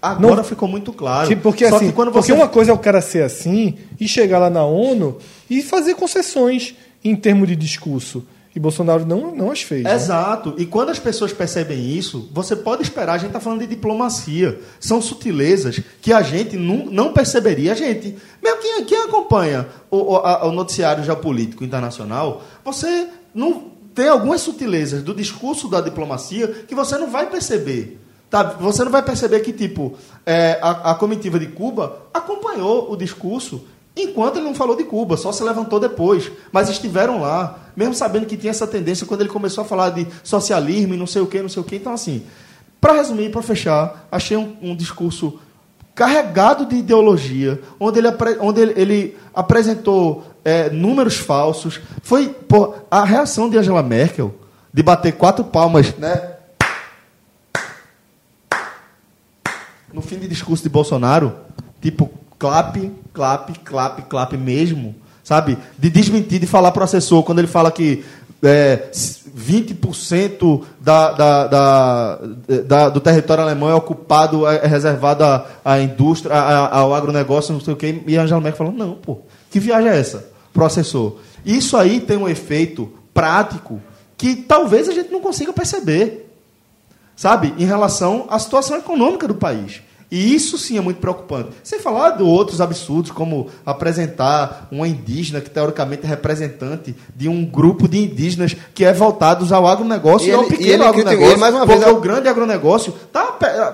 S5: Agora
S3: Não-
S5: ficou muito claro.
S3: Tipo, porque
S5: Só
S3: assim,
S5: que quando
S3: porque
S5: você
S3: uma coisa é o cara ser assim e chegar lá na ONU e fazer concessões em termos de discurso. E Bolsonaro não, não as fez. né?
S5: Exato. E quando as pessoas percebem isso, você pode esperar. A gente está falando de diplomacia. São sutilezas que a gente nu- não perceberia. A gente, mesmo quem, quem acompanha o, o- a- o noticiário geopolítico internacional, você não tem algumas sutilezas do discurso da diplomacia que você não vai perceber. Tá? Você não vai perceber que, tipo, é, a, a comitiva de Cuba acompanhou o discurso Enquanto ele não falou de Cuba, só se levantou depois. Mas estiveram lá, mesmo sabendo que tinha essa tendência quando ele começou a falar de socialismo e não sei o que, não sei o que. Então, assim, para resumir, para fechar, achei um, um discurso carregado de ideologia, onde ele, apre- onde ele, ele apresentou é, números falsos. Foi pô, a reação de Angela Merkel de bater quatro palmas, né? no fim de discurso de Bolsonaro, tipo, clap, clap, clap, clap mesmo, sabe? De desmentir, de falar pro assessor, quando ele fala que é, 20% da, da, da, da- do território alemão é ocupado, é, é reservado à, à indústria, à- à- ao agronegócio, não sei o quê, e Angela Merkel falou, não, pô, que viagem é essa pro assessor? Isso aí tem um efeito prático que talvez a gente não consiga perceber sabe, em relação à situação econômica do país. E isso sim é muito preocupante. Sem falar de outros absurdos, como apresentar uma indígena que teoricamente é representante de um grupo de indígenas que é voltados ao agronegócio
S6: E
S5: e, ao
S6: ele- e
S5: pequeno
S6: ele critica-
S5: agronegócio.
S6: e mais uma
S5: porque
S6: vez,
S5: o grande agronegócio está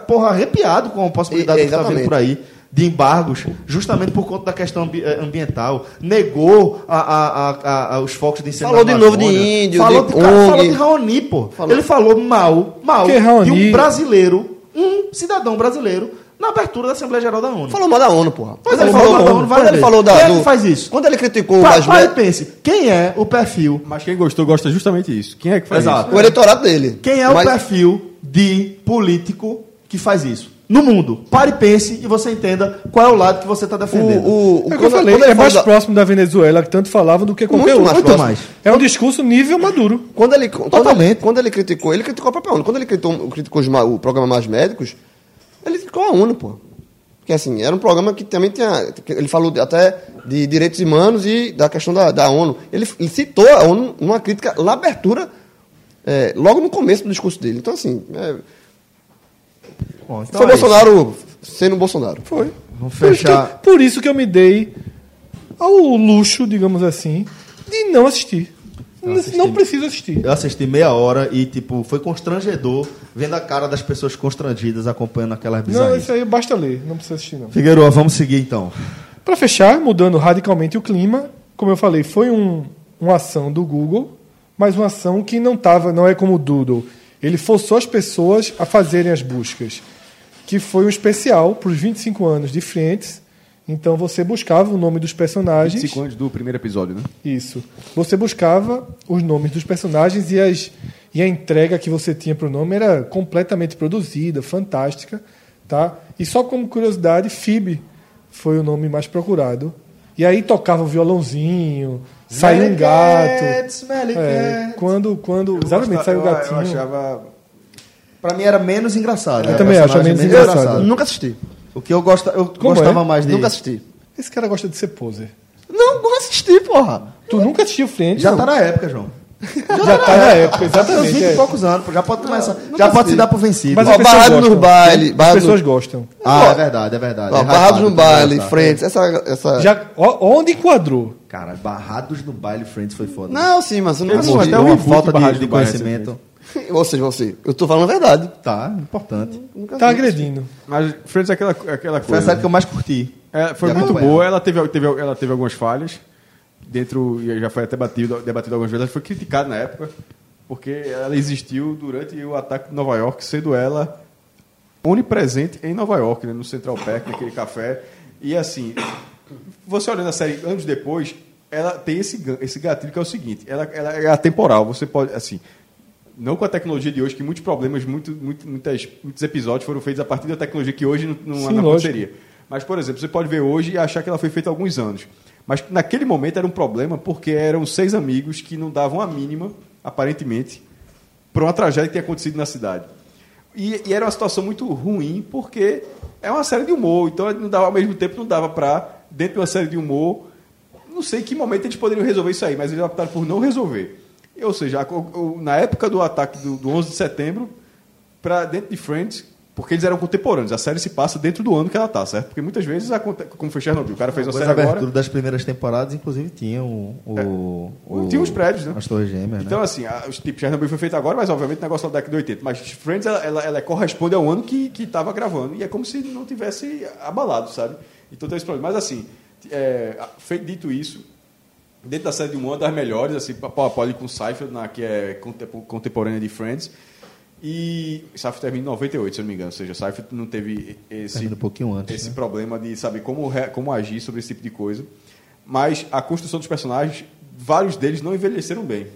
S5: porra, arrepiado com a possibilidade
S6: E-
S5: que está vindo
S6: exatamente.
S5: por aí de embargos, justamente por conta da questão ambi- eh, ambiental, negou a, a- a- a- a- os focos de incêndio
S6: Falou
S5: na
S6: de novo de
S5: Amazônia.
S6: índio,
S5: falou
S6: de
S5: de, cara, falou
S6: ONG.
S5: de Raoni, pô.
S6: Falou.
S5: Ele falou mal, mal,
S3: Porque Raoni-
S5: de um brasileiro, um cidadão brasileiro, na abertura da Assembleia Geral da ONU.
S6: Falou mal da ONU, porra.
S5: Mas
S6: Quando
S5: ele falou mal da ONU várias
S6: Quando ele
S5: vezes.
S6: falou da
S5: Quem é que
S6: do-
S5: faz isso?
S6: Quando ele criticou o
S5: Pa-
S6: Vasco,
S5: Pare e pense, quem é o perfil,
S4: Mas quem gostou gosta justamente disso. Quem é que faz
S5: Exato.
S4: isso?
S6: o eleitorado dele.
S5: quem é o
S6: Mas-
S5: perfil de político que faz isso? No mundo. Pare e pense e você entenda qual é o lado que você está
S6: O,
S5: defendendo.
S6: o, o,
S3: É o que eu
S6: quando-
S3: falei,
S6: quando
S3: é
S6: ele
S3: mais
S6: falou da-
S3: próximo da Venezuela que tanto falavam do que qualquer
S6: Muito
S3: outro.
S6: mais próximo.
S3: É um discurso nível maduro.
S6: Quando ele, quando
S5: Totalmente.
S6: ele- quando ele criticou, ele criticou a própria ONU. Quando ele criticou, criticou os ma- o programa Mais Médicos, ele criticou a ONU, pô. Porque, assim, era um programa que também tinha... que Ele falou de- até de direitos humanos e da questão da, da ONU. Ele, ele citou a ONU numa crítica na abertura, é, logo no começo do discurso dele. Então, assim, é,
S5: Bom, então
S6: foi
S5: é isso.
S6: Bolsonaro sendo Bolsonaro.
S3: Foi.
S5: Vamos
S3: Por isso que eu-
S5: fechar.
S3: Por isso que eu me dei ao luxo, digamos assim, de não assistir. Não, preciso assistir.
S5: Eu assisti meia hora e, tipo, foi constrangedor vendo a cara das pessoas constrangidas acompanhando aquelas
S3: Não,
S5: bizarrices.
S3: isso é- aí basta ler, não precisa assistir não.
S5: Figueiredo, vamos seguir então.
S3: Para fechar, mudando radicalmente o clima, como eu falei, foi um, uma ação do Google, mas uma ação que não tava, não é como o Doodle. Ele forçou as pessoas a fazerem as buscas, que foi um especial para os 25 anos de Friends. Então você buscava o nome dos personagens.
S4: 25 anos do primeiro episódio, né?
S3: Isso. Você buscava os nomes dos personagens e, as, e a entrega que você tinha para o nome era completamente produzida, fantástica. Tá? E só como curiosidade, Phoebe foi o nome mais procurado. E aí tocava o violãozinho, saiu um
S5: Smelly
S3: gato.
S5: cat, smelly
S3: É,
S5: cat.
S3: quando, quando, exatamente, saiu o gatinho.
S5: achava... Pra mim era menos engraçado.
S3: Eu
S5: Era
S3: também acho
S5: personagem
S3: menos engraçado.
S6: Nunca assisti.
S5: O que eu, gosta, eu
S3: Como
S5: gostava
S3: é?
S5: mais de...
S6: Nunca assisti.
S3: Esse cara gosta de ser poser.
S6: Não, nunca assisti, porra.
S3: Tu nunca assistiu Friends?
S5: Já tá na época, João.
S3: Já tá na época,
S5: Tem
S3: exatamente.
S5: 20
S3: é.
S5: e poucos anos, pô, já pode começar. já pode se dar por vencido.
S3: Mas
S6: Ó,
S3: as pessoas
S6: Barrado no
S3: gostam, né?
S6: baile,
S3: As
S6: barrado no-
S3: pessoas gostam.
S5: Ah, é verdade, é verdade.
S6: Ó,
S5: É
S6: Barrados
S5: hypado,
S6: no baile,
S5: tá.
S6: Friends, essa... essa...
S3: Já, ó, onde enquadrou?
S5: Cara, Barrados no baile, Friends foi foda.
S6: Não, sim, mas [laughs] eu não
S5: Mas, pô,
S6: assisti.
S5: até uma
S4: Orkut,
S5: falta de,
S4: Barrados
S5: de
S4: no baile,
S5: conhecimento.
S6: Ou seja, você, eu tô falando a verdade.
S5: Tá, importante.
S6: Nunca
S3: Tá
S6: assisti.
S3: agredindo.
S4: Mas Friends é aquela, é aquela
S5: Foi
S4: coisa.
S5: a série que eu mais curti.
S4: É, foi
S5: de
S4: muito
S5: acompanhar.
S4: boa. Ela teve, teve, ela teve algumas falhas. Dentro, e já foi até batido, debatido algumas vezes. Ela foi criticada na época. Porque ela existiu durante o ataque de Nova York, sendo ela onipresente em Nova York, né, no Central Park, naquele café. E assim, você olhando a série anos depois, ela tem esse, gan- esse gatilho que é o seguinte: ela, ela é atemporal. Você pode, assim, não com a tecnologia de hoje, que muitos problemas, muito, muito, muitas, muitos episódios foram feitos a partir da tecnologia que hoje não, não,
S3: Sim,
S4: não
S3: lógico.
S4: aconteceria. Mas, por exemplo, você pode ver hoje e achar que ela foi feita há alguns anos. Mas naquele momento era um problema porque eram seis amigos que não davam a mínima, aparentemente, para uma tragédia que tinha acontecido na cidade. E, e era uma situação muito ruim, porque é uma série de humor, então não dava, ao mesmo tempo não dava para, dentro de uma série de humor, não sei em que momento eles poderiam resolver isso aí, mas eles optaram por não resolver. Ou seja, a- o- o- na época do ataque do, do 11 de setembro, para dentro de Friends, porque eles eram contemporâneos, a série se passa dentro do ano que ela tá, certo? Porque muitas vezes, aconte- como foi Chernobyl, o cara fez uma
S5: Depois
S4: série
S5: da abertura
S4: agora...
S5: das primeiras temporadas, inclusive, tinha o. o, o-
S4: Tinha os prédios, né?
S5: As Torres Gêmeas,
S4: Então,
S5: né?
S4: assim, a, tipo, Chernobyl foi feito agora, mas obviamente o negócio é da década de 80. Mas Friends, ela, ela, ela corresponde ao ano que que estava gravando. E é como se não tivesse abalado, sabe? Então tem esse problema. Mas, assim, é, feito dito isso, dentro da série de humor, é das melhores, assim, pau a pau ali com Seinfeld, na, que é contempo- contemporânea de Friends. E Seinfeld termina em 98, se eu não me engano. Ou seja, Seinfeld não teve esse,
S5: Termina um pouquinho antes,
S4: esse
S5: né?
S4: problema de saber como, re- como agir sobre esse tipo de coisa. Mas a construção dos personagens, vários deles não envelheceram bem.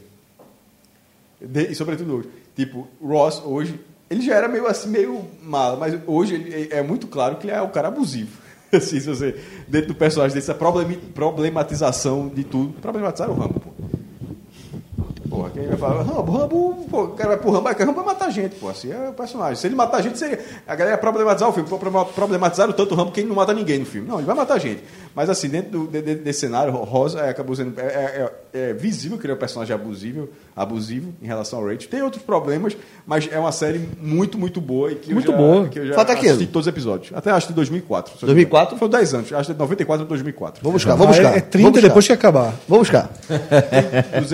S4: De- e sobretudo hoje. Tipo, Ross hoje, ele já era meio assim, meio mala, mas hoje ele é é muito claro que ele é um cara abusivo. [laughs] Assim, se você, dentro do personagem desse, a problemi- problematização de tudo. Problematizaram o Rambo, pô. Porra, quem vai falar, Rambo, Rambo, pô, o cara vai pro Rambo, mas Rambo vai matar gente, pô, assim é o personagem. Se ele matar gente, seria. A galera ia problematizar o filme, Pô, problema- problematizaram tanto o Rambo que ele não mata ninguém no filme. Não, ele vai matar gente. Mas assim, dentro do- de- de- desse cenário, Rosa é, acabou sendo. É, é- é- é visível que ele é um personagem abusivo, abusivo em relação ao Rachel. Tem outros problemas, mas é uma série muito, muito boa e que
S3: Muito
S4: eu já,
S3: boa.
S4: Que eu já
S6: Fato é aquilo.
S4: assisti todos os episódios. Até acho que de 2004. se eu não me engano.
S6: 2004?
S4: Foi 10 anos, acho que de 94 a 2004. [laughs]
S6: Vou buscar, vou
S3: Ah, é-
S6: buscar.
S3: é 30
S6: vou buscar.
S3: depois que acabar.
S6: Vou buscar.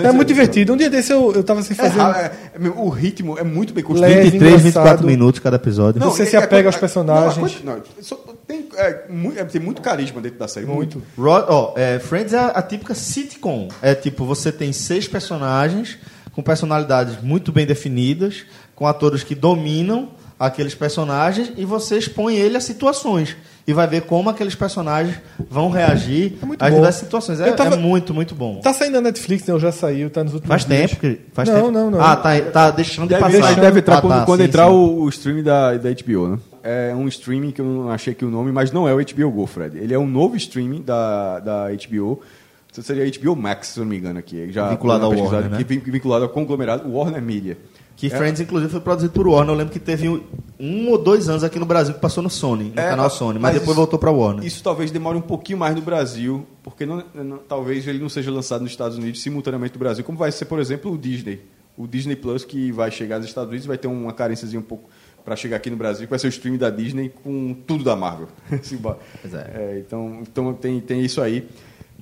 S3: É muito divertido. Um dia desse eu, eu tava sem
S4: É,
S3: fazer.
S4: é- é- o ritmo é muito bem construído.
S3: Leve,
S5: 23, 24
S3: engraçado.
S5: minutos cada episódio.
S3: Não, Você se apega aos personagens.
S4: não, a coisa- não, só- tem, é, mu- é, tem muito carisma dentro da série. Muito.
S5: Ro- ó, é, Friends é a, a típica sitcom. É tipo, você tem seis personagens com personalidades muito bem definidas, com atores que dominam aqueles personagens e você expõe ele a situações. E vai ver como aqueles personagens vão reagir
S3: É muito
S5: às
S3: bom.
S5: diversas situações. É,
S3: Eu tava-
S5: é muito, muito bom.
S3: Tá saindo na Netflix, né? Eu já saiu, tá nos últimos
S5: Faz
S3: dias.
S5: tempo que. Faz
S3: Não,
S5: tempo.
S3: não, não.
S5: Ah, tá, tá deixando de
S4: Deve,
S5: passar.
S4: ele deve entrar
S5: Ah,
S4: quando,
S5: tá,
S4: quando
S5: sim,
S4: entrar
S5: sim.
S4: O, o stream da, da HBO, né? É um streaming que eu não achei aqui o nome, mas não é o HBO Go, Fred. Ele é um novo streaming da, da HBO. Isso Seria HBO Max, se eu não me engano aqui. Já
S5: Vinculado ao
S4: já pesquisado,
S5: Warner, né?
S4: que vin- Vinculado ao conglomerado Warner Media.
S5: Que Friends, inclusive, foi produzido por Warner. Eu lembro que teve um, um ou dois anos aqui no Brasil que passou no Sony, no
S4: É,
S5: canal Sony, mas,
S4: mas
S5: depois
S4: isso-
S5: voltou pra Warner.
S4: Isso talvez demore um pouquinho mais no Brasil, porque não- não- talvez ele não seja lançado nos Estados Unidos simultaneamente no Brasil, como vai ser, por exemplo, o Disney. O Disney Plus, que vai chegar nos Estados Unidos, vai ter uma carênciazinha um pouco para chegar aqui no Brasil, que vai ser o stream da Disney com tudo da Marvel. [laughs] Assim, ba-
S5: Pois é.
S4: É, então então tem, tem isso aí.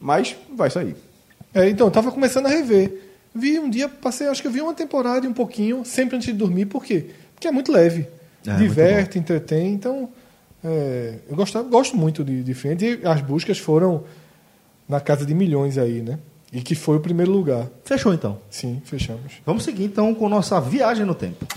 S4: Mas vai sair.
S3: É, então, eu tava começando a rever. Vi um dia, passei, acho que eu vi uma temporada e um pouquinho, sempre antes de dormir, por quê? Porque é muito leve.
S5: É, muito
S3: diverte, entretém, então. é, eu gostava, gosto muito de, de Friends e as buscas foram na casa de milhões aí, né? E que foi o primeiro lugar.
S5: Fechou então.
S3: Sim, fechamos.
S5: Vamos seguir então com nossa viagem no tempo.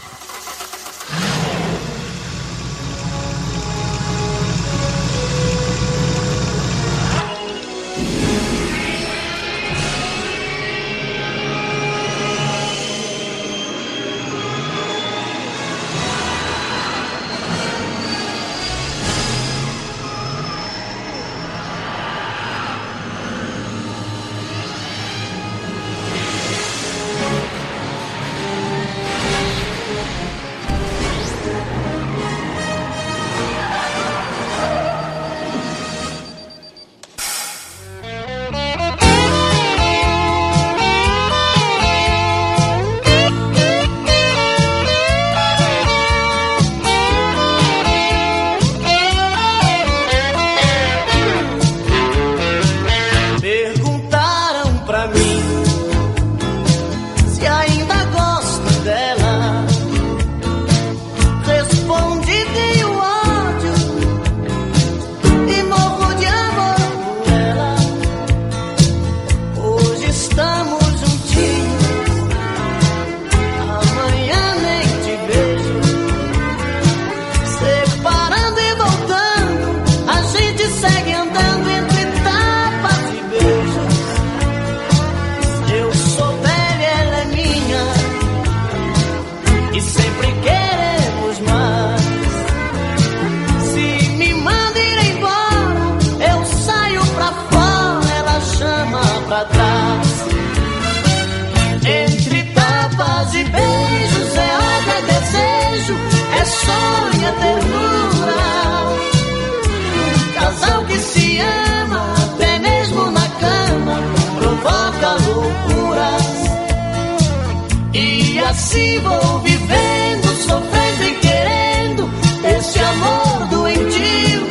S8: assim vou vivendo, sofrendo e querendo esse amor doentio.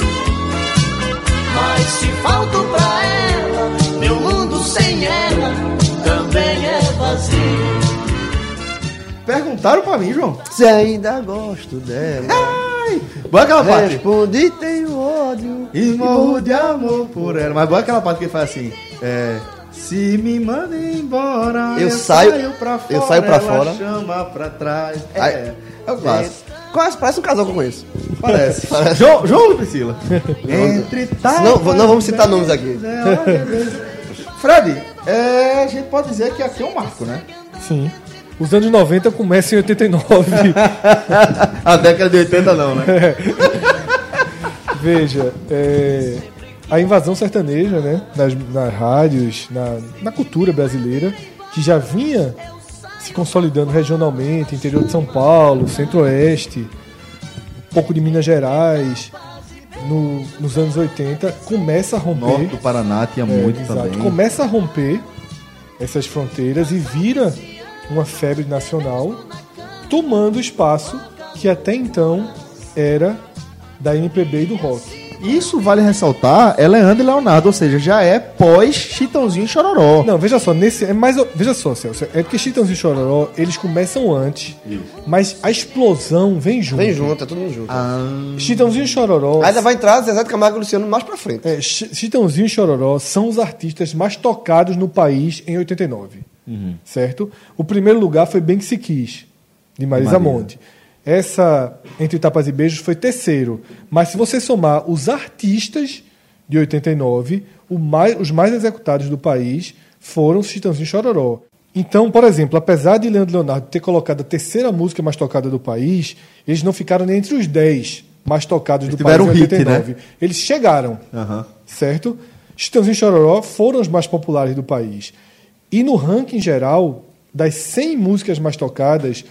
S8: Mas se falto pra ela, meu mundo sem ela também é vazio.
S2: Perguntaram pra mim, João.
S6: Se ainda gosto dela.
S2: Ai! Boa
S5: É,
S2: aquela parte.
S6: Respondi, tenho ódio.
S2: E morro de amor por ela. Mas boa aquela parte que ele faz assim. É. Se me manda embora,
S6: Eu saio-
S2: pra fora.
S6: eu saio pra
S2: ela
S6: fora."
S2: Chama pra trás. É,
S6: Ai,
S2: é o clássico.
S6: Quase parece um casal que eu conheço.
S2: Parece.
S6: Parece.
S2: é. João, João ou Priscila? Entre tais. é,
S6: Não, vou- não vamos citar nomes aqui.
S2: Fred, é, a gente pode dizer que aqui é um marco, né?
S3: Sim. Os anos 90 começam em 89.
S5: A década de 80 não, né?
S3: Veja, é, a invasão sertaneja, né? Nas, nas rádios, na, na cultura brasileira, que já vinha se consolidando regionalmente, interior de São Paulo, centro-oeste, um pouco de Minas Gerais, no- nos anos 80, começa a romper.
S5: Norte do Paraná tinha
S3: É,
S5: muito
S3: exato.
S5: também.
S3: Começa a romper essas fronteiras e vira uma febre nacional, tomando espaço que até então era da MPB e do rock.
S5: Isso vale ressaltar, é Leandro e Leonardo, ou seja, já é pós Chitãozinho e Chororó.
S3: [laughs] Não, veja só, nesse é mais ou- veja só, Celso, é porque Chitãozinho e Chororó, eles começam antes, mas a explosão vem junto.
S6: Vem junto, é todo mundo junto.
S3: Chitãozinho e Chororó.
S6: Ainda vai entrar Zezé de Camargo e Luciano mais pra frente. né?
S3: é, Ch- Chitãozinho e Chororó são os artistas mais tocados no país em 89.
S5: Uhum.
S3: Certo? O primeiro lugar foi Bem Que Se Quis, de Marisa Monte. Essa, entre tapas e beijos, foi terceiro. Mas se você somar os artistas de 89, o mais- os mais executados do país foram Chitãozinho e Chororó. Então, por exemplo, apesar de Leandro Leonardo ter colocado a terceira música mais tocada do país, eles não ficaram nem entre os 10 mais tocados do país
S5: tiveram
S3: em
S5: um hit,
S3: 89. Eles chegaram, certo? Chitãozinho e Chororó foram os mais populares do país. E no ranking geral, das 100 músicas mais tocadas,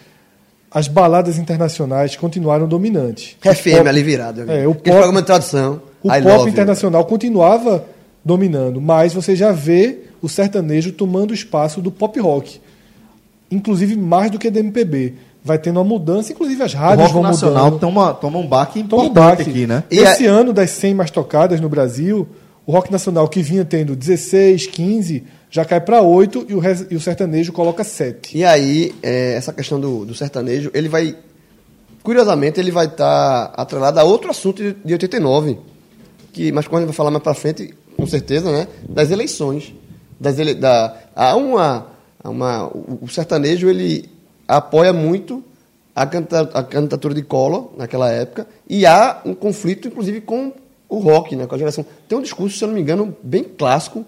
S3: as baladas internacionais continuaram dominantes.
S6: FM ali virado. né?
S3: É, o
S6: Aquele
S3: pop-
S6: programa de tradução.
S3: O
S6: I
S3: pop
S6: love you.
S3: internacional continuava dominando, mas você já vê o sertanejo tomando espaço do pop rock. Inclusive mais do que do MPB. Vai tendo uma mudança, inclusive as
S5: O
S3: rádios
S5: rock
S3: vão mudando.
S5: nacional toma, toma um baque
S3: Toma
S5: importante
S3: o baque.
S5: aqui, né?
S6: Então, E
S3: Esse
S6: a-
S3: ano das 100 mais tocadas no Brasil, o rock nacional que vinha tendo 16, 15, já cai para 8 e o, res- e o sertanejo coloca 7.
S6: E aí, é, essa questão do, do sertanejo, ele vai. Curiosamente, ele vai estar atrelado a outro assunto de, de 89. Que, mas quando a gente vai falar mais pra frente, com certeza, né? Das eleições. Das ele, da, há uma, há uma. O o sertanejo, ele apoia muito a, canta, a candidatura de Collor naquela época. E há um conflito, inclusive, com o rock, né? Com a geração. Tem um discurso, se eu não me engano, bem clássico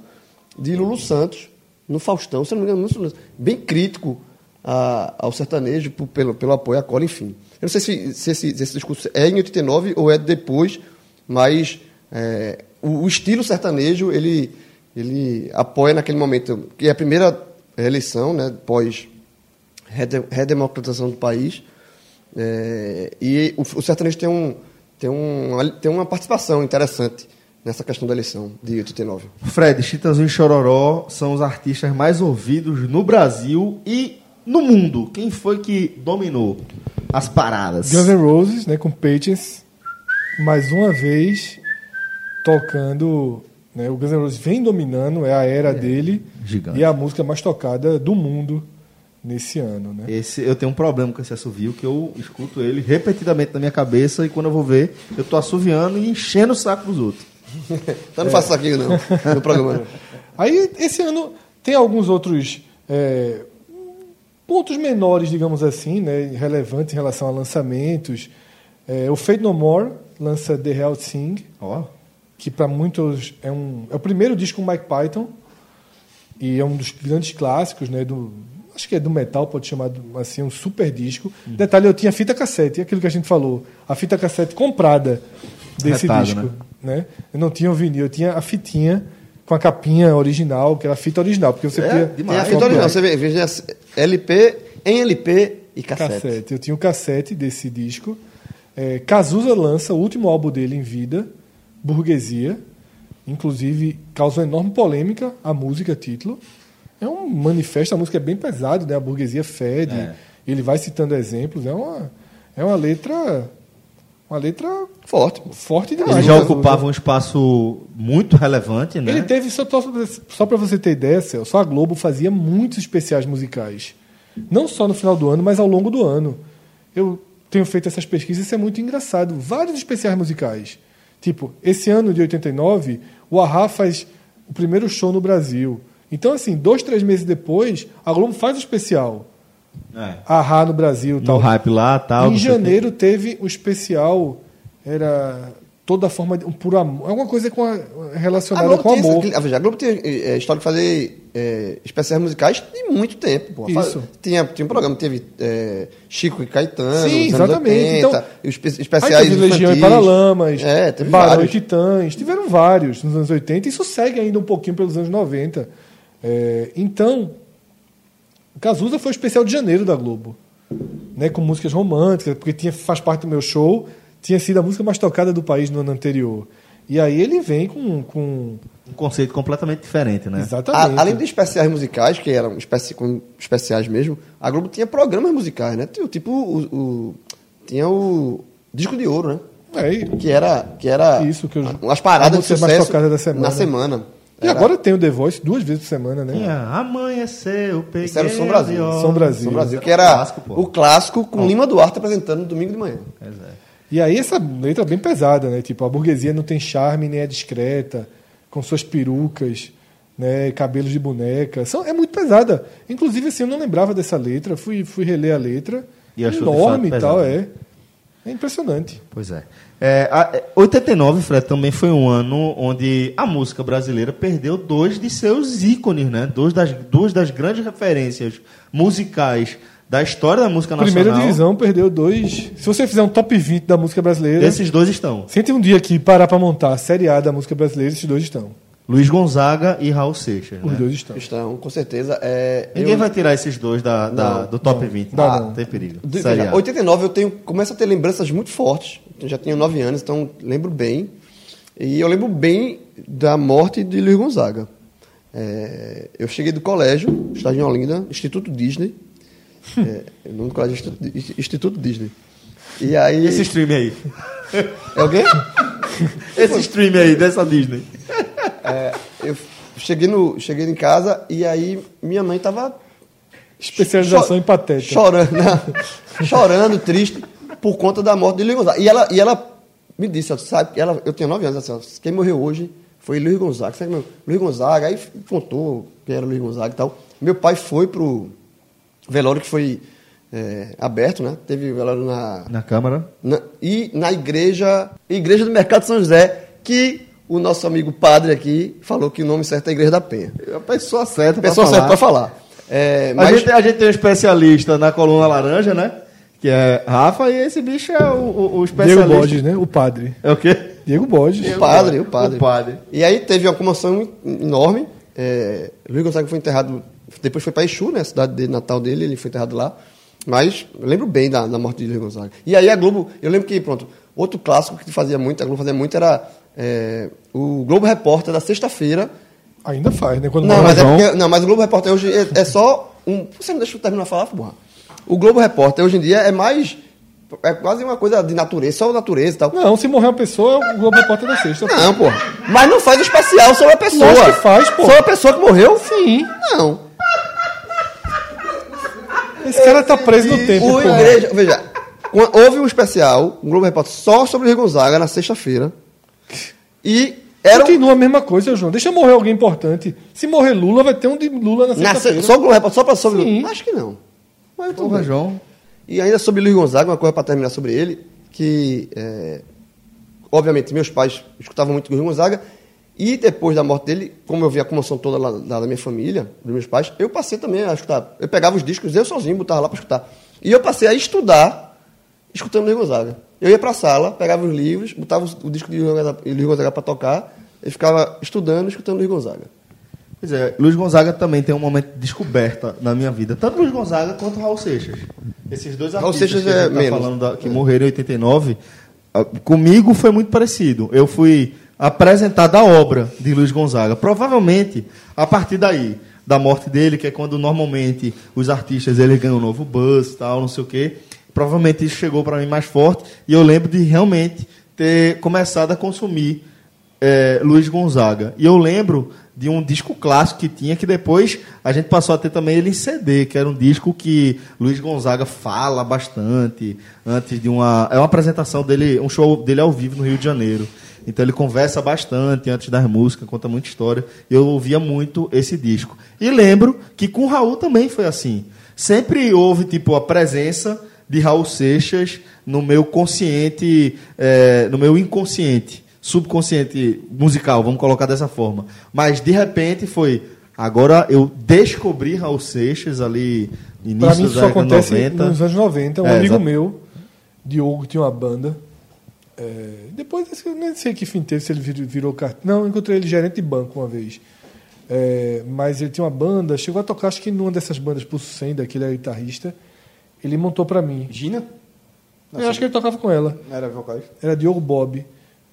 S6: de Lulu Santos, no Faustão, se eu não me engano, no Lulu Santos, bem crítico a- ao sertanejo por- pelo, pelo apoio à cola, enfim. Eu não sei se, se esse, se esse discurso é em 89 ou é depois, mas é, o, o estilo sertanejo ele, ele apoia naquele momento, que é a primeira eleição, né, pós rede- redemocratização do país. É, e o, o sertanejo tem, um, tem, um, tem uma participação interessante nessa questão da eleição de 89.
S5: Fred, Chitãozinho e Chororó são os artistas mais ouvidos no Brasil e no mundo. Quem foi que dominou as paradas?
S3: Guns N' Roses, né, com Patience, mais uma vez tocando. né, o Guns N' Roses vem dominando, é a era dele
S5: gigante.
S3: e é a música mais tocada do mundo nesse ano. Né?
S5: Esse, eu tenho um problema com esse assovio, que eu escuto ele repetidamente na minha cabeça e quando eu vou ver, eu tô assoviando e enchendo o saco dos outros.
S6: Então não faça isso aqui, não, no programa.
S3: [laughs]
S6: não.
S3: Aí, esse ano, tem alguns outros é, pontos menores, digamos assim, né, relevantes em relação a lançamentos. É, o Fate No More lança The Hell Sing,
S5: Ó,
S3: que para muitos é, um, é o primeiro disco com Mike Python e é um dos grandes clássicos, né, do, acho que é do metal, pode chamar do- assim, um super disco.
S5: Hum.
S3: Detalhe, eu tinha fita cassete, aquilo que a gente falou, a fita cassete comprada desse
S5: Retado,
S3: disco, né? Eu não tinha o vinil, eu tinha a fitinha com a capinha original, que era a fita original, porque
S5: É,
S3: você podia
S6: É, Tem a fita original, você vê, veja LP, em LP e cassete.
S3: cassete. Eu tinha o cassete desse disco. É, Cazuza lança o último álbum dele em vida, Burguesia. Inclusive, causou enorme polêmica a música título. É um manifesto, a música é bem pesada, né? A burguesia fede. Ele vai citando exemplos. É uma, é uma letra. Uma letra
S6: Forte.
S3: forte demais.
S5: Ele já
S3: Né?
S5: ocupava um espaço muito relevante, né?
S3: Ele teve, só, só, só para você ter ideia, Celso, só a Globo fazia muitos especiais musicais. Não só no final do ano, mas ao longo do ano. Eu tenho feito essas pesquisas, isso é muito engraçado. Vários especiais musicais. Tipo, esse ano de 89, o Arra faz o primeiro show no Brasil. Então, assim, dois, três meses depois, a Globo faz o especial.
S5: É.
S3: Arra no Brasil
S5: No
S3: tal.
S5: Tá hype lá, tal.
S3: Em
S5: não sei o quê.
S3: janeiro teve um especial, era toda forma de um puro amor, alguma coisa com a- relacionada com
S6: tem
S3: amor.
S6: essa- a ah, veja, a Globo tem é, história de fazer é, especiais musicais de muito tempo. Pô. Fa-
S3: Isso.
S6: Tinha, tinha um programa, teve é, Chico e Caetano,
S3: Sim,
S6: nos anos
S3: exatamente.
S6: 80,
S3: Então,
S6: e os espe-
S3: Aí
S6: especiais
S3: teve Legião e
S6: infantis.
S3: Paralamas,
S6: É, teve
S3: Barão
S6: vários.
S3: e Titãs, tiveram vários nos anos 80, isso segue ainda um pouquinho pelos anos 90. É, então, Cazuza foi o especial de janeiro da Globo, né, com músicas românticas, porque tinha, faz parte do meu show, tinha sido a música mais tocada do país no ano anterior. E aí ele vem com... com
S5: Um conceito completamente diferente, né?
S3: Exatamente.
S6: A- É. Ah, além de especiais musicais, que eram especi- com- especiais mesmo, a Globo tinha programas musicais, né? Tinha, o tipo, o, o- tinha o Disco de Ouro, né?
S3: É, e-
S6: Que era, que era
S3: Isso, que os-
S6: as paradas
S3: a
S6: de
S3: música mais
S6: sucesso
S3: tocada da semana.
S6: na semana.
S3: E
S6: Era- É.
S3: agora tem o The Voice duas vezes por semana, né?
S5: Tinha Amanheceu, peguei
S6: Esse era o Som Brasil.
S5: a viola.
S3: São Brasil. É
S6: São Brasil, que
S5: Era
S6: era
S5: é um clássico, pô.
S6: o clássico com Lima Duarte apresentando no domingo de manhã.
S5: Pois é.
S3: E aí essa letra bem pesada, né? Tipo, a burguesia não tem charme nem é discreta, com suas perucas, né? cabelos de boneca. São, é muito pesada. Inclusive, assim, eu não lembrava dessa letra, fui, fui reler a letra.
S5: E achou de
S3: enorme
S5: fato
S3: e tal,
S5: pesada.
S3: é. É impressionante.
S5: Pois é. É, a- é, 89, Fred, também foi um ano onde a música brasileira perdeu dois de seus ícones, né? Dois das, duas das grandes referências musicais da história da música nacional.
S3: Primeira divisão né? perdeu dois. Se você fizer um top 20 da música brasileira,
S5: Esses dois estão.
S3: sente um dia que parar pra montar a série A da música brasileira, esses dois estão.
S5: Luiz Gonzaga e Raul Seixas.
S3: Os
S5: né?
S3: dois estão.
S6: Então, com certeza. É,
S5: Ninguém
S6: eu-
S5: vai tirar esses dois da, da-
S6: Não,
S5: do top
S3: não.
S5: 20.
S3: Dá
S5: Ah,
S3: não.
S5: tem perigo.
S6: De-
S5: Série
S6: veja,
S5: A.
S6: 89 eu tenho, começo a ter lembranças muito fortes. Eu já tenho 9 anos, então lembro bem. E eu lembro bem da morte de Luiz Gonzaga. É, eu cheguei do colégio, estava em Olinda,
S5: [laughs]
S6: Instituto Disney. É, o nome do colégio é Instituto, Di- Instituto Disney. E aí.
S5: Esse stream aí. [laughs]
S6: É alguém?
S5: Esse stream aí dessa Disney.
S6: Eu cheguei, no, cheguei em casa e aí minha mãe tava
S3: Especialização
S6: Cho-
S3: em pateta.
S6: Chorando, né? [laughs] chorando, triste, por conta da morte de Luiz Gonzaga. E ela, e ela me disse, ela, sabe, ela, eu tinha 9 anos, ela disse, ó, quem morreu hoje foi Luiz Gonzaga. Sabe, meu, Luiz Gonzaga, aí contou quem era Luiz Gonzaga e tal. Meu pai foi pro velório que foi é, aberto, né? Teve velório na,
S5: Na câmara.
S6: na- e na igreja, igreja do Mercado São José, que o nosso amigo padre aqui falou que o nome certo é Igreja da Penha.
S5: A pessoa certa É pra
S6: Pessoa
S5: falar.
S6: certa para falar. É,
S5: A,
S6: mas-
S5: gente, a gente tem um especialista na coluna laranja, né? Que é Rafa, e esse bicho é o, o, o
S3: Diego
S5: especialista.
S3: Borges, né? O padre.
S5: É o quê?
S3: Diego Borges.
S6: O padre, o padre.
S5: é né? O padre.
S6: E aí teve uma comoção enorme. É, Luiz Gonzaga foi enterrado, depois foi para Exu, né? A cidade de natal dele, ele foi enterrado lá. Mas eu lembro bem da, da morte de Luiz Gonzaga. E aí a Globo, eu lembro que, pronto, outro clássico que fazia muito, a Globo fazia muito, era é, o Globo Repórter da sexta-feira.
S3: Ainda faz, né? Quando
S6: Não, mas é
S3: Marajão-
S6: porque- não, mas o Globo Repórter hoje é, é só um. Você não deixa eu terminar de falar, porra. O Globo Repórter hoje em dia é mais. É quase uma coisa de natureza, só natureza e tal.
S3: Não, se morrer uma pessoa, é o Globo Repórter da Sexta.
S6: Não, pô. Mas não faz especial sobre a pessoa.
S3: Lógico que faz, pô.
S6: Sobre a pessoa que morreu? Sim. Não.
S3: Esse cara tá preso no tempo,
S6: O
S3: pô.
S6: igreja, veja, quan- houve um especial, um Globo Repórter, só sobre o Luiz Gonzaga na sexta-feira. E era um,
S3: Continua a mesma coisa, João. Deixa morrer alguém importante. Se morrer Lula, vai ter um de Lula na
S6: na, se-
S3: sexta-feira.
S6: só o Globo Repórter, só pra sobre
S3: Sim.
S6: Acho que não. Mas tudo
S5: Porra,
S6: bem.
S5: João.
S6: E ainda sobre Luiz Gonzaga, uma coisa para terminar sobre ele, que é, obviamente meus pais escutavam muito Luiz Gonzaga, e depois da morte dele, como eu vi a comoção toda lá, lá da minha família, dos meus pais, eu passei também a escutar. Eu pegava os discos, eu sozinho, botava lá para escutar. E eu passei a estudar escutando Luiz Gonzaga. Eu ia para a sala, pegava os livros, botava os- o disco de Luiz Gonzaga- Luiz Gonzaga para tocar, e ficava estudando, escutando Luiz Gonzaga.
S5: Pois é, Luiz Gonzaga também tem um momento de descoberta na minha vida. Tanto Luiz Gonzaga quanto Raul Seixas. Esses dois
S6: Raul
S5: artistas
S6: Seixas
S5: que a gente
S6: é
S5: tá
S6: menos.
S5: falando da- que morreram em 89, ah, comigo foi muito parecido. Eu fui apresentado a obra de Luiz Gonzaga. Provavelmente, a partir daí, da morte dele, que é quando normalmente os artistas eles ganham um novo buzz, tal, não sei o quê. Provavelmente isso chegou para mim mais forte e eu lembro de realmente ter começado a consumir é, Luiz Gonzaga. E eu lembro de um disco clássico que tinha, que depois a gente passou a ter também ele em CD, que era um disco que Luiz Gonzaga fala bastante antes de uma. É uma apresentação dele, um show dele ao vivo no Rio de Janeiro. Então ele conversa bastante antes das músicas, conta muita história. Eu ouvia muito esse disco. E lembro que com Raul também foi assim. Sempre houve, tipo, a presença de Raul Seixas no meu consciente, eh, no meu inconsciente subconsciente musical, vamos colocar dessa forma. Mas de repente foi. Agora eu descobri Raul Seixas ali,
S3: Pra mim
S5: início
S3: isso
S5: dos
S3: só
S5: anos
S3: acontece
S5: 90.
S3: nos anos 90. Um
S5: É,
S3: amigo
S5: exato.
S3: meu, Diogo, tinha uma banda. É, depois, esse- eu nem sei que fim teve, se ele virou, virou cartão. Não, eu encontrei ele gerente de banco uma vez. É, mas ele tinha uma banda, chegou a tocar, acho que numa dessas bandas, Pulso Senda, que ele era guitarrista. Ele montou pra mim.
S2: Gina?
S3: eu acho que ele tocava com ela.
S2: Era vocalista.
S3: Era Diogo Bob.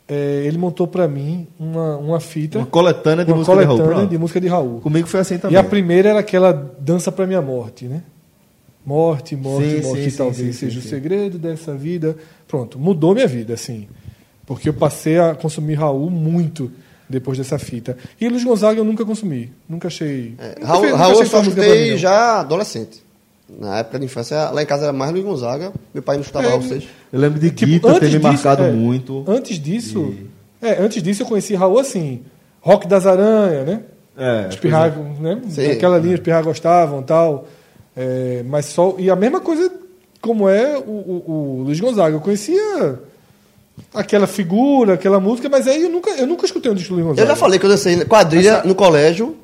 S3: É, ele montou pra mim uma, uma fita,
S5: Uma coletânea de
S3: uma
S5: música de Raul.
S3: coletânea
S5: pronto.
S3: de música de Raul.
S5: Comigo foi assim
S3: E
S5: também.
S3: a primeira era aquela dança pra minha morte, né? Morte, morte,
S5: Sim,
S3: morte,
S5: sim, sim,
S3: talvez
S5: sim, sim,
S3: seja o
S5: sim.
S3: segredo dessa vida. Pronto, mudou minha vida, assim. Porque eu passei a consumir Raul muito depois dessa fita. E Luiz Gonzaga eu nunca consumi. Nunca achei.
S6: É,
S3: nunca
S6: Raul,
S3: fez- nunca
S6: Raul eu
S3: achei
S6: só
S3: sua música pra mim,
S6: escutei
S3: não.
S6: já adolescente. Na época da infância, lá em casa era mais Luiz Gonzaga. Meu pai não escutava Raul Seixas.
S5: Eu lembro de
S3: Tipo,
S5: Guita ter me
S3: disso-
S5: marcado
S3: é,
S5: muito.
S3: Antes disso. É, antes disso eu conheci Raul assim. Rock das Aranhas, né?
S5: É,
S3: Os pirragos, né?
S6: Sim. é.
S3: Aquela linha, os pirragos gostavam e tal. É, mas só. E a mesma coisa como é o, o- o Luiz Gonzaga. Eu conhecia aquela figura, aquela música, mas aí eu nunca, eu nunca escutei um disco do Luiz
S6: Eu
S3: Gonzaga.
S6: já falei que eu dancei quadrilha no colégio,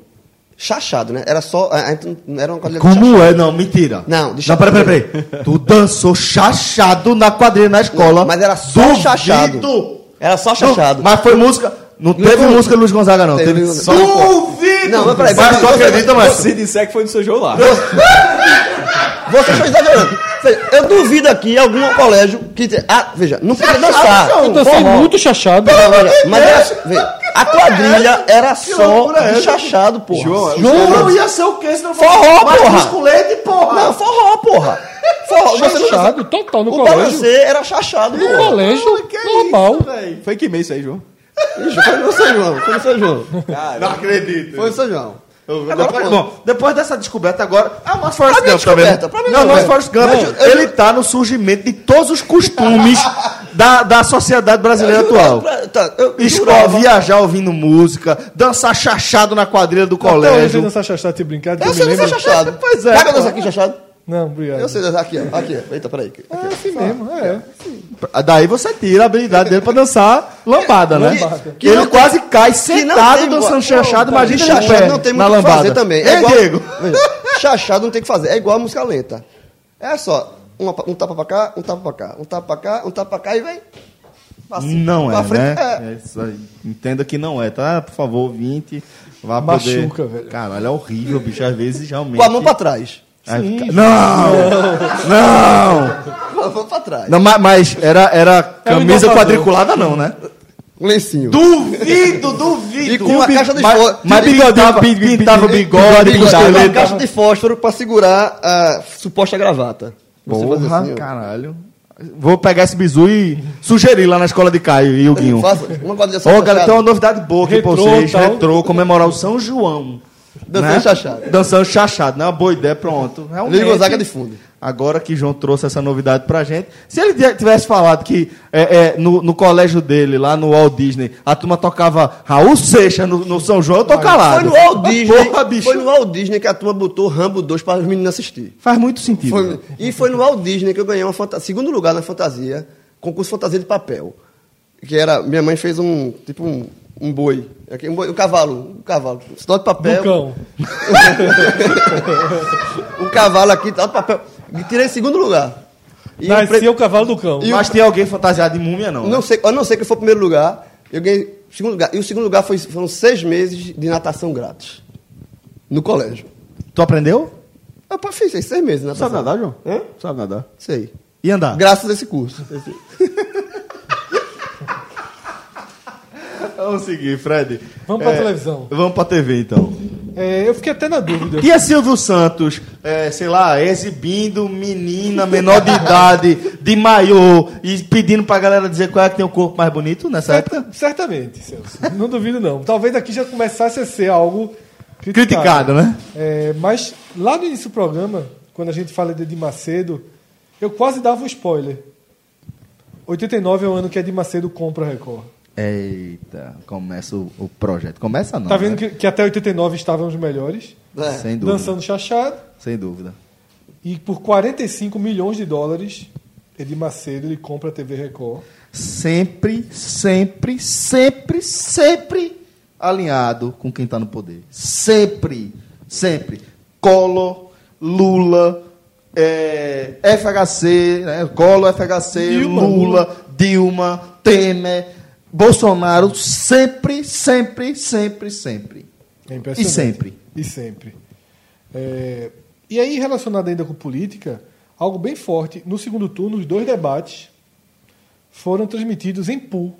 S6: chachado, né? Era só. a- a gente não- Era uma quadrilha de
S5: Como é? Não, mentira.
S6: Não, deixa
S5: não,
S6: eu-
S5: peraí, peraí, peraí. tu dançou chachado na quadrilha na escola.
S6: Não, mas era só chachado. Era só chachado.
S5: Não, mas foi música. Não
S6: Não
S5: teve
S6: foi-
S5: música Luiz Gonzaga, não.
S6: Teve
S5: Teve
S6: Luiz
S5: só.
S6: Gonzaga.
S5: Duvido!
S6: Não, mas peraí,
S5: Mas
S6: você-
S5: tu
S6: você-
S5: acredita, mas.
S4: Se disser que foi no seu jogo lá.
S6: Você está exagerando. Ou seja, Eu duvido aqui algum colégio que. te- Ah, veja, não podia dançar.
S5: não.
S6: Não,
S5: Eu
S9: dancei
S6: ah, forró.
S9: muito chachado.
S6: veja, mas era, veja, a quadrilha era só
S5: é loucura é
S6: de
S5: essa?
S6: chachado, porra.
S5: Não ia ser o quê? Se não fosse-
S6: Forró,
S5: Mas
S6: porra.
S5: com leite, porra!
S6: Não, forró, porra. Forró, você não
S9: Chachado, total, no
S6: O é
S9: colégio.
S6: balancê era chachado,
S9: No
S6: porra.
S9: colégio,
S5: que é
S9: normal.
S4: Foi que mês isso aí, João?
S6: Ixi, Foi no São João, foi no São João.
S5: Não acredito.
S6: Foi no São João.
S5: Agora,
S6: Agora,
S5: bom, depois dessa descoberta agora. Ah, mas Forrest
S6: minha
S5: Gump também.
S6: descoberta, pra mim
S5: não,
S6: não,
S5: mas
S6: velho.
S5: Forrest Gump,
S6: Não, eu-
S5: ele tá no surgimento de todos os
S6: [laughs]
S5: costumes da, da sociedade brasileira atual.
S6: Pra- tá, eu
S5: Escola,
S6: jurava.
S5: viajar ouvindo música, dançar chachado na quadrilha do
S6: Então,
S3: Até hoje eu
S5: colégio.
S3: dançar chachado e brincar, que
S6: Eu
S3: eu me
S6: sei dançar
S3: lembro.
S6: chachado.
S5: Pois é,
S6: Dá pra
S5: pô.
S6: dançar aqui, chachado?
S3: Não, obrigado.
S6: Eu sei dançar aqui, ó. Aqui, ó. Eita, peraí.
S3: É assim mesmo, é.
S5: Daí você tira a habilidade dele pra dançar lambada, né?
S3: Lambada.
S5: Que ele quase cai
S6: Que não
S5: sentado
S6: tem
S5: dançando
S6: igual-
S5: chachado,
S6: Não,
S5: imagina ele em
S6: chachado
S5: pé
S6: não tem
S5: na
S6: muito o que
S5: lambada.
S6: fazer também.
S5: É,
S6: igual, [laughs]
S5: Diego.
S6: Veja, chachado não tem o que fazer. É igual a música lenta. É só uma pa- um tapa pra cá, um tapa pra cá, um tapa pra cá, um tapa pra cá e vem. Assim,
S5: Não
S6: pra
S5: é,
S6: frente,
S5: né? É isso aí. Entenda que não é, tá? Por favor, ouvinte, vá
S3: Machuca,
S5: poder...
S3: velho.
S5: Caralho, é horrível, bicho. Às vezes, realmente...
S6: Com a mão pra trás.
S5: Aí fica- Não! Não!
S6: Com a mão pra trás.
S5: Não, ma- mas era, era
S6: É
S5: camisa
S3: inovador.
S5: quadriculada não, né?
S6: Um lencinho.
S5: Duvido, duvido!
S6: E com uma caixa de
S5: Mas,
S6: fósforo.
S5: mas pintava, pintava o bigode,
S6: Bigode, uma caixa
S5: costeleta.
S6: de fósforo pra segurar a suposta gravata. Você faz assim,
S5: Porra,
S6: ó.
S5: caralho. Vou pegar esse bizu e sugerir lá na escola de Caio e o Guinho.
S6: Faça uma quadrilha só
S5: Ô,
S6: chachado.
S5: galera, tem uma novidade boa aqui pra
S3: Retrô,
S5: vocês.
S3: tal.
S5: Retrô, comemorar o São João. né?
S6: Dançando chachado.
S5: Dançando chachado, né? Uma boa ideia, pronto.
S6: Luiz
S5: Realmente,
S6: Gonzaga de fundo.
S5: Agora que João trouxe essa novidade pra gente. Se ele tivesse falado que é, é, no, no colégio dele, lá no Walt Disney, a turma tocava Raul Seixas no, no São João, eu tô calado.
S6: Foi no Walt Disney.
S5: Porra, bicho.
S6: Foi no Walt Disney que a turma botou Rambo 2 para os meninos assistir.
S5: Faz muito sentido.
S6: Foi- e foi no Walt Disney que eu ganhei uma fanta- segundo lugar na fantasia, concurso fantasia de papel. Que era, minha mãe fez um, tipo um, um boi, um, boi, um cavalo, um cavalo, sinal de papel.
S3: Cão.
S6: Um cavalo aqui, sinal de papel. E tirei em segundo lugar. E o
S3: Nascia
S6: pre-
S3: o cavalo do cão.
S6: E o-
S5: Mas tem alguém fantasiado de múmia, não? né?
S6: Não sei, eu não sei que foi o primeiro lugar. Eu ganhei o segundo lugar. E o segundo lugar foi, foram seis meses de natação grátis. No colégio.
S5: Tu aprendeu?
S6: Eu pô, fiz seis, seis meses de natação.
S4: Sabe nadar, João?
S6: Hã?
S4: Sabe nadar.
S6: Sei.
S5: E andar?
S6: Graças a esse curso.
S5: Vamos seguir, Fred.
S3: Vamos pra televisão.
S5: É, Vamos pra TV, então.
S3: É, eu fiquei até na dúvida.
S5: E a Silvio Santos, é, sei lá, exibindo menina menor de idade, de maiô, e pedindo pra galera dizer qual é que tem o corpo mais bonito nessa época?
S3: Certa- certamente, Celso. Não duvido, não. Talvez aqui já começasse a ser algo criticado.
S5: Criticado, né?
S3: É, mas lá no início do programa, quando a gente fala de Edir Macedo, eu quase dava um spoiler. 89 é o ano que Edir Macedo compra a Record.
S5: Eita, começa o, o projeto. Começa não.
S3: tá vendo
S5: né?
S3: que, que até 89 estavam os melhores,
S6: É.
S5: Sem dúvida.
S3: dançando chachado,
S5: Sem dúvida.
S3: e por 45 milhões de dólares, Edir Macedo ele compra a TV Record.
S5: Sempre, sempre, sempre, sempre alinhado com quem tá no poder. Sempre, sempre. Collor, Lula, é, FHC, né? Collor, FHC,
S3: Dilma,
S5: Lula, Dilma, Temer, Bolsonaro, sempre, sempre, sempre, sempre.
S3: É impressionante.
S5: E sempre.
S3: E sempre. É, E aí, relacionado ainda com política, algo bem forte. No segundo turno, os dois debates foram transmitidos em pool.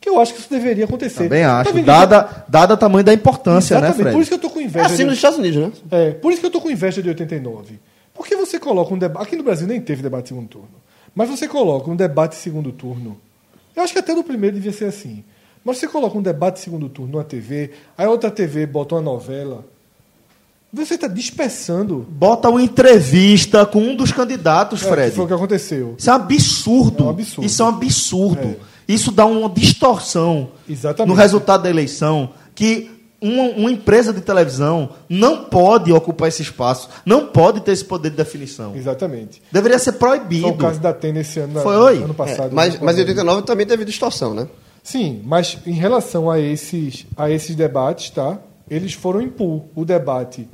S3: Que eu acho que isso deveria acontecer.
S5: Também
S3: Tá
S5: acho,
S3: vendo que-
S5: dada, dada o tamanho da importância,
S3: Exatamente.
S5: né, Fred?
S3: Por isso que eu tô com
S6: É
S3: inveja.
S6: assim nos
S3: de...
S6: Estados Unidos, né?
S3: é, por isso que eu tô com inveja de 89. Porque você coloca um debate. Aqui no Brasil nem teve debate de segundo turno. Mas você coloca um debate de segundo turno. Eu acho que até no primeiro devia ser assim. Mas você coloca um debate de segundo turno numa TV, aí outra TV bota uma novela. Você está dispersando
S5: Bota uma entrevista com um dos candidatos,
S3: É,
S5: Fred.
S3: Foi o que aconteceu.
S5: Isso é um absurdo.
S3: É um absurdo.
S5: Isso é um absurdo.
S3: É.
S5: Isso dá uma distorção
S3: Exatamente.
S5: no resultado da eleição que uma, uma empresa de televisão não pode ocupar esse espaço, não pode ter esse poder de definição.
S3: Exatamente.
S5: Deveria ser proibido.
S3: Foi o caso da Tênis esse ano, na-
S5: Foi.
S3: ano
S6: É,
S3: passado. né?
S6: mas,
S3: ano
S6: mas em
S3: passado.
S6: 89 também teve distorção, né?
S3: Sim, mas em relação a esses, a esses debates, tá? Eles foram em pool. O debate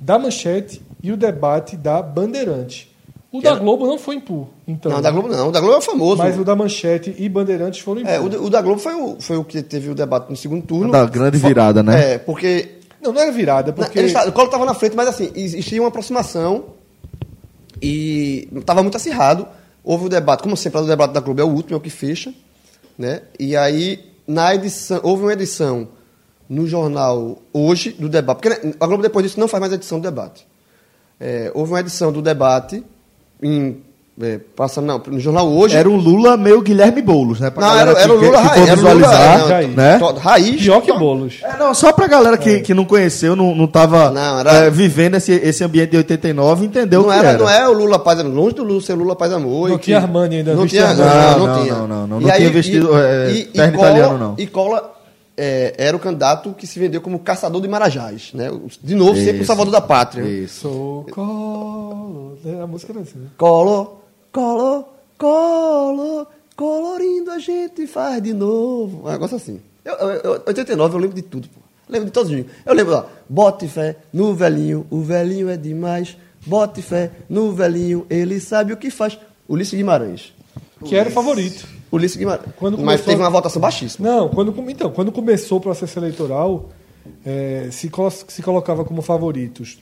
S3: da Manchete e o debate da Bandeirante. O da
S6: era-
S3: Globo não foi em pool. Então,
S6: Não, o da Globo não. O da Globo é o famoso.
S3: Mas o da Manchete e Bandeirantes foram em
S6: É,
S3: pool.
S6: o, da- o da Globo foi o, foi o que teve o debate no segundo turno.
S5: Da grande
S6: Fo-
S5: virada, né?
S6: É, porque.
S3: Não, não era virada, porque...
S6: na- ele está- o Collor estava na frente, mas assim, existia uma aproximação e estava muito acirrado. Houve o debate, como sempre, o debate da Globo é o último, é o que fecha. Né? E aí, na edição, houve uma edição no jornal hoje do debate, porque né, a Globo depois disso não faz mais edição do debate. É, houve uma edição do debate, em, é, passando, não, no jornal hoje.
S5: Era o Lula meio Guilherme Boulos, né? Pra
S6: Não,
S5: galera
S6: era, era o
S5: que-
S6: Lula
S5: que for
S6: raiz. Era o Lula
S5: visualizar,
S6: raiz, não,
S5: né?
S6: to- raiz.
S3: Pior que bolos.
S5: É, não, só pra galera que, que não conheceu, não, não tava
S6: Não, era-
S5: é, vivendo esse, esse ambiente de 89, entendeu o
S6: não,
S5: que
S6: era,
S5: era.
S6: não é o Lula Paz Amor, longe do Lula ser Lula Paz Amor.
S3: Não
S6: e
S3: tinha Armani ainda,
S6: não
S3: vestia
S6: tinha,
S3: Armani.
S5: Não, não, não, não, não. Não tinha vestido, é, terno
S6: Collor-
S5: italiano, não.
S6: E Cola é, era o candidato que se vendeu como caçador de marajás, né? O- De novo, sempre o
S5: Isso.
S6: salvador da pátria.
S5: Isso.
S3: Sou colo... A música era assim, né?
S6: Colo, colo, colo, colorindo a gente faz de novo. Um negócio assim. Eu, eu, eu- 89 eu lembro de tudo, pô. Lembro de todos os jingles. Eu lembro, ó. Bote fé no velhinho, o velhinho é demais. Bote fé no velhinho, ele sabe o que faz. Ulisses Guimarães.
S3: Que era o favorito.
S6: Ulisses Guimarães.
S3: Quando
S6: Mas
S3: começou-
S6: teve uma votação baixíssima.
S3: Não, quando, com- então, quando começou o processo eleitoral, eh, se, colo- se colocava como favoritos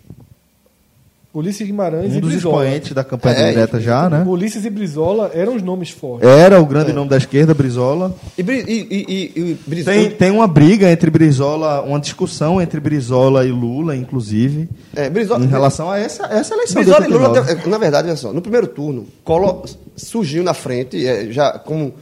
S3: Ulisses Guimarães
S5: Um
S3: e
S5: dos
S3: Brizola.
S5: expoentes da campanha
S6: É,
S5: direta já, né?
S3: Ulisses e Brizola eram os nomes fortes.
S5: Era o
S6: É.
S5: grande nome da esquerda, Brizola.
S6: E, Bri- e, e, e, e Bri-
S5: Tem, tem uma briga entre Brizola, uma discussão entre Brizola e Lula, inclusive,
S6: é, Brizola,
S5: em relação a essa, essa eleição. de
S6: Brizola e Lula,
S5: 89.
S6: teve- na verdade, olha só, no primeiro turno, Collor surgiu na frente, é, já como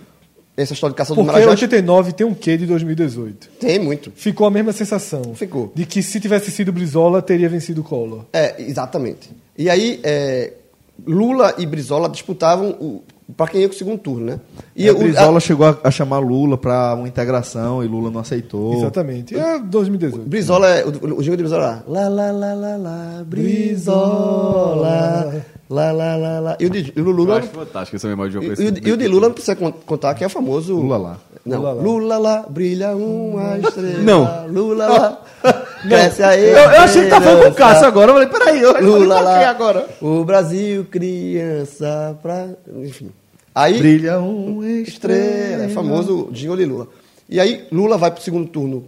S6: essa história de caçador do
S3: Porque
S6: Marajás.
S3: 89 tem um quê de 2018.
S6: Tem muito.
S3: Ficou a mesma sensação.
S6: Ficou.
S3: De que se tivesse sido Brizola, teria vencido Collor.
S6: É, exatamente. E aí, é, Lula e Brizola disputavam o, pra quem ia com o segundo turno, né? E
S5: É,
S6: o-
S5: Brizola
S6: a-
S5: chegou a, a chamar Lula para uma integração e Lula não aceitou.
S3: Exatamente. É 2018.
S6: Brizola, é- o, o jingle de Brizola lá, lá, lá, lá, lá, Brizola, lá, lá, lá, lá. E o de, e o
S4: Eu
S6: Lula...
S4: acho fantástico essa memória de assim.
S6: E,
S4: jogo.
S6: e o de- e o de Lula não precisa con- contar que é o famoso...
S5: um Lula lá.
S6: Não,
S3: Lula
S6: Lula
S3: lá.
S6: lá, brilha uma estrela.
S4: Não.
S6: Lula
S5: [laughs]
S6: lá, cresce aí.
S5: Eu, eu achei que tá falando com o Cássio agora. Eu falei, peraí, eu tá
S6: Lula
S5: falei, pra quê
S6: lá,
S5: agora?
S6: o Brasil criança pra... Enfim. Aí...
S5: Brilha um estrela.
S6: Estrela, é famoso jingle de Lula. E aí Lula vai pro segundo turno,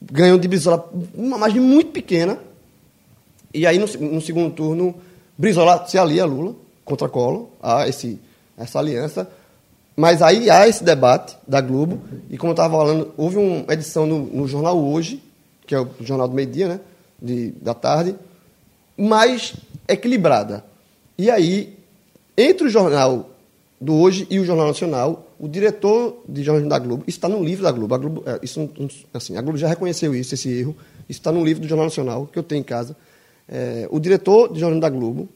S6: ganhou de Brizola uma margem muito pequena. E aí no, se- no segundo turno, Brizola se alia a Lula contra Collor, a esse, essa aliança. Mas aí há esse debate da Globo, e como eu estava falando, houve uma edição no, no jornal Hoje, que é o jornal do meio-dia, né? de- da tarde, mais equilibrada. E aí, entre o jornal do hoje e o Jornal Nacional, o diretor de jornalismo da Globo, isso está no livro da Globo, a Globo, é, isso, não- assim, a Globo já reconheceu isso, esse erro, isso está no livro do Jornal Nacional, que eu tenho em casa. É, o diretor de jornalismo da Globo,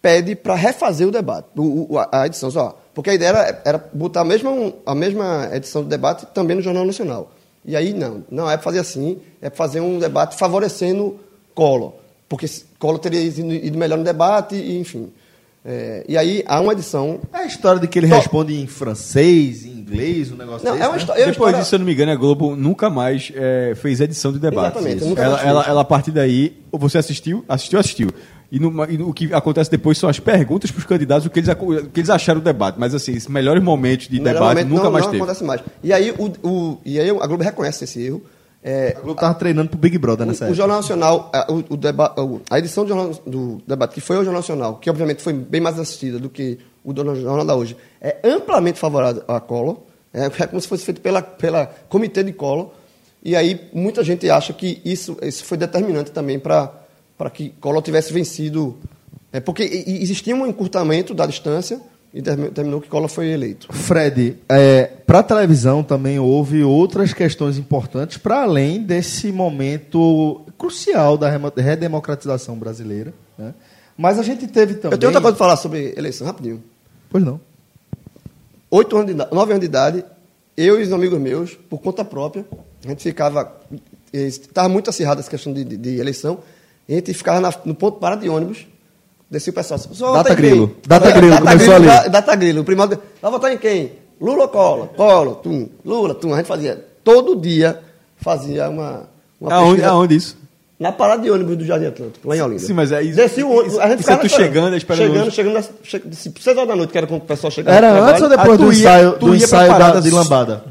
S6: pede para refazer o debate, o, o- a a edição. Só, porque a ideia era, era botar a mesma, a mesma edição do debate também no Jornal Nacional. E aí, não, não é para fazer assim, é para fazer um debate favorecendo Collor, porque se- Collor teria ido, ido melhor no debate, e, enfim. É, e aí, há uma edição.
S5: É a história de que ele
S6: Não.
S5: responde em francês, em inglês, um negócio
S6: Não,
S5: desse,
S6: é uma
S5: né?
S6: história. é
S4: Depois
S6: uma história-
S4: disso, se eu não me engano, a Globo nunca mais eh, fez edição de debate.
S6: Exatamente, nunca mais
S4: Ela,
S6: fez.
S4: ela, ela, a partir daí, ou você assistiu, assistiu, assistiu. E, numa- e no- o que acontece depois são as perguntas para os candidatos, o que, eles, aco- o que eles acharam do debate. Mas, assim, esses melhores momentos de
S6: melhor
S4: debate
S6: momento,
S4: nunca
S6: não,
S4: mais
S6: não
S4: teve.
S6: acontece mais. E aí, o, o- e aí a Globo reconhece esse erro. É,
S5: A Globo tava treinando pro Big Brother nessa
S6: O, o
S5: época.
S6: Jornal Nacional, a, o- o deba- o- a edição do, jornal, do debate, que foi o Jornal Nacional, que obviamente foi bem mais assistida do que o do Jornal da Hoje, é amplamente favorável a Collor, é, é como se fosse feito pela, pela comitê de Collor, e aí muita gente acha que isso, isso foi determinante também para que Collor tivesse vencido, é, porque e- e existia um encurtamento da distância e termi- terminou que Collor foi eleito.
S5: Fred, é, para a televisão também houve outras questões importantes para além desse momento crucial da remo- redemocratização brasileira. né? Mas a gente teve também.
S6: Eu tenho outra coisa para falar sobre eleição, rapidinho.
S5: Pois não.
S6: oito anos de idade, nove anos de idade, eu e os amigos meus, por conta própria, a gente ficava. Estava muito acirrada essa questão de, de- de eleição. A gente ficava na- no ponto de parada de ônibus, descia o pessoal. "Pessoal,
S5: Data
S6: vota em quem?"
S5: grilo, data grilo,
S6: É, data
S5: começou
S6: grilo,
S5: ali.
S6: da- Data grilo. O primário. Vai votar em quem? Lula ou Collor? Collor, tum. Lula, tum. A gente fazia. Todo dia fazia uma. uma
S4: Aonde,
S6: pesquisa
S4: aonde isso?
S6: Na parada de ônibus do Jardim Atlântico, lá em Olinda.
S4: Sim, mas é isso-
S6: Descia o ônibus.
S4: isso-
S6: A gente
S4: isso é
S6: ficava
S4: tu chegando, esperando
S6: Chegando,
S4: ônibus.
S6: chegando. chegando de 6 horas da noite, que era quando o pessoal chegava.
S5: Era
S6: do trabalho.
S5: antes ou depois
S4: Ah, tu
S5: do
S4: ia-
S5: ensaio,
S4: tu
S5: do
S4: ia
S5: ensaio da-
S4: preparado.
S5: de lambada?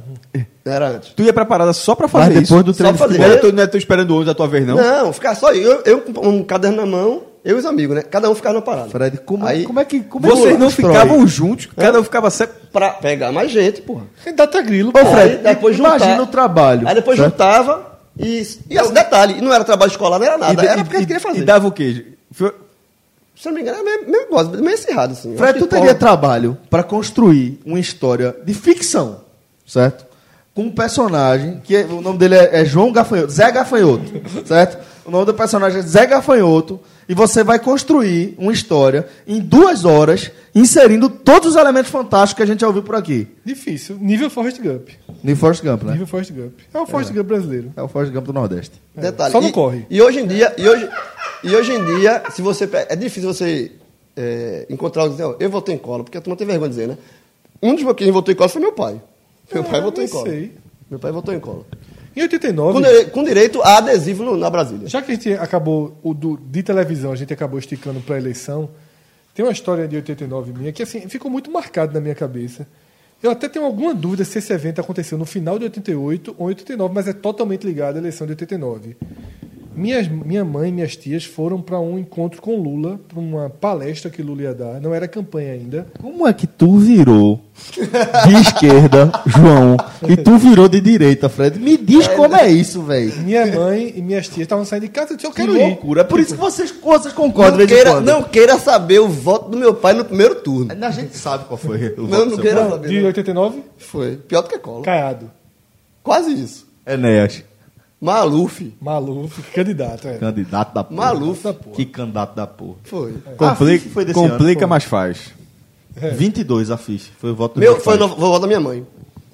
S6: Era antes.
S4: Tu ia pra parada só pra fazer
S5: depois
S4: isso?
S5: do
S4: só pra
S5: treino
S4: fazer.
S6: de futebol.
S4: Não é tu- não é tu esperando o ônibus da tua vez, não?
S6: Não, ficar só eu, eu com um caderno na mão, eu e os amigos, né? Cada um ficava na parada.
S5: Fred, como,
S6: Aí,
S5: como é que. Como é que
S4: Vocês não
S5: constrói?
S4: ficavam juntos, cada um ficava sempre...
S6: Pra pegar mais gente, porra.
S3: Data grilo.
S5: Ô, Fred,
S6: Aí depois
S5: imagina
S6: juntar-
S5: o trabalho.
S6: Aí depois
S5: certo?
S6: juntava e. E assim, detalhe, não era trabalho escolar, não era nada.
S4: de-
S6: era porque a gente queria fazer.
S4: E dava o quê?
S6: um
S4: Foi-
S6: Se eu não me engano, é meio, meio, gosto, meio acirrado, assim. Eu acho
S5: Fred, tu
S6: que
S5: teria
S6: cola-
S5: trabalho para construir uma história de ficção, certo? Com um personagem que é- o nome dele é, é João Gafanhoto, Zé Gafanhoto, [laughs] certo? O nome do personagem é Zé Gafanhoto e você vai construir uma história em duas horas, inserindo todos os elementos fantásticos que a gente já ouviu por aqui.
S3: Difícil. Nível Forrest Gump.
S5: No Forrest Gump, né?
S3: Nível Forrest Gump. É o Forrest Gump brasileiro.
S5: É o Forrest Gump do Nordeste.
S6: Detalhe.
S3: Só não
S6: e,
S3: corre.
S6: E hoje em dia, e hoje, e hoje em dia, se você pe- é difícil você é, encontrar alguém e dizer, "Ó, eu votei em cola, porque a turma tem vergonha de dizer, né? Um dos quem votou em cola foi meu pai. Meu
S3: Ah,
S6: pai votou
S3: nem
S6: em cola.
S3: sei.
S6: Meu pai votou em cola.
S3: Em 89,
S6: Com, dire- com direito a adesivo no- na Brasília.
S3: já que a gente acabou o do, de televisão, a gente acabou esticando para eleição. Tem uma história de 89 minha que assim ficou muito marcado na minha cabeça. Eu até tenho alguma dúvida se esse evento aconteceu no final de 88 ou em 89, mas é totalmente ligado à eleição de 89. Minhas, minha mãe e minhas tias foram para um encontro com Lula, para uma palestra que Lula ia dar. Não era campanha ainda.
S5: Como é que tu virou [laughs] de esquerda, João, e tu virou de direita, Fred? Me diz como é isso, velho.
S3: Minha mãe e minhas tias estavam saindo de casa e eu disse, eu
S5: Que
S3: quero ir.
S5: loucura. É por isso que vocês, vocês concordam de
S6: não,
S5: vez em
S6: queira,
S5: quando.
S6: não queira saber o voto do meu pai no primeiro turno.
S5: A gente sabe qual foi o
S6: Não, não queira saber.
S3: De
S6: não.
S3: 89,
S6: Foi. Pior do que cola.
S3: Caiado.
S6: Quase isso.
S5: Enéas,
S6: Maluf.
S3: Maluco, [laughs] candidato, é.
S5: candidato da porra.
S6: Maluf.
S5: Que candidato da porra.
S6: Ah, Foi.
S5: A
S4: Complica,
S5: FIF foi desse
S4: complica
S5: ano,
S4: mas faz.
S5: 22 a ficha. Foi o voto do
S6: Meu,
S5: meu
S6: foi o
S5: pai.
S6: novo- voto da minha mãe.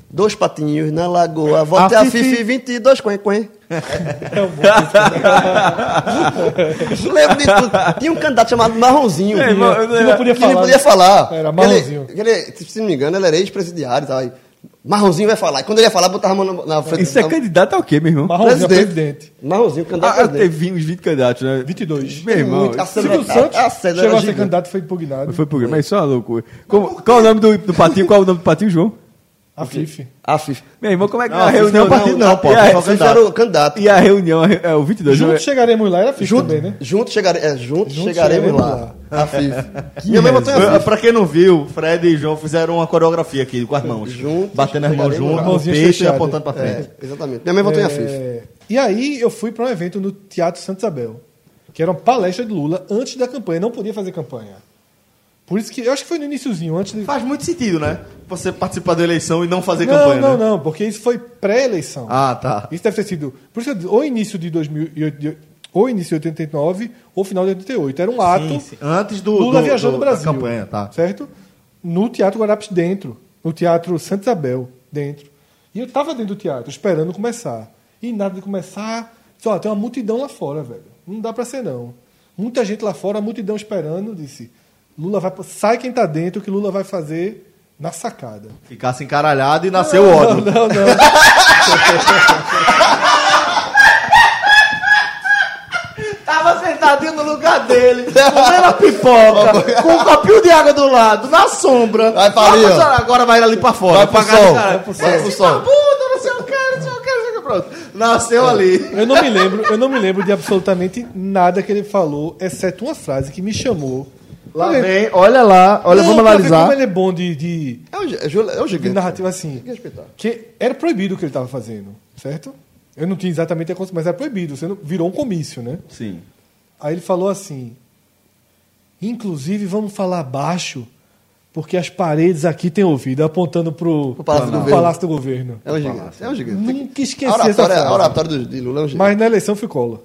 S6: Dois patinhos na lagoa, vote
S5: A
S6: a,
S5: Fifi.
S6: Fifi 22, quen, quen.
S3: É
S6: Lembro de tudo. Tinha um candidato chamado Marronzinho.
S4: É, irmão, eu-
S6: que
S4: eu-
S6: não podia
S3: que
S6: falar. né?
S3: não
S6: podia
S3: podia
S6: falar.
S3: Era
S6: Que
S3: Marronzinho.
S6: Ele, que ele, se não me engano, ele era ex-presidiário e tal. Aí, Marronzinho vai falar. E quando ele ia falar, botava a mão na, na frente.
S4: Isso é
S6: na-
S4: candidato ao quê, meu irmão?
S3: Marronzinho é
S6: Presidente.
S3: presidente.
S6: Marronzinho, candidato a
S4: Ah, ah,
S6: presidente.
S4: teve uns 20 candidatos, né?
S3: 22.
S4: Meu irmão,
S6: Muito.
S4: isso
S3: Silvio
S6: A-
S3: Santos
S6: a- a cena
S3: chegou
S6: era
S3: a ser
S6: gigante.
S3: candidato foi impugnado.
S4: foi programa, mas isso é uma loucura. Como- qual é o nome do, do patinho? Qual é o nome do patinho, João?
S3: A FIF.
S6: A Fifi.
S4: Meu irmão, como é que
S5: Ah, Não,
S4: a reunião...
S5: não, partido não, pô,
S4: E
S5: foi
S4: a,
S5: só
S6: Fifi era o candidato.
S4: e a reunião é o 22,
S3: Juntos
S4: né?
S3: chegaremos lá, era FIF
S6: Junto,
S3: também, né?
S6: junto, chegare, é, junto,
S3: Junto
S6: chegaremos
S3: chegaremos
S6: lá. A FIFA.
S5: [laughs] Minha mãe botou assim. Pra quem não viu, Fred e João fizeram uma coreografia aqui com as mãos.
S6: Juntos,
S5: batendo as mãos
S6: chegaremos
S5: juntas,
S6: lá.
S5: no
S3: Mãozinhas
S5: peito e
S3: fechadas.
S5: apontando pra frente.
S6: É, exatamente. Minha É, mãe votou em a FIFA.
S3: É, E aí eu fui para um evento no Teatro Santa Isabel, que era uma palestra de Lula antes da campanha. Não podia fazer campanha. Por isso que eu acho que foi no iníciozinho, antes de.
S5: Faz muito sentido, né? Você participar da eleição e não fazer
S3: não,
S5: campanha,
S3: não,
S5: né?
S3: não, porque isso foi pré-eleição.
S5: Ah, tá.
S3: Isso deve ter sido. Por isso que eu disse, ou início de 2008, de- ou início de 89, ou final de 88. Era um ato.
S5: Sim, sim. Antes do,
S3: Lula
S5: do,
S3: viajou no
S5: do-
S3: Brasil.
S5: Da campanha, tá.
S3: Certo? No Teatro Guarapes dentro. No Teatro Santa Isabel dentro. E eu tava dentro do teatro, esperando começar. E nada de começar. Disse, ó, tem uma multidão lá fora, velho. Não dá pra ser, não. Muita gente lá fora, a multidão esperando. Disse, Lula vai... Sai quem tá dentro, que Lula vai fazer na sacada.
S5: Ficasse encaralhado e nasceu ódio.
S3: Não, não, não.
S5: Tava sentadinho no lugar dele, comendo a
S6: [laughs]
S5: pipoca, com um copinho de água do lado, na sombra.
S6: Vai pra ali, ó.
S5: Agora vai ali pra fora.
S6: Vai pro
S5: pra casa
S6: sol.
S5: do cara.
S6: Vai pro sol. Vai pro
S5: Esse
S6: sol. É.
S5: barbudo, não sei o que, não sei o que, não sei o que. um Pronto. Nasceu ali.
S3: Eu não me lembro, eu não me lembro de absolutamente nada que ele falou, exceto uma frase que me chamou.
S5: Lá
S3: Pra ver-
S5: vem, olha lá, olha,
S3: Não,
S5: vamos
S3: pra ver Como
S5: analisar.
S3: ele é bom de, de,
S6: É o, gi- é ju- é o
S3: de
S6: gigante.
S3: narrativa assim.
S6: que respeitar.
S3: Que era proibido o que ele estava fazendo, certo? Eu não tinha exatamente a consciência, mas era proibido. Você não- virou um comício, né?
S4: Sim.
S3: Aí ele falou assim: Inclusive, vamos falar baixo, porque as paredes aqui têm ouvido, apontando pro
S6: Pro Palácio do
S3: pro
S6: Governo.
S3: Palácio do Governo.
S6: É um gigante. É um gigante. Tem que-
S3: Nunca esqueci
S6: A
S3: essa
S6: oratória,
S3: frase.
S6: a oratória do- de Lula é um gigante.
S3: Mas na eleição fui cola.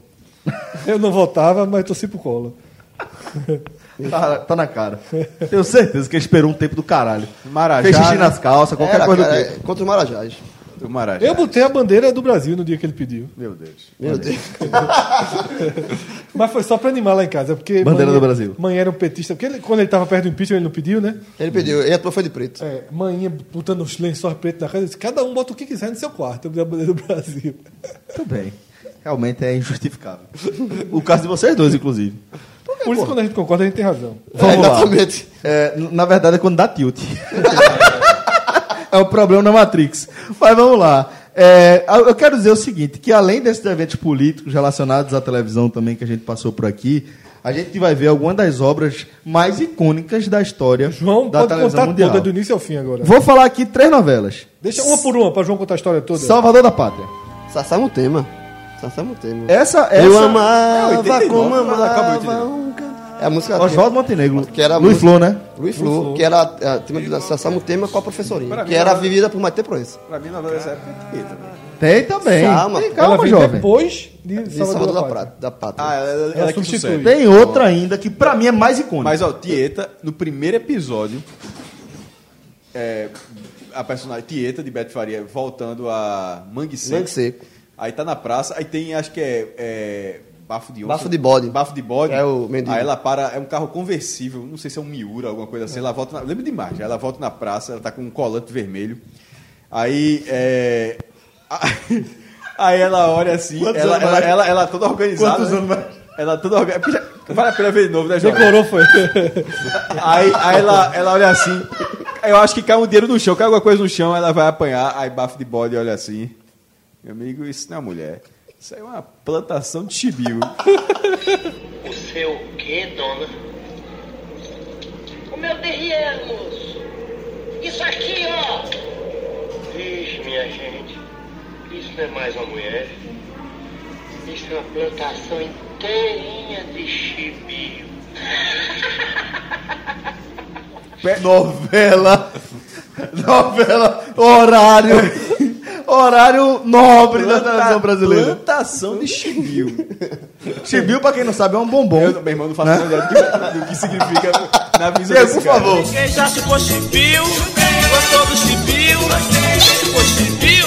S3: Eu não votava, mas torci pro cola.
S5: Tá, tá na cara. Tenho certeza que ele esperou um tempo do caralho.
S4: Marajá,
S5: Fez xixi
S4: né?
S5: nas calças, qualquer
S6: Era,
S5: coisa
S6: cara,
S5: do
S6: é, contra o Marajás.
S4: Do Marajá.
S3: Eu botei a bandeira do Brasil no dia que ele pediu.
S4: Meu Deus.
S6: Meu Deus.
S3: Mas foi só pra animar lá em casa. Porque
S5: Bandeira
S3: mãe-
S5: do Brasil.
S3: Mãe era um petista. Porque ele- quando ele tava perto do impeachment, ele não pediu, né?
S6: Ele pediu. Ele atuou foi de preto.
S3: É, mãe botando os lençóis pretos na casa. eu Disse, Cada um bota o que quiser no seu quarto. Eu botei a bandeira do Brasil.
S5: que. Muito bem. Realmente é injustificável. o caso de vocês dois, inclusive.
S3: Por isso, quando a gente concorda, a gente tem razão.
S5: Vamos
S6: É,
S5: lá.
S6: exatamente.
S5: É, na verdade é quando dá tilt. [laughs] é o problema na Matrix. Mas vamos lá. É, eu eu quero dizer o seguinte, que além desses eventos políticos relacionados à televisão também que a gente passou por aqui, a gente vai ver algumas das obras mais icônicas da história
S3: João
S5: da
S3: pode
S5: televisão
S3: contar
S5: mundial.
S3: toda do início ao fim agora.
S5: Vou falar aqui três novelas.
S3: Deixa uma por uma pra João contar a história toda.
S5: Salvador da Pátria.
S6: Sassá é um tema. Sassá é um tema.
S5: Essa, essa
S6: Eu amava
S4: É, 89,
S6: como
S4: mas acaba em
S6: amava
S4: 89.
S6: um can- É a música...
S5: Oswaldo Montenegro.
S6: Que era a
S5: Luiz
S6: música-
S5: Flor, né?
S6: Luiz Flu, que era a, a tema de Sassá é um tema com a professorinha. Que era vivida por Maite Proença.
S4: Pra mim, novela dessa época é Tieta, velho.
S5: Tem também.
S6: Calma,
S5: Tem,
S3: Ela
S5: calma
S3: veio
S5: jovem.
S3: depois de
S6: De Salvador da,
S3: Prata.
S6: Prata, da Pátria.
S4: Ah, ela,
S3: Ela
S4: ela que
S3: substitui.
S4: sucede.
S5: Tem outra ainda que pra mim é mais icônica.
S4: Mas, ó, Tieta, no primeiro episódio, é, a personagem Tieta, de Beto Faria, voltando a Mangue Seco.
S6: Mangue Seco.
S4: Aí tá na praça, aí tem, acho que é... é, Bafo de onça.
S6: Bafo de bode.
S4: Bafo de bode.
S6: É o mendigo.
S4: Aí ela para, é um carro conversível, não sei se é um Miura, alguma coisa assim. Ela volta, na, lembro demais, ela volta na praça, ela tá com um colante vermelho. Aí, é... a- [laughs] Aí ela olha assim, ela,
S5: Quantos
S4: ela,
S5: anos
S4: ela,
S5: mais?
S4: ela, toda organizada.
S5: Quantos
S4: né?
S5: anos mais?
S4: Ela toda organizada. Vale a pena ver de novo, né, Jovem?
S3: Decorou foi. [laughs]
S4: Aí, aí ela, ela olha assim. Eu acho que cai um dinheiro no chão, cai alguma coisa no chão, ela vai apanhar. Aí bafo de bode olha assim. Meu amigo, isso não é mulher. Isso aí é uma plantação de chibio.
S9: O seu quê, dona? O meu derrière, moço. Isso aqui, ó. Vixe, minha gente. Isso não é mais uma mulher. Isso é uma plantação inteirinha de chibio.
S5: Novela. Novela. Horário. [laughs] Horário nobre da televisão brasileira.
S4: Plantação de chibio.
S5: Chibiu, pra quem não sabe, é um bombom.
S4: Eu, meu irmão, não faço a ideia do que, do que significa na visão
S5: Diego,
S4: desse
S5: por
S4: cara.
S5: favor.
S8: Quem já chupou chibio, gostou do chibio, quem já chupou chibio,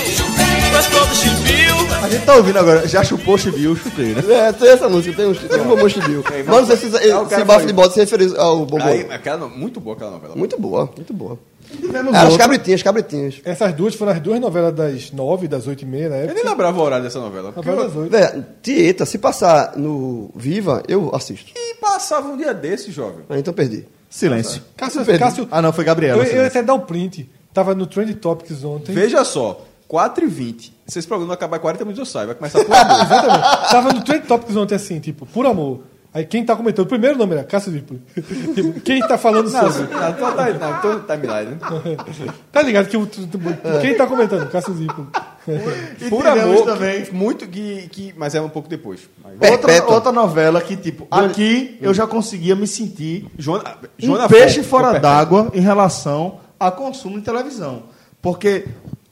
S8: gostou do chibio.
S5: A gente tá ouvindo agora. Já chupou chibiu, chutei, né?
S6: É, tem essa música, tem, uns, tem um bombom chibiu. Mas não sei se, se,
S4: Ah, o cara
S6: Bafo
S4: foi-
S6: de Bode se referiu ao bombom.
S4: Aí, aquela no- muito boa aquela novela.
S6: Muito boa, muito boa.
S5: Tivemos
S6: Ah, as
S5: outra.
S6: cabritinhas, cabritinhas.
S3: Essas duas foram as duas novelas das nove, das oito e meia na
S4: Eu
S3: época.
S4: nem lembrava o horário dessa novela. Porque
S3: Novela
S4: eu,
S3: das oito.
S6: Vé, Tieta, se passar no Viva, eu assisto.
S4: e passava um dia desse, jovem.
S6: Ah, então perdi.
S5: Silêncio.
S3: Cássio,
S6: Pedro.
S3: Cássio,
S5: Ah, não, foi Gabriela.
S3: eu, eu ia
S5: silêncio.
S3: até dar o print. Tava no Trend Topics ontem.
S4: Veja só, 4h20. Se esse programa não acabar 40 minutos, eu saio. Vai começar por amor.
S3: Exatamente. Tava no Trend Topics ontem assim, tipo, por amor. Aí quem tá comentando, o primeiro nome era Cássio Vipoli. Tipo, [laughs] quem tá falando sobre.
S4: Não, tô- tá- não, tô no timeline, né?
S3: Tá ligado que o, quem tá comentando? Cássio Vipoli.
S2: E
S4: Por
S2: tivemos
S4: amor,
S2: também.
S4: que- muito que, que- Mas é um pouco depois. Mas-
S2: Outra,
S5: Perpétua.
S2: outra novela que, tipo, aqui eu já conseguia me sentir
S4: Joana,
S2: um
S4: Joana
S2: peixe
S4: Foco,
S2: fora
S4: perfe-
S2: d'água em relação a consumo de televisão. Porque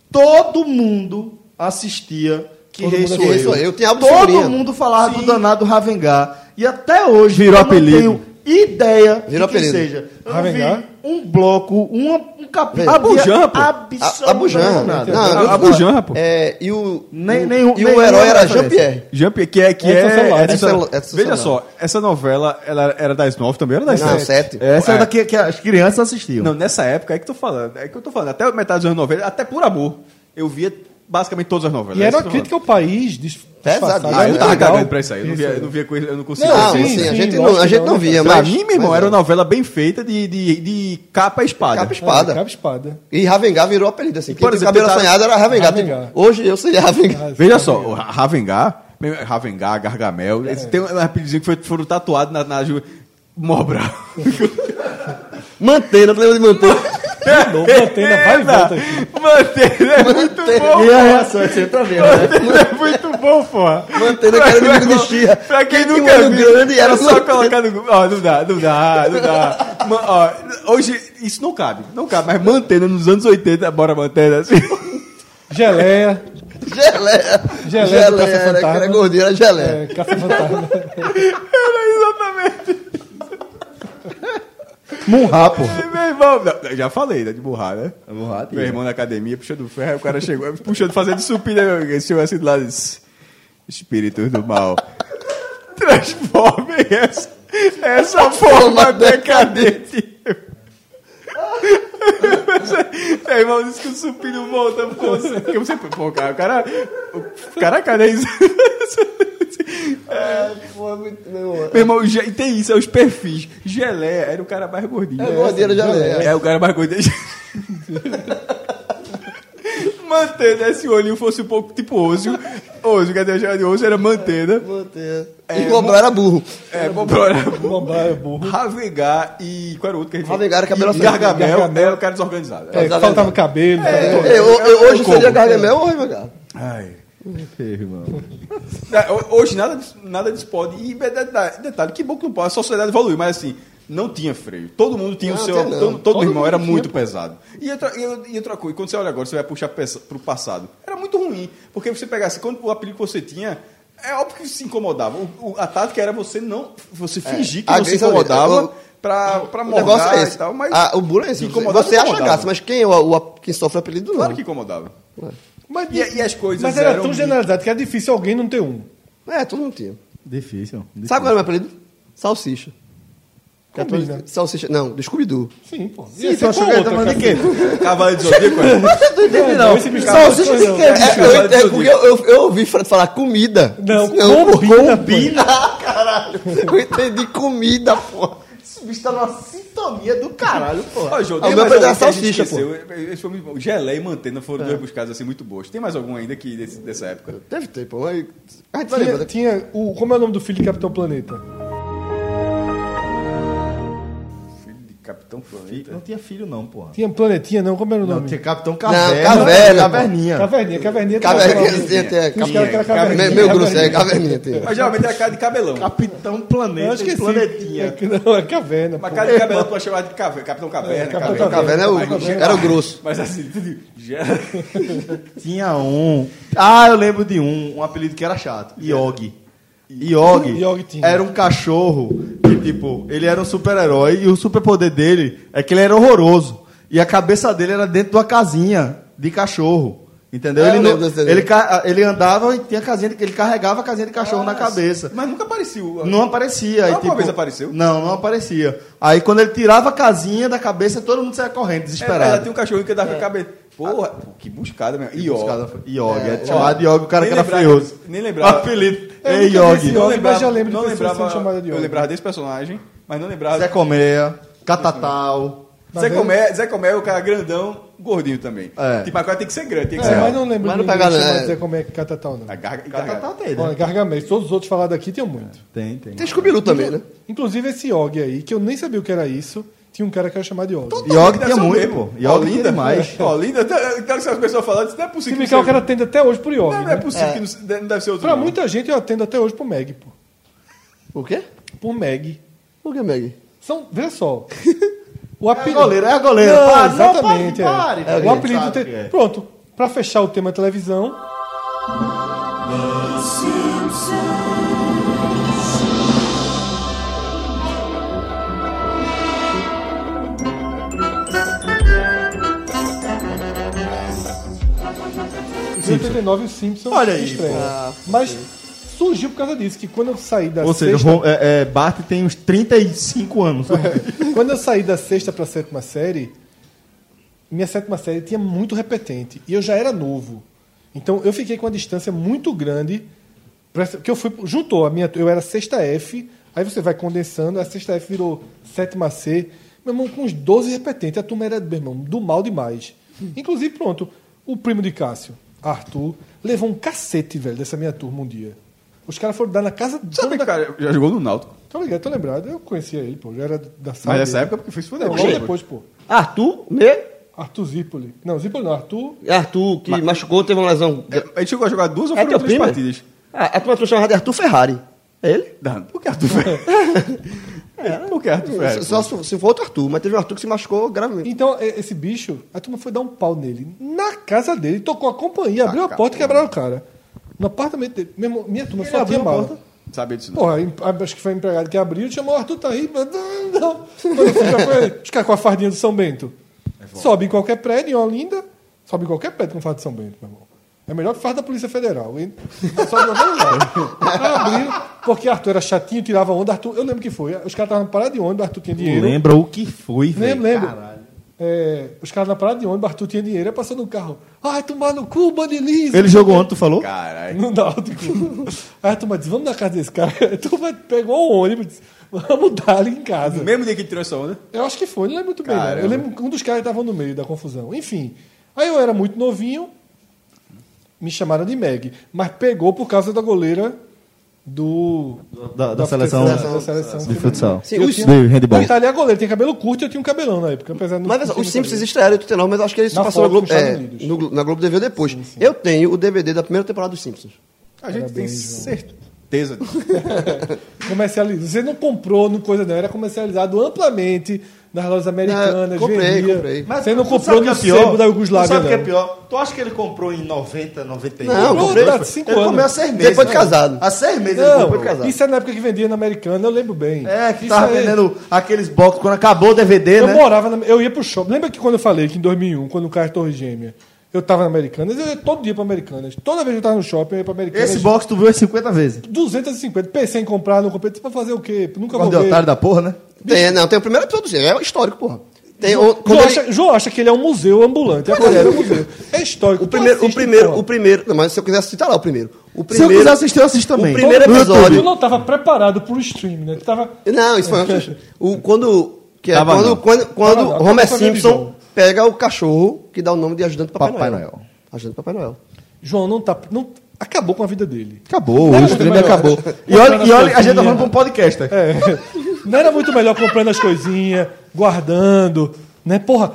S2: todo mundo assistia Que
S6: Todo
S2: Rei
S6: mundo
S2: Sou
S6: assistia
S2: Eu.
S6: Rei Sou Eu. Tinha álbum de
S2: todo
S6: figurinha.
S2: mundo falava do
S4: Sim.
S2: danado Ravengar. E até hoje eu
S5: Virou
S2: não
S5: apelido.
S2: tenho ideia
S6: Virou
S2: de que
S6: apelido.
S2: seja. Eu não vi
S3: Ravengar?
S2: um bloco, uma, um capítulo.
S6: Velho.
S4: Abujamra, pô.
S6: A, a Bujan.
S2: nada.
S6: Não,
S4: A-
S6: eu-
S4: a Bujan, pô.
S6: É, e o,
S2: Nem-
S6: o-
S2: nem
S5: um-
S2: o-
S6: e
S2: nem-
S6: o herói
S2: nem
S6: era
S2: referência.
S6: Jean-Pierre.
S4: Jean Pierre, que é. Que
S3: Edson
S4: é,
S3: Celular.
S4: Edson-
S6: Edson Celu- Edson
S4: Veja
S6: Celular.
S4: só, essa novela ela era das nove também? Era das
S6: Não,
S4: sete?
S6: sete.
S2: Essa é,
S4: É.
S2: da que, que as crianças assistiam.
S4: Não, nessa época é que eu tô falando. É que eu tô falando. Até metade dos anos 90, até por amor, eu via basicamente todas as novelas.
S3: E
S4: É
S3: era uma
S4: isso que eu tô
S3: crítica ao país. dis- disfarçada.
S4: falando. Ah,
S6: Era
S4: eu tava
S6: muito tá legal.
S4: cagando pra isso aí. Eu não via, eu não via coisa, eu não conseguia.
S6: Não,
S4: ver.
S6: sim,
S3: sim,
S6: a
S3: sim,
S6: gente, não,
S3: lógico
S6: a gente
S3: que
S6: não
S3: não,
S6: via,
S4: pra
S6: mas...
S4: mim, meu irmão,
S6: mas
S4: era
S6: é.
S4: uma novela bem feita de, de, de capa e espada.
S6: Capa e
S3: É,
S6: espada.
S3: Cabo espada.
S6: E Ravengar virou apelido, assim. Quem
S4: por
S6: tinha
S4: exemplo,
S6: cabelo
S4: tá-
S6: assanhado era Ravengar. Tipo,
S3: Ravengar.
S6: hoje eu seria Ravengar.
S4: Veja só, o Ra- Ravengar, meu, Ravengar, Gargamel,
S6: É.
S4: eles tem um apelidinho que foi, foram tatuados na, na ju... Mobra.
S6: Mantena, problema de
S4: [laughs]
S6: mantena.
S3: De novo, Atena, vai e volta aqui.
S4: Mantena, é muito bom.
S6: E a reação é sempre a mesma, né?
S4: É muito bom, porra.
S6: Mantena que era
S4: Meu
S6: inimigo de
S4: irmão,
S6: Xirra.
S4: Pra quem
S6: Quem
S4: nunca
S6: tinha um olho
S4: viu,
S6: grande era
S4: era só
S6: Mantena.
S4: colocar no Google. Ó, não dá, não dá, não dá. Ma- ó, hoje, isso não cabe, não cabe. Mas Mantena, nos anos 80, bora Mantena. Assim.
S3: Geleia.
S6: Geleia.
S3: Geleia do Caça
S6: era,
S3: Fantasma.
S6: era gordinho, era geleia.
S3: É, caça
S4: [laughs]
S3: fantasma.
S4: Exatamente.
S2: Munhá, pô.
S4: Meu irmão, não, eu já falei, né, de burrar, né?
S6: Burrar,
S4: Meu irmão na academia puxando ferro, aí o cara chegou, puxando, fazendo supina. Ele chegou assim do lado e disse: Espíritos do mal, [laughs] transformem essa, essa forma decadente. [laughs] Meu irmão disse que o supino volta pro conceito. Porque você, pô, cara, o cara. o- Caraca, né? [laughs] Isso. É, meu irmão, ge- e tem isso, é os perfis. Geleia era o cara mais gordinho.
S6: Era gordinho, era geleia.
S4: É, o cara mais gordinho. Mantena, se o olhinho fosse um pouco tipo Ozio. Ozio, cadê a chamada de Ozio? Era Mantena.
S6: Mantena.
S4: É,
S6: e Mobral era burro.
S4: É, Bobora.
S3: Bombar é burro.
S4: Ravengar e. Qual era o outro que é a gente
S6: Ravengar era cabelo
S4: E
S6: assim.
S4: Gargamel,
S3: Gargamel.
S4: era o cara desorganizado.
S3: É,
S6: Tá
S3: faltava cabelo.
S6: Eu,
S3: faltava-
S6: eu, eu
S4: é o
S6: hoje seria
S4: combo.
S6: Gargamel ou Ravengar?
S4: Ai. irmão. Hoje nada disso, nada disso pode. E é de- de- detalhe, que bom que não pode. A sociedade evoluiu, mas assim, não tinha freio. Todo mundo tinha
S6: Não,
S4: o seu.
S6: tem não.
S4: Todo, todo, irmão era muito pesado. E outra, e outra- e outra coisa, quando você olha agora, você vai puxar pes- pro passado. Era muito ruim. Porque você pegasse, quando o apelido que você tinha. É óbvio que se incomodava. O, o- a tática era você não. Você
S6: É,
S4: fingir que
S6: a
S4: não se
S6: agressão-
S4: incomodava
S6: o-
S4: pra, pra
S6: O
S4: morgar
S6: negócio é esse.
S4: e tal, então, mas.
S6: Ah, o burro é esse. Você,
S4: incomodava,
S6: acha
S4: incomodava.
S6: graça, mas quem, é o, o- quem sofre o apelido não.
S4: Claro que incomodava.
S3: Mas,
S4: E, e as coisas.
S3: mas era
S4: eram
S3: tão
S4: muito-
S3: generalizado que era difícil alguém não ter um.
S6: É, todo mundo tinha.
S5: Difícil. difícil.
S6: Sabe qual era o meu apelido? Salsicha.
S3: Combina.
S6: Catorze- Salsicha, não, do Scooby-Doo.
S3: né? Sim, pô.
S2: Sim, tu achou que ele tá falando de quê?
S4: Cavalo de Zodíaco é era-
S6: Tá Não entendi, não.
S3: esse bicho-
S6: Salsicha de quê?
S3: É,
S6: bicho?
S4: é,
S6: Eu- é
S4: eu-
S6: porque eu, eu, eu ouvi Fred falar comida.
S3: Não,
S6: pô,
S3: combina,
S6: Ah, caralho. Eu entendi comida, pô. Esse bicho tá numa sintonia do caralho, pô.
S4: Ó, Jô,
S6: Ah,
S4: tem
S6: o meu
S4: mais
S6: apelido
S4: algum
S6: era
S4: que a gente
S6: salsicha, pô.
S4: esqueceu? É, Esse foi muito bom. Geleia e mantena foram dois buscados assim muito bons. Tem mais algum ainda que desse- dessa época?
S6: Deve ter, pô. mas- A gente vai lembrar,
S3: Tinha,
S6: né?
S3: tinha o, como é o nome do filho de Capitão Planeta?
S4: Filho de Capitão
S5: Não
S4: Planeta.
S5: tinha filho, não, porra.
S3: Tinha Planetinha, não? Como era o
S5: Não,
S3: nome?
S5: tinha Capitão
S6: Caverna.
S5: Caverna.
S6: Caverna, pô.
S5: Caverninha.
S3: Caverninha, Caverninha.
S6: Caverninha, tem até-
S3: Tinha os caras que era
S4: Caverninha.
S6: Meu,
S3: Caverninha.
S6: meu grosso, é caverninha, tem.
S4: Mas geralmente era cara de cabelão.
S5: Capitão Planeta.
S3: Eu esqueci.
S5: Planetinha.
S3: É que não, é caverna.
S4: Mas
S3: pô.
S4: cara de cabelão tu chamava de cave- Capitão Caverna.
S3: É,
S4: Capitão
S3: Capitão
S4: Caverna.
S6: Caverna é o- era o grosso.
S4: Mas assim, tudo- gel-
S5: Tinha um. Ah, eu lembro de um, um apelido que era chato.
S4: É.
S5: Yogi. Yogi,
S3: Yogi tinha.
S5: era um cachorro que, tipo, ele era um super-herói e o superpoder dele é que ele era horroroso. E a cabeça dele era dentro de uma casinha de cachorro. Entendeu?
S6: É,
S5: ele,
S6: eu
S5: não-
S6: lembro desse
S5: ele, ca- ele andava e tinha casinha, de- ele carregava a casinha de cachorro
S6: Ah,
S5: na cabeça.
S4: Mas nunca apareceu.
S5: Não aparecia. Aí,
S4: Alguma
S5: tipo,
S4: vez apareceu?
S5: Não, não aparecia. Aí quando ele tirava a casinha da cabeça, todo mundo saia correndo,
S4: É, mas já
S5: desesperado.
S4: tem um cachorrinho que dava com a cabeça. Porra, pô, que buscada mesmo. E ó.
S5: Yogi, é,
S4: Ó,
S5: chamado de Yogi, o cara
S4: nem
S5: que era
S4: lembrava-
S5: feioso.
S4: nem lembrava.
S5: Apelido.
S3: Eu
S5: Ei,
S3: nunca vi
S5: Yogi.
S3: esse Yogi. mas já lembro de pessoas sendo chamadas de
S4: eu
S3: Yogi.
S4: lembrava desse personagem, mas não lembrava.
S5: Zé Colmeia, Catatal.
S4: Zé Comé, Zé Comé é o cara grandão, gordinho também.
S5: É.
S4: Tipo, agora tem que ser grande, tem que
S3: É,
S4: ser
S3: mas
S4: alto.
S3: não lembro mas
S6: Mas não
S3: não
S6: pega, né?
S3: chamar de dizer como é que Catatal, não.
S4: A garga- e
S5: Catatal
S4: garga-
S5: tem, né?
S3: Olha, Gargamel, todos os outros falados aqui tinham muito.
S5: Tem, tem.
S6: Tem Scooby-Doo também, né?
S3: Inclusive esse Og aí, que eu nem sabia o que era isso. Tinha um cara que era chamado de Oz.
S5: Yogi
S4: Deve
S5: tinha
S4: ser um o
S5: muito,
S4: mesmo.
S5: pô. Yogi tinha
S4: Olinda,
S5: demais.
S4: Olinda, até- até que as pessoas falam, isso não é
S3: Se
S4: possível.
S3: brincar, o
S4: seja-
S3: cara atende até hoje por Yogi.
S4: Não, não
S3: né?
S4: é possível que não se- não deve ser outro.
S3: Pra
S4: nome.
S3: muita gente eu atendo até hoje por Meg, pô.
S6: O quê?
S3: Por Tipo um Meg.
S6: O que, Meg?
S3: São, veja
S6: [laughs]
S3: só. O apelido.
S5: Goleiro, é goleiro.
S3: Não,
S5: Pá,
S3: exatamente. é.
S5: pare, pare.
S3: o
S5: É,
S3: apelido
S5: sabe
S3: tem-
S5: que é.
S3: Pronto. Pra fechar o tema é televisão. Em 89 o Simpsons
S5: Olha aí,
S3: estreia. Mas surgiu por causa disso, que quando eu saí da
S5: Ou seja,
S3: sexta-
S5: Ro- é, é, Bart tem uns 35 anos.
S3: Quando eu saí da sexta para a sétima série, minha sétima série tinha muito repetente. E eu já era novo. Então eu fiquei com uma distância muito grande. pra essa- Que eu fui. Juntou a minha. Eu era sexta F, aí você vai condensando, a sexta F virou sétima C. Meu irmão, com uns 12 repetentes, a turma era, meu irmão, do mal demais. Inclusive, pronto, o primo de Cássio, Arthur, levou um cacete, velho, dessa minha turma um dia. Os caras foram dar na casa
S4: Sabe,
S3: toda-
S4: cara, já jogou no Náutico.
S3: Tô ligado, tô lembrado. Eu conhecia ele, pô. Já era da sala.
S4: Mas nessa
S3: dele.
S4: época, porque foi se fuder. né?
S3: Não, logo depois, pô.
S10: Arthur, né?
S6: É
S3: Arthur Zipoli. Não, Zipoli não. Arthur.
S10: Arthur, que machucou, teve uma lesão.
S6: É.
S4: A gente chegou a jogar duas ou
S10: É
S4: É, foram
S10: teu
S4: três
S10: primo?
S4: partidas.
S10: Ah, a tua pessoa chamada de Arthur Ferrari. É ele?
S4: Não, Por que Arthur Ferreira? É, Por que Arthur Ferreira?
S10: Só se, se for outro Arthur, mas teve um Arthur que se machucou gravemente.
S3: Então, e- esse bicho, a turma foi dar um pau nele. Na casa dele, tocou a companhia, abriu a porta e quebraram o cara. No apartamento dele. Meu irmão, minha turma só tinha mala.
S4: Não Sabia disso não.
S3: Porra, em- acho que foi o empregado que abriu, chamou o Arthur tá aí. mas Não, não. Quando eu fui, já foi, os caras com a fardinha do São Bento. sobe em qualquer prédio, em Olinda, sobe em qualquer prédio com farda de São Bento, meu irmão. É melhor que farda da Polícia Federal. E sobe em qualquer lugar. Aí abriram, porque Arthur era chatinho, tirava onda. Arthur, eu lembro que foi. Os caras estavam na parada de ônibus, Arthur tinha dinheiro.
S5: Lembra o que foi, velho?
S3: Lembro, lembro. É, os caras na parada de ônibus, Arthur tinha dinheiro, aí passou no carro. Ai, tomar no cu, baniliza.
S5: Ele jogou ontem, tu falou?
S4: Caralho.
S3: É, Não dá outro [laughs] cu. Aí a turma disse, vamos na casa desse cara. [laughs] A turma pegou o ônibus e disse, vamos dar ali em casa.
S4: No mesmo dia que tirou essa onda.
S3: Eu acho que foi, não lembro muito bem. não. Eu lembro que um dos caras estava no meio da confusão. Enfim, aí eu era muito novinho, me chamaram de Meg, mas pegou por causa da goleira do
S5: Da, da seleção.
S3: da, da seleção
S5: de futsal.
S10: Sim,
S3: Eu
S10: os-
S3: tinha-
S5: Do handball.
S3: Eu ali a goleira tinha cabelo curto e eu tinha um cabelão na época, apesar de não-
S10: Mas veja
S3: não
S10: só, os
S3: tinha
S10: Simpsons
S3: cabelo.
S10: estrearam em 89, mas eu acho que eles
S3: Na
S10: passaram
S3: Fox,
S10: no Globo,
S3: nos Estados
S10: é,
S3: Unidos.
S10: no Glo- na Globo DVD depois. Eu tenho o DVD da primeira temporada dos Simpsons.
S4: A gente tem
S3: Parabéns, João.
S4: certeza disso.
S3: Comercializado. Você não comprou no coisa não, era comercializado amplamente nas lojas americanas.
S6: Não, comprei,
S3: vendia.
S6: comprei.
S3: Você não
S5: tu
S3: comprou
S5: sabe
S3: no
S5: o que é pior?
S3: sebo da
S5: Tu
S3: Yugoslávia,
S5: Sabe o que é
S3: não.
S5: pior? Tu acha que ele comprou em 90, 91?
S6: Não,
S5: Ele
S3: comprei
S5: comprou-
S3: há cinco
S5: Ele
S3: anos.
S5: comeu há seis meses.
S6: Depois de
S5: né?
S6: casado.
S5: Há seis meses ele comprou de
S3: Não,
S5: casado.
S3: isso é na época que vendia na americana, eu lembro bem.
S5: É, que
S3: Isso
S5: tava
S3: é-
S5: vendendo aqueles box quando acabou o DVD,
S3: Eu
S5: né?
S3: morava, na- eu ia pro shopping. Lembra que quando eu falei que em 2001, quando o carro Torre Gêmea, eu tava na Americanas, eu ia todo dia pra Americanas. Toda vez que eu tava no shopping, eu ia pra Americanas.
S5: Esse box tu viu as 50 vezes.
S3: 250. Pensei em comprar, não comprei. Disse, Pra fazer o quê? Nunca vou
S5: Quando é
S3: ver.
S5: otário da porra, né?
S6: Tem, não, tem o primeiro episódio do Simpsons. É histórico, porra. Tem, o, quando
S3: João,
S6: ele-
S3: acha, João acha que ele é um museu ambulante. É, é, um museu. é histórico.
S6: o
S3: Tu
S6: primeiro, o
S3: assiste,
S6: primeiro,
S3: porra.
S6: o primeiro. Não, mas se eu quisesse citar lá o primeiro.
S5: Se
S6: O
S5: eu
S6: primeiro.
S5: quiser assistir, eu assisto também.
S6: O
S3: é
S6: primeiro
S5: No YouTube.
S6: episódio.
S3: Tu não tava preparado pro stream, né? Tu tava.
S6: Não, isso foi
S3: [laughs]
S6: antes. O, quando que é,
S4: Tava não.
S6: quando, quando, quando
S3: Tava não, tava
S6: Homer
S3: fazendo
S6: Simpson
S3: jogo.
S6: pega o cachorro que dá o nome de ajudante do Papai,
S5: Papai
S6: Noel.
S5: Noel.
S6: Ajudante do Papai Noel.
S3: João não tá. Não, acabou com a vida dele.
S5: Acabou,
S3: Não,
S5: o
S3: não,
S5: stream
S3: não, não.
S5: acabou. E olha, e olha, a gente tá falando pra um podcast. né?
S3: É. Não era muito melhor comprando as coisinhas, guardando, né? Porra.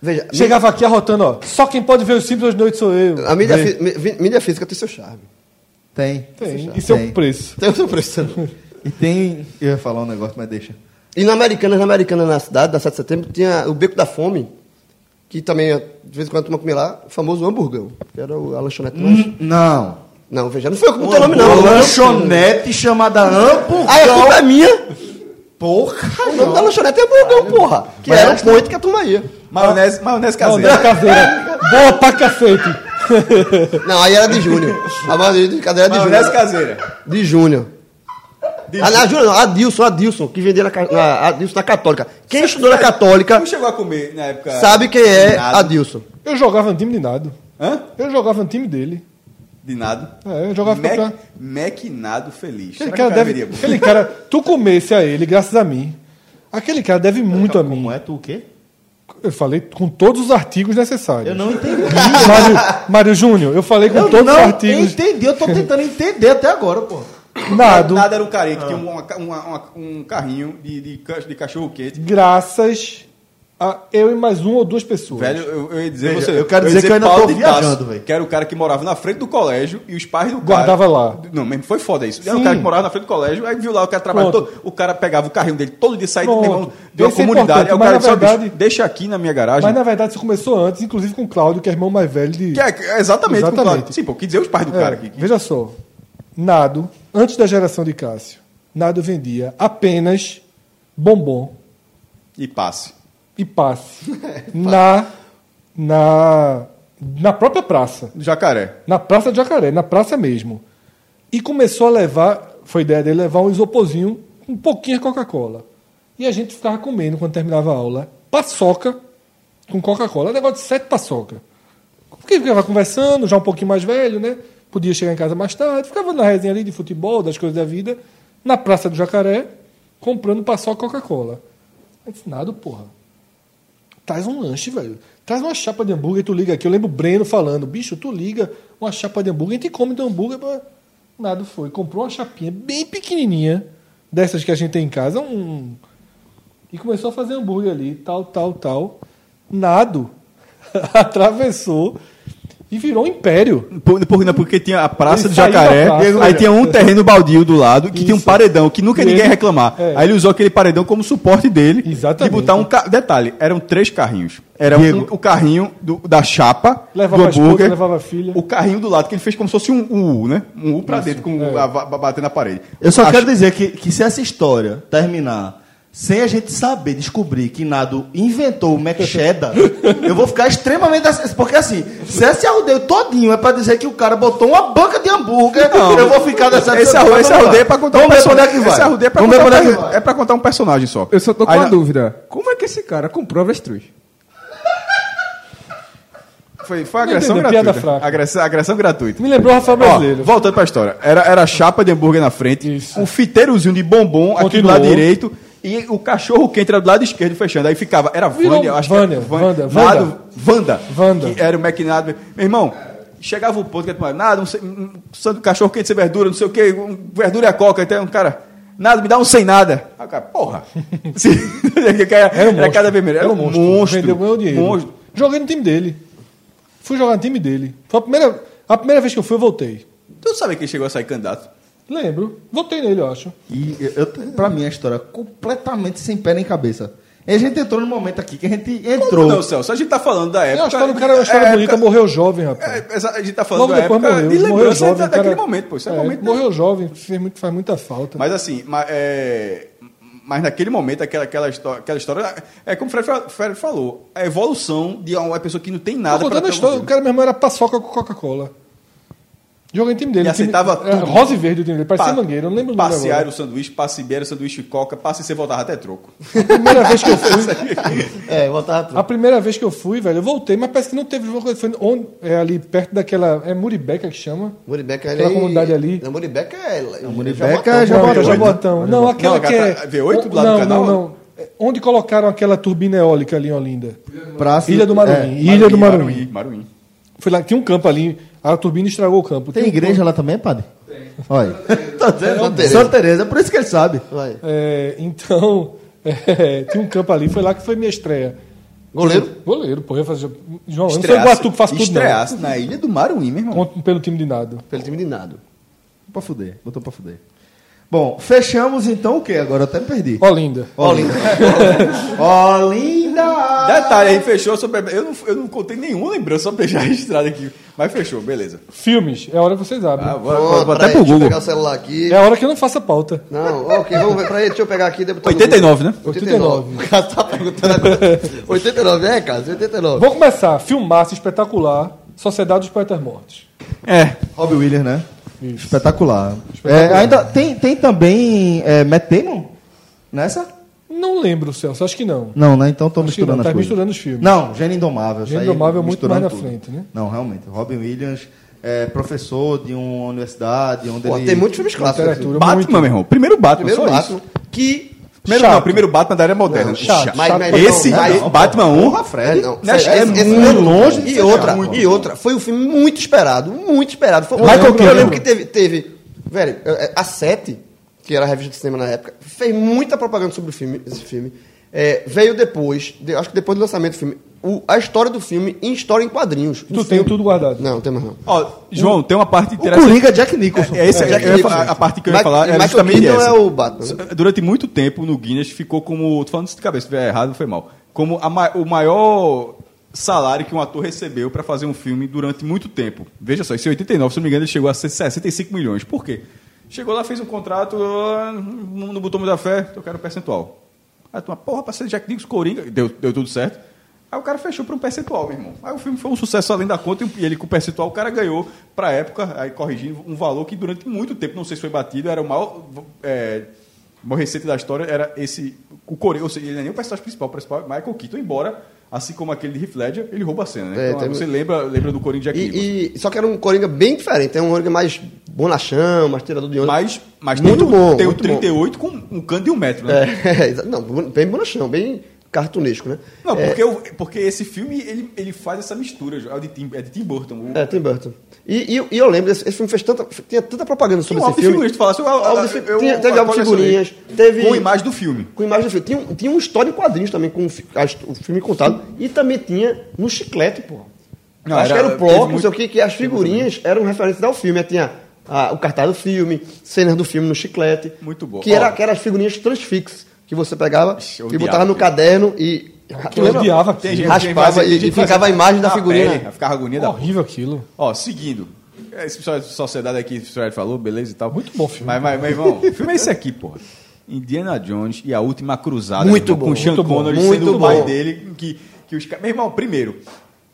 S6: Veja,
S3: Chegava aqui arrotando, ó. Só quem pode ver os Simpsons de noite sou eu.
S6: a mídia, fi- mi- vi- mídia física tem seu charme. [laughs]
S5: Tem.
S3: Tem. Isso é
S5: Tem.
S3: um preço.
S6: Tem o seu preço.
S5: E tem. Eu ia falar um negócio, mas deixa.
S6: E na Americana, na Americana, na cidade, da 7 de setembro, tinha o Beco da Fome, que também, de vez em quando, a turma comia lá, o famoso hamburgão, que era o- a lanchonete lanche.
S5: Hum, Não.
S6: Não, veja, não foi eu que
S4: é
S6: botei o nome, não.
S5: Uma lanchonete chamada Ampurgão.
S6: Aí a culpa é minha.
S5: Porra.
S6: O nome da lanchonete é hamburgão, porra. Que
S5: Tá Mas é um
S6: era o
S5: essa-
S6: ponto que a turma ia.
S4: Maionese, maionese
S3: Não,
S4: caseira.
S3: da caseira. Boa pra cacete.
S6: Não, aí era de Júnior. A maioria de cadeira era de
S4: Maionese
S6: Júnior.
S4: caseira.
S6: De Júnior. Ah, não, Júnior, não, Adilson, Adilson, que vendia na, ca- na, Adilson na Católica. Quem estudou na Católica
S4: Não chegou a comer na época.
S6: sabe quem é
S4: Nada.
S6: Adilson.
S3: Eu jogava no time de nada.
S4: Hã?
S3: Eu jogava no time dele.
S4: De nada.
S3: É, eu jogava
S4: Mac,
S3: campeonato.
S4: Mac nado feliz.
S3: Aquele
S4: Será
S3: cara
S4: que o
S3: deve.
S4: viria, pô?
S3: Aquele cara. Tu comesse a ele, graças a mim. Aquele cara deve muito a mim.
S5: é tu o quê?
S3: Eu falei com todos os artigos necessários.
S5: Eu não entendi.
S3: Mário, Mário Júnior, eu falei com
S5: Eu
S3: todos
S5: não
S3: os artigos.
S5: entendi. Eu tô tentando entender até agora, pô.
S3: Nado.
S4: Nada era o Carê, que tinha uma- uma- uma- um carrinho de, de, ca- de cachorro quente.
S3: Graças a eu e mais uma ou duas pessoas.
S4: Velho, eu, eu ia dizer.
S5: Eu-
S4: você-
S5: eu quero dizer que eu ainda
S4: Paulo
S5: tô
S4: de Tasso,
S5: viajando, velho.
S4: Que era o cara que morava na frente do colégio e os pais do cara.
S3: Guardava lá.
S4: Não, mesmo foi foda isso. Era o
S3: Sim.
S4: cara que morava na frente do colégio, aí viu lá o cara trabalhando.
S3: Pronto.
S4: todo- o cara pegava o carrinho dele todo dia, saía de,
S3: Pronto.
S4: irmão, de uma
S3: Esse é
S4: comunidade.
S3: importante,
S4: Aí o
S3: mas
S4: cara
S3: na
S4: disse: ó, bicho,
S3: verdade-
S4: deixa aqui na minha garagem.
S3: Mas na verdade isso começou antes, inclusive com o Cláudio, que é irmão mais velho de.
S4: Que é- exatamente,
S3: Exatamente.
S4: concordo. Sim, pô, que dizer os pais do
S3: É,
S4: cara aqui. que-
S3: Veja só. Nado, antes da geração de Cássio, Nado vendia apenas bombom
S4: E passe.
S3: e passe na, na, na própria praça.
S4: Do jacaré.
S3: Na Praça do Jacaré, na praça mesmo. E começou a levar, foi ideia dele levar um isoporzinho, um pouquinho de Coca-Cola. E a gente ficava comendo quando terminava a aula, paçoca com Coca-Cola, negócio de sete paçoca. Porque ficava conversando, já um pouquinho mais velho, né? Podia chegar em casa mais tarde, ficava na resenha ali de futebol, das coisas da vida, na Praça do Jacaré, comprando paçoca e Coca-Cola. Aí disse, nada, porra. Traz um lanche, velho. Traz uma chapa de hambúrguer, tu liga aqui. Eu lembro o Breno falando, bicho, tu liga uma chapa de hambúrguer, a gente come do hambúrguer. pá. Nada foi. Comprou uma chapinha bem pequenininha, dessas que a gente tem em casa, um... E começou a fazer hambúrguer ali, tal, tal, tal. Nado [laughs] atravessou e virou um império.
S4: Por, por- não, porque tinha a Praça
S3: Ele
S4: do
S3: saiu da
S4: Jacaré,
S3: praça. Diego
S4: aí
S3: Melhor.
S4: tinha um terreno baldio do lado, que tinha um
S3: Isso.
S4: paredão, que nunca
S3: E
S4: ninguém ia
S3: ele-
S4: reclamar.
S3: é.
S4: Aí ele usou aquele paredão como suporte dele.
S3: Exatamente.
S4: E botar um... ca- Detalhe, eram três carrinhos. Era um, o carrinho do- da chapa,
S3: Levava
S4: do
S3: a esposa,
S4: hambúrguer,
S3: levava a filha.
S4: o carrinho do lado, que ele fez como se fosse um U, né? Um U pra dentro, com
S3: É.
S4: a, va- batendo na parede.
S5: Eu só
S4: A
S5: quero dizer que, que se essa história terminar sem a gente saber, descobrir que Nado inventou o Mac
S4: [laughs]
S5: Cheddar, eu vou ficar extremamente... ass- Porque assim, se esse arrudeio todinho é pra dizer que o cara botou uma banca de hambúrguer, eu vou ficar decepcionado.
S4: Esse arru- esse arrudeio é pra contar
S5: Vamos ver pra onde é
S4: personagem.
S5: que vai.
S4: Esse arrudeio é pra
S5: Vamos ver
S4: contar
S5: pra onde
S4: um
S5: é que
S4: per-
S5: vai.
S4: é pra contar um personagem só.
S11: Eu só tô com
S4: Aí
S11: uma
S4: na-
S11: dúvida. Como é que esse cara comprova as três?
S4: Foi, foi
S3: Não
S4: agressão
S3: entendeu, piada
S4: gratuita.
S3: fraca.
S4: Agressão, agressão gratuita.
S3: Me lembrou o Rafael
S4: Ó,
S3: Brasileiro.
S4: voltando pra história. Era, era chapa de hambúrguer na frente,
S3: Isso.
S4: um fiteirozinho de bombom aqui do
S3: Continuou.
S4: lado direito e o cachorro quente era do lado esquerdo fechando. Aí ficava, era
S3: Virou
S4: Vânia, eu acho
S3: Vânia,
S4: que era
S3: Vânia,
S4: Nado-
S3: Vanda.
S4: Vanda.
S3: Vanda.
S4: Que era o McNado. Meu irmão, chegava o ponto que era, nada, um, sem- um, santo cachorro quente sem verdura, não sei o quê, um, verdura e a coca. Então, um cara, nada, me dá um sem nada. Aí o cara,
S3: [laughs]
S4: porra. Sim, [laughs] era,
S3: Era um monstro.
S4: cada vez melhor. Era um monstro.
S3: Vendeu, ganhou dinheiro.
S4: Monstro.
S3: Joguei no time dele. Fui jogar no time dele. Foi a primeira, a primeira vez que eu fui, eu voltei.
S4: Tu sabe quem chegou a sair candidato?
S3: Lembro. Voltei nele, eu acho.
S5: E eu, pra mim, é a história é completamente sem pé nem cabeça. E a gente entrou num momento aqui que a gente entrou...
S4: Não, Celso, a gente tá falando da
S3: É, a
S4: época.
S3: história do cara é uma história
S4: é,
S3: bonita,
S4: época-
S3: morreu jovem, rapaz.
S4: é, essa- a gente tá falando
S3: Logo
S4: da
S3: depois
S4: época
S3: morreu.
S4: de
S3: morreu
S4: lembrança
S3: jovem,
S4: da-
S3: o cara-
S4: daquele momento, pô. Isso é,
S3: É,
S4: momento.
S3: Morreu jovem, fez muito, faz muita falta.
S4: Mas assim, mas, é, mas naquele momento, aquela, aquela, história, aquela história. É como o Fred, fa- Fred falou, a evolução de uma pessoa que não tem
S3: Tô
S4: nada pra
S3: contando a
S4: ter
S3: história,
S4: um-
S3: o cara mesmo era paçoca com Coca-Cola. Joguei no time dele.
S4: E
S3: o time-
S4: aceitava
S3: era
S4: tudo.
S3: Rosa e verde o time dele, parecia
S4: pa-
S3: mangueira, eu não lembro o nome
S4: Passear
S3: agora.
S4: o sanduíche, passe beira, sanduíche coca, passe e você voltava até troco.
S3: A primeira vez que eu
S4: [laughs]
S3: fui,
S6: É, voltava
S3: A primeira vez que eu fui, velho, eu voltei, mas parece que não teve jogo. Foi on- é ali perto daquela. É Muribeca que chama?
S6: Muribeca
S3: Aquela comunidade ali.
S6: Não, Muribeca é.
S5: Muribeca
S3: Não,
S5: Jabotão.
S3: que é Jabotão.
S4: né?
S3: Não, aquela
S4: Não,
S3: que é.
S4: aquela V8 do lado
S3: não,
S4: do canal?
S3: Não, não. É Onde colocaram aquela turbina eólica ali em Olinda?
S5: Praça-
S3: Ilha do
S5: é.
S3: Maruim. Ilha do Maruim.
S4: Maruim. Maruim.
S3: Foi lá, tinha um campo ali. A turbina estragou o campo.
S5: Tem
S3: Tinha um
S5: igreja lá também, padre? Tem. Olha. Tá dizendo? Santa Teresa. Santa Teresa, é por isso que ele sabe.
S6: Vai.
S3: É, então, [laughs] é, tinha um campo ali, foi lá que foi minha estreia.
S6: Goleiro?
S3: Goleiro, pô, eu ia fazer. João, eu não sou
S4: Estreasse-
S3: Guatu que faço tudo, não.
S4: estreasse na ilha do Maruim, meu irmão.
S3: Conto pelo time de nado.
S6: Pelo time de nado.
S5: Pra fuder, botou pra fuder. Bom, fechamos então o quê? Agora eu até me perdi.
S3: Olinda.
S6: Olinda.
S5: [laughs] Olinda!
S4: Detalhe, aí fechou a sua pergunta. eu não, eu não contei nenhuma lembrança, só [laughs] beijar registrada aqui. Mas fechou, beleza.
S3: Filmes, é a hora que vocês abrem.
S4: Ah, bora, bora,
S6: Pronto,
S4: bora até
S6: peraí,
S4: pro
S6: deixa eu
S4: Google.
S6: pegar o celular aqui.
S3: É a hora que eu não faço a pauta.
S6: Não, ok, vamos ver. Peraí, deixa eu pegar aqui. deputado.
S4: 89, né?
S6: 89. O cara tá perguntando agora. 89, é, Cássio? 89.
S3: Vou começar. Filmaço espetacular. Sociedade dos Poetas Mortos.
S4: É.
S5: Robbie Williams, né? Espetacular. É, ainda tem, tem também é, Matt Damon? Nessa?
S3: Não lembro, Celso, acho que não.
S5: Não, né? Então tô
S3: Acho que
S5: misturando
S3: não,
S5: as
S3: tá
S5: coisas.
S3: misturando os filmes.
S5: Não, Gênio Indomável. isso
S3: Gênio
S5: aí,
S3: Indomável é muito
S5: misturando
S3: mais na frente, né?
S5: Não, realmente. Robin Williams é professor de uma universidade onde
S6: Pô,
S5: ele...
S6: tem muitos filmes clássicos. aqui.
S3: Literatura,
S4: Batman,
S3: muito.
S4: meu irmão. Primeiro Batman,
S6: Primeiro
S4: só
S6: Batman.
S4: isso. Que. Primeiro,
S3: Chato.
S4: não, primeiro Batman da era moderna.
S3: chato,
S4: Chato.
S6: Mas, mas,
S4: Esse
S6: não, mas-
S4: Batman 1
S5: Porra, Fred.
S6: não,
S4: Né,
S6: sério,
S4: é
S6: esse- esse
S4: muito
S6: mesmo.
S4: longe de
S6: E
S4: ser
S6: outra,
S4: chato.
S6: e outra. Foi um filme muito esperado, muito esperado. Foi,
S3: Eu lembro,
S6: eu
S3: eu
S6: lembro
S3: lembro.
S6: que teve, teve Velho, é, a Sete, que era a revista de cinema na época, fez muita propaganda sobre o filme, esse filme. É, veio depois, de- acho que depois do lançamento do filme, o- a história do filme em história em quadrinhos.
S3: Tu tem tudo guardado.
S6: Não, não tem mais não.
S4: Ó, João, tem uma parte
S6: O
S4: interessante.
S6: Coringa é Jack Nicholson.
S4: É, esse, é,
S6: Jack
S4: eu ia
S6: Nicholson.
S4: falar- a parte que eu ia
S6: Ma-
S4: falar é
S6: Michael
S4: justamente
S6: Keaton
S4: essa.
S6: é o Batman. né?
S4: Durante muito tempo, no Guinness, ficou como... Tô falando isso de cabeça, se estiver errado, foi mal. Como a ma- o maior salário que um ator recebeu para fazer um filme durante muito tempo. Veja só, é isso em 89, se não me engano, ele chegou a ser 65 milhões. Por quê? Chegou lá, fez um contrato, ah, não não botou muita fé, eu quero percentual. Aí tu, porra, pra ser Jack Nicholson, Coringa, deu, deu tudo certo. Aí o cara fechou para um percentual, meu irmão. Aí o filme foi um sucesso além da conta e ele com o percentual, o cara ganhou, para época, aí corrigindo, um valor que durante muito tempo, não sei se foi batido, era o maior, é, o maior receita da história, era esse, o Coringa, ou seja, ele não é nem o personagem principal, o principal é Michael Keaton, embora, assim como aquele de Heath Ledger, ele rouba a cena, né?
S6: É,
S4: Então,
S6: tem-
S4: Você lembra, lembra do Coringa de Jack Nicholson.
S6: E, e- só que era um Coringa bem diferente. É um Coringa mais bonachão, mais tirador de onda.
S4: Mas, mas
S6: muito
S4: tem, o-
S6: bom.
S4: tem um
S6: muito
S4: o 38 com um canto e um metro,
S6: Bom.
S4: né?
S6: [laughs] É, exa- não, bu- bem bonachão, bem cartunesco, né?
S4: Não,
S6: é,
S4: porque, o- porque esse filme ele, ele faz essa mistura. João. É de Tim, é de Tim Burton. O,
S6: é, Tim Burton. E, e- e eu lembro, desse, esse filme fez tanta, tinha tanta propaganda sobre
S4: Tinha um
S6: esse filme.
S4: álbum de figurinhas, tu fala assim, eu- eu-
S6: Álbum de fi-
S4: eu-
S6: tinha-
S4: eu
S6: teve álbum de
S4: colecionei.
S6: figurinhas, teve...
S4: Com a imagem do filme.
S6: Com imagem do filme. Tinha, um- tinha uma história em quadrinhos também, com o fi- a his- o filme contado. E também tinha no chiclete, pô.
S4: Não,
S6: Acho
S4: era-
S6: que era o bloco,
S4: teve
S6: não sei o que, que as figurinhas eram referência ao filme. Aí Tinha ah, o cartaz do filme, cenas do filme no chiclete.
S4: Muito bom.
S6: Que, era,
S4: Ó.
S6: que eram as figurinhas transfix, que você pegava
S4: Ixi, eu
S6: e
S4: odiava
S6: botava no
S4: aquilo.
S6: caderno e...
S3: Eu odiava
S4: Tem gente
S3: aquilo.
S4: que
S6: Raspava
S4: fazia-
S6: e-
S4: tem gente
S6: e
S4: que
S6: ficava
S4: fazia
S6: a imagem da
S4: na
S6: figurinha.
S4: pele, Ficava a agonia da
S3: Horrível aquilo.
S4: Ó, seguindo. É, Esse pessoal de sociedade aqui, o Fred falou, beleza e tal.
S3: Muito bom filme.
S4: Mas, mas, mas irmão, o filme é esse aqui, porra. Indiana Jones e a Última Cruzada.
S6: Muito
S4: meu irmão,
S6: bom,
S4: Com Sean
S6: muito bom,
S4: Connery
S6: muito
S4: sendo o pai
S6: bom.
S4: dele. Que, que os, ca- meu irmão, primeiro,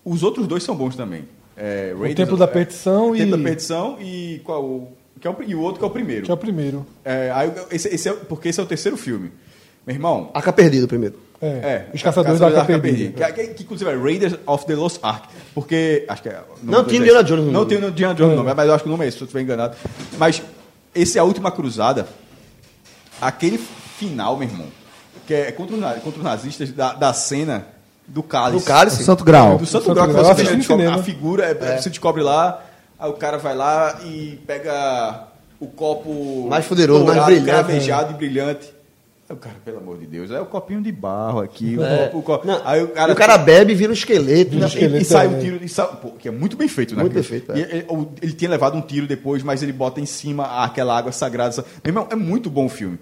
S4: os outros dois são bons também. É, Raiders-
S3: Templo da Perdição
S4: é, Templo
S3: e-
S4: da Perdição e qual... o- Que é o, pri- e o outro que é o primeiro.
S3: Que é o primeiro.
S4: É, aí, esse, esse é, porque esse é o terceiro filme. Meu irmão,
S6: Arca Perdida primeiro.
S3: É, Os Caçadores da Arca Perdida.
S4: Que, que- que, inclusive é Raiders of the Lost Ark. Porque. Acho que é, o nome
S6: Não
S4: do
S6: tem
S4: exército.
S6: Indiana Jones no
S4: Não
S6: nome.
S4: tem Indiana Jones no nome, mas eu acho que o nome é esse, se eu estiver enganado. Mas esse é a última cruzada. Aquele final, meu irmão. Que é contra, os na- contra os nazistas da, da cena do cálice.
S6: Do cálice?
S5: Santo Grau.
S4: Do Santo
S3: Santo
S4: Grau, que
S3: Grau,
S4: você
S3: assisti no
S4: descobre,
S3: cinema.
S4: a figura, é, você descobre lá, aí o cara vai lá e pega o copo
S6: Mais poderoso, mais brilhante. né?
S4: cravejado e brilhante. Aí o cara, pelo amor de Deus, é o copinho de barro aqui, o
S6: É.
S4: copo, o copo.
S6: Não,
S4: aí o cara,
S6: o cara bebe e vira um esqueleto.
S3: Vira
S6: né?
S3: um esqueleto.
S4: e, e sai
S3: né?
S4: um tiro, e sai- pô, que é muito bem feito, né?
S6: Muito
S4: aquilo?
S6: bem feito,
S4: E
S6: é.
S4: ele, o- ele tinha levado um tiro depois, mas ele bota em cima aquela água sagrada. essa- Meu irmão, é muito bom o filme.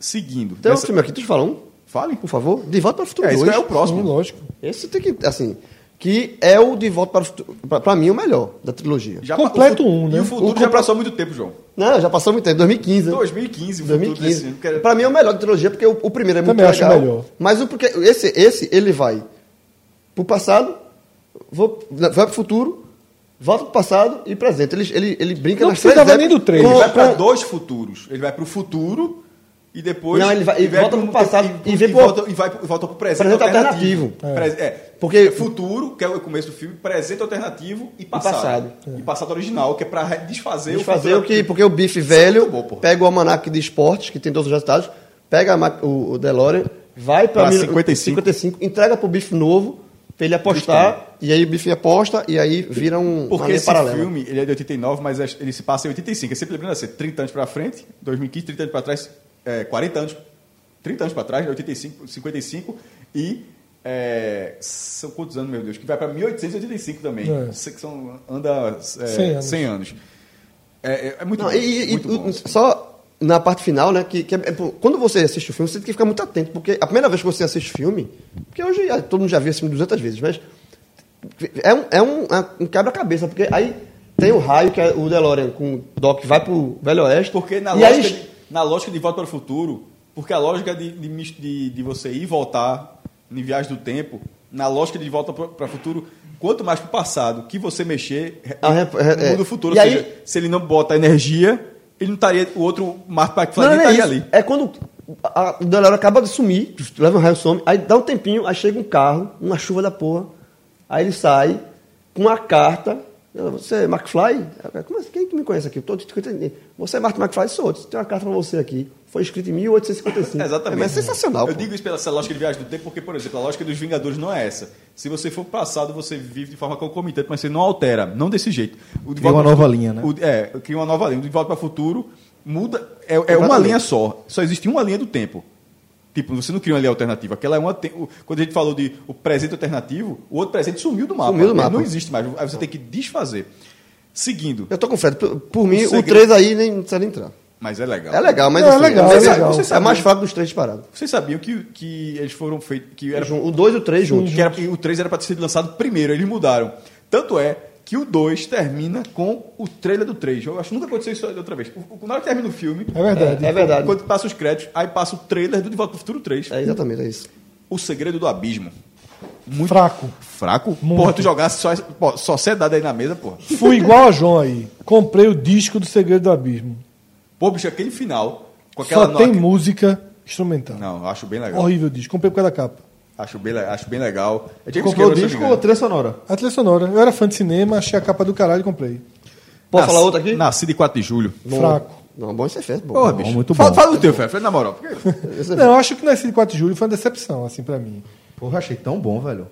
S4: Seguindo.
S6: Tem um
S4: nessa-
S6: filme aqui, tu te fala um,
S4: Fale.
S6: por favor. De Volta para o Futuro
S4: É, esse
S6: 2.
S4: é o próximo.
S3: Sim, lógico.
S6: Esse tem que, assim, que é o De Volta para o Futuro, pra, pra mim, é o melhor da trilogia.
S4: Já
S3: Completo
S4: o fu-
S3: um, né?
S4: E o futuro
S6: O
S4: já
S6: compra-
S4: passou há muito tempo, João.
S6: Não, já passou muito tempo, 2015. né?
S4: 2015, o futuro desse
S6: 2015.
S4: filme, que era-
S6: Pra mim é o melhor da trilogia, porque o, o primeiro é muito
S3: Também acho
S6: legal.
S3: melhor.
S6: Mas o porque esse, esse ele vai pro passado, vou, né, vai pro futuro, volta pro passado e presente. Ele, ele, ele brinca
S3: Não
S6: nas três
S3: precisava
S6: épocas
S3: nem do três.
S6: com-
S4: Ele vai para
S6: com-
S4: dois futuros. Ele vai para o futuro e depois.
S6: Não, ele vai- ele volta
S4: pra um
S6: pro passado
S4: tempo-
S6: e vem
S4: e
S6: pro-
S4: volta, e vai, e volta pro presente,
S6: Presente
S4: alternativo.
S6: alternativo.
S4: Pre- É.
S6: Porque-
S4: futuro, que é o começo do filme, presente alternativo e passado.
S6: passado.
S4: E passado original, que é para desfazer,
S6: Desfazer
S4: o
S6: o
S4: futuro.
S6: que. Porque o bife
S4: é
S6: velho
S4: muito bom, porra.
S6: pega o almanac de esportes, que tem todos os resultados, pega a ma- o, o DeLorean, vai pra,
S4: Pra
S6: mil-
S4: 55.
S6: 55, entrega pro bife novo, pra ele apostar, e aí o bife aposta, e aí vira um. uma
S4: Porque
S6: linha
S4: esse
S6: paralela.
S4: filme, ele é de 89, mas é- ele se passa em 85. É sempre lembrando assim, 30 anos pra frente, 2015, 30 anos pra trás, é, 40 anos, 30 anos pra trás, né, 85, 55 e... é, são quantos anos, meu Deus? Que vai pra 1885 também.
S3: É.
S4: Se- que São, anda é, 100
S3: 100
S4: anos.
S3: anos.
S4: É, é- é muito
S6: Não,
S4: bom.
S6: e, e-
S4: muito
S6: e-
S4: bom.
S6: só na parte final, né? Que, que é- é por- quando você assiste o filme, você tem que ficar muito atento, porque a primeira vez que você assiste filme, porque hoje ah, todo mundo já viu esse filme 200 vezes, mas é um, é um, é um quebra-cabeça, porque aí tem o raio, que é o DeLorean com o Doc, vai pro Velho Oeste.
S4: Porque na
S6: e
S4: lógica,
S6: aí-
S4: de, na lógica de Volta para o Futuro, porque a lógica de, de, mis- de- de você ir e voltar em viagem do tempo, na lógica de Volta para o Futuro, quanto mais para o passado que você mexer, re-
S6: Ah, é, é, é.
S4: muda o futuro.
S6: E
S4: Ou
S6: aí-
S4: seja, se ele não bota energia, ele não estaria, o outro Mark McFly
S6: Não,
S4: não,
S6: não é
S4: estaria
S6: isso.
S4: ali.
S6: É quando a, a- o DeLorean acaba de sumir, leva um raio some, aí dá um tempinho, aí chega um carro, uma chuva da porra, aí ele sai com uma carta. Eu, Você é McFly? Eu, Como é- quem que me conhece aqui? Eu tô- Você é Martin McFly? Sou. Eu disse, Tem uma carta pra você aqui. Foi escrita em 1855.
S4: Exatamente. [laughs]
S6: É, mas é sensacional.
S4: Eu
S6: pô.
S4: digo isso pela essa lógica de viagem do tempo, porque, por exemplo, a lógica dos Vingadores não é essa. Se você for passado, você vive de forma concomitante, mas você não altera, não desse jeito. O de
S5: Cria
S4: Volta
S5: uma
S4: pra
S5: nova
S4: Futuro-
S5: linha, né?
S4: o- é, cria uma nova linha. O de volta para o futuro muda. É, é uma
S5: Exatamente.
S4: linha só. Só existe uma linha do tempo. Tipo, você não cria uma linha alternativa. Aquela é uma. te- o- Quando a gente falou de o presente alternativo, o outro presente sumiu do mapa.
S6: Sumiu do
S4: Ele
S6: mapa.
S4: Não existe mais. Aí você tem que desfazer. Seguindo.
S6: Eu tô com o Fred. Por, por mim, o
S4: segredo-
S6: 3 aí nem não precisa nem entrar.
S4: Mas é legal.
S6: É legal, mas
S3: Não, é
S6: assim,
S3: legal,
S6: você
S3: é
S6: sabe-
S3: legal.
S6: você sabe, é mais fraco dos três disparados.
S4: Vocês sabiam que, que eles foram feitos. Que era
S6: O 2 e o 3 juntos.
S4: Que era- que o 3 era para ter sido lançado primeiro, eles mudaram. Tanto é que o 2 termina com o trailer do 3. Eu acho que nunca aconteceu isso outra vez. O- o- Na hora que termina o filme,
S3: É verdade.
S6: É verdade.
S4: quando passa os créditos, aí passa o trailer do De Volta pro Futuro 3.
S6: É exatamente, é isso.
S4: O Segredo do Abismo. Muito
S3: Fraco.
S4: fraco.
S3: Muito.
S4: Porra, tu jogasse só, pô, sociedade aí na mesa, porra.
S3: Fui igual a João aí. Comprei o disco do Segredo do Abismo.
S4: Pô, bicho, aquele final, com aquela
S3: Só tem
S4: nota-
S3: música instrumental.
S4: Não, eu acho bem legal.
S3: Horrível o disco. Comprei por causa da capa.
S4: Acho bem, le- acho bem legal. É James
S5: Comprou o
S4: Cameron, se eu não me
S5: disco
S4: engano.
S5: ou a trilha sonora?
S3: A trilha sonora. Eu era fã de cinema, achei a capa do caralho e comprei.
S6: Posso
S4: Nas-
S6: falar outra aqui?
S4: Nasci de 4 de julho.
S6: Bom.
S3: Fraco.
S6: Não, bom isso é feito. Bom.
S4: Porra, bicho.
S5: muito
S4: fala,
S5: bom.
S4: fala do teu, Fred, Fred, na moral. Porque...
S6: Esse é
S3: Não, eu acho que Nascido 4 de Julho foi uma decepção, assim, pra mim.
S5: Porra, achei tão bom, velho.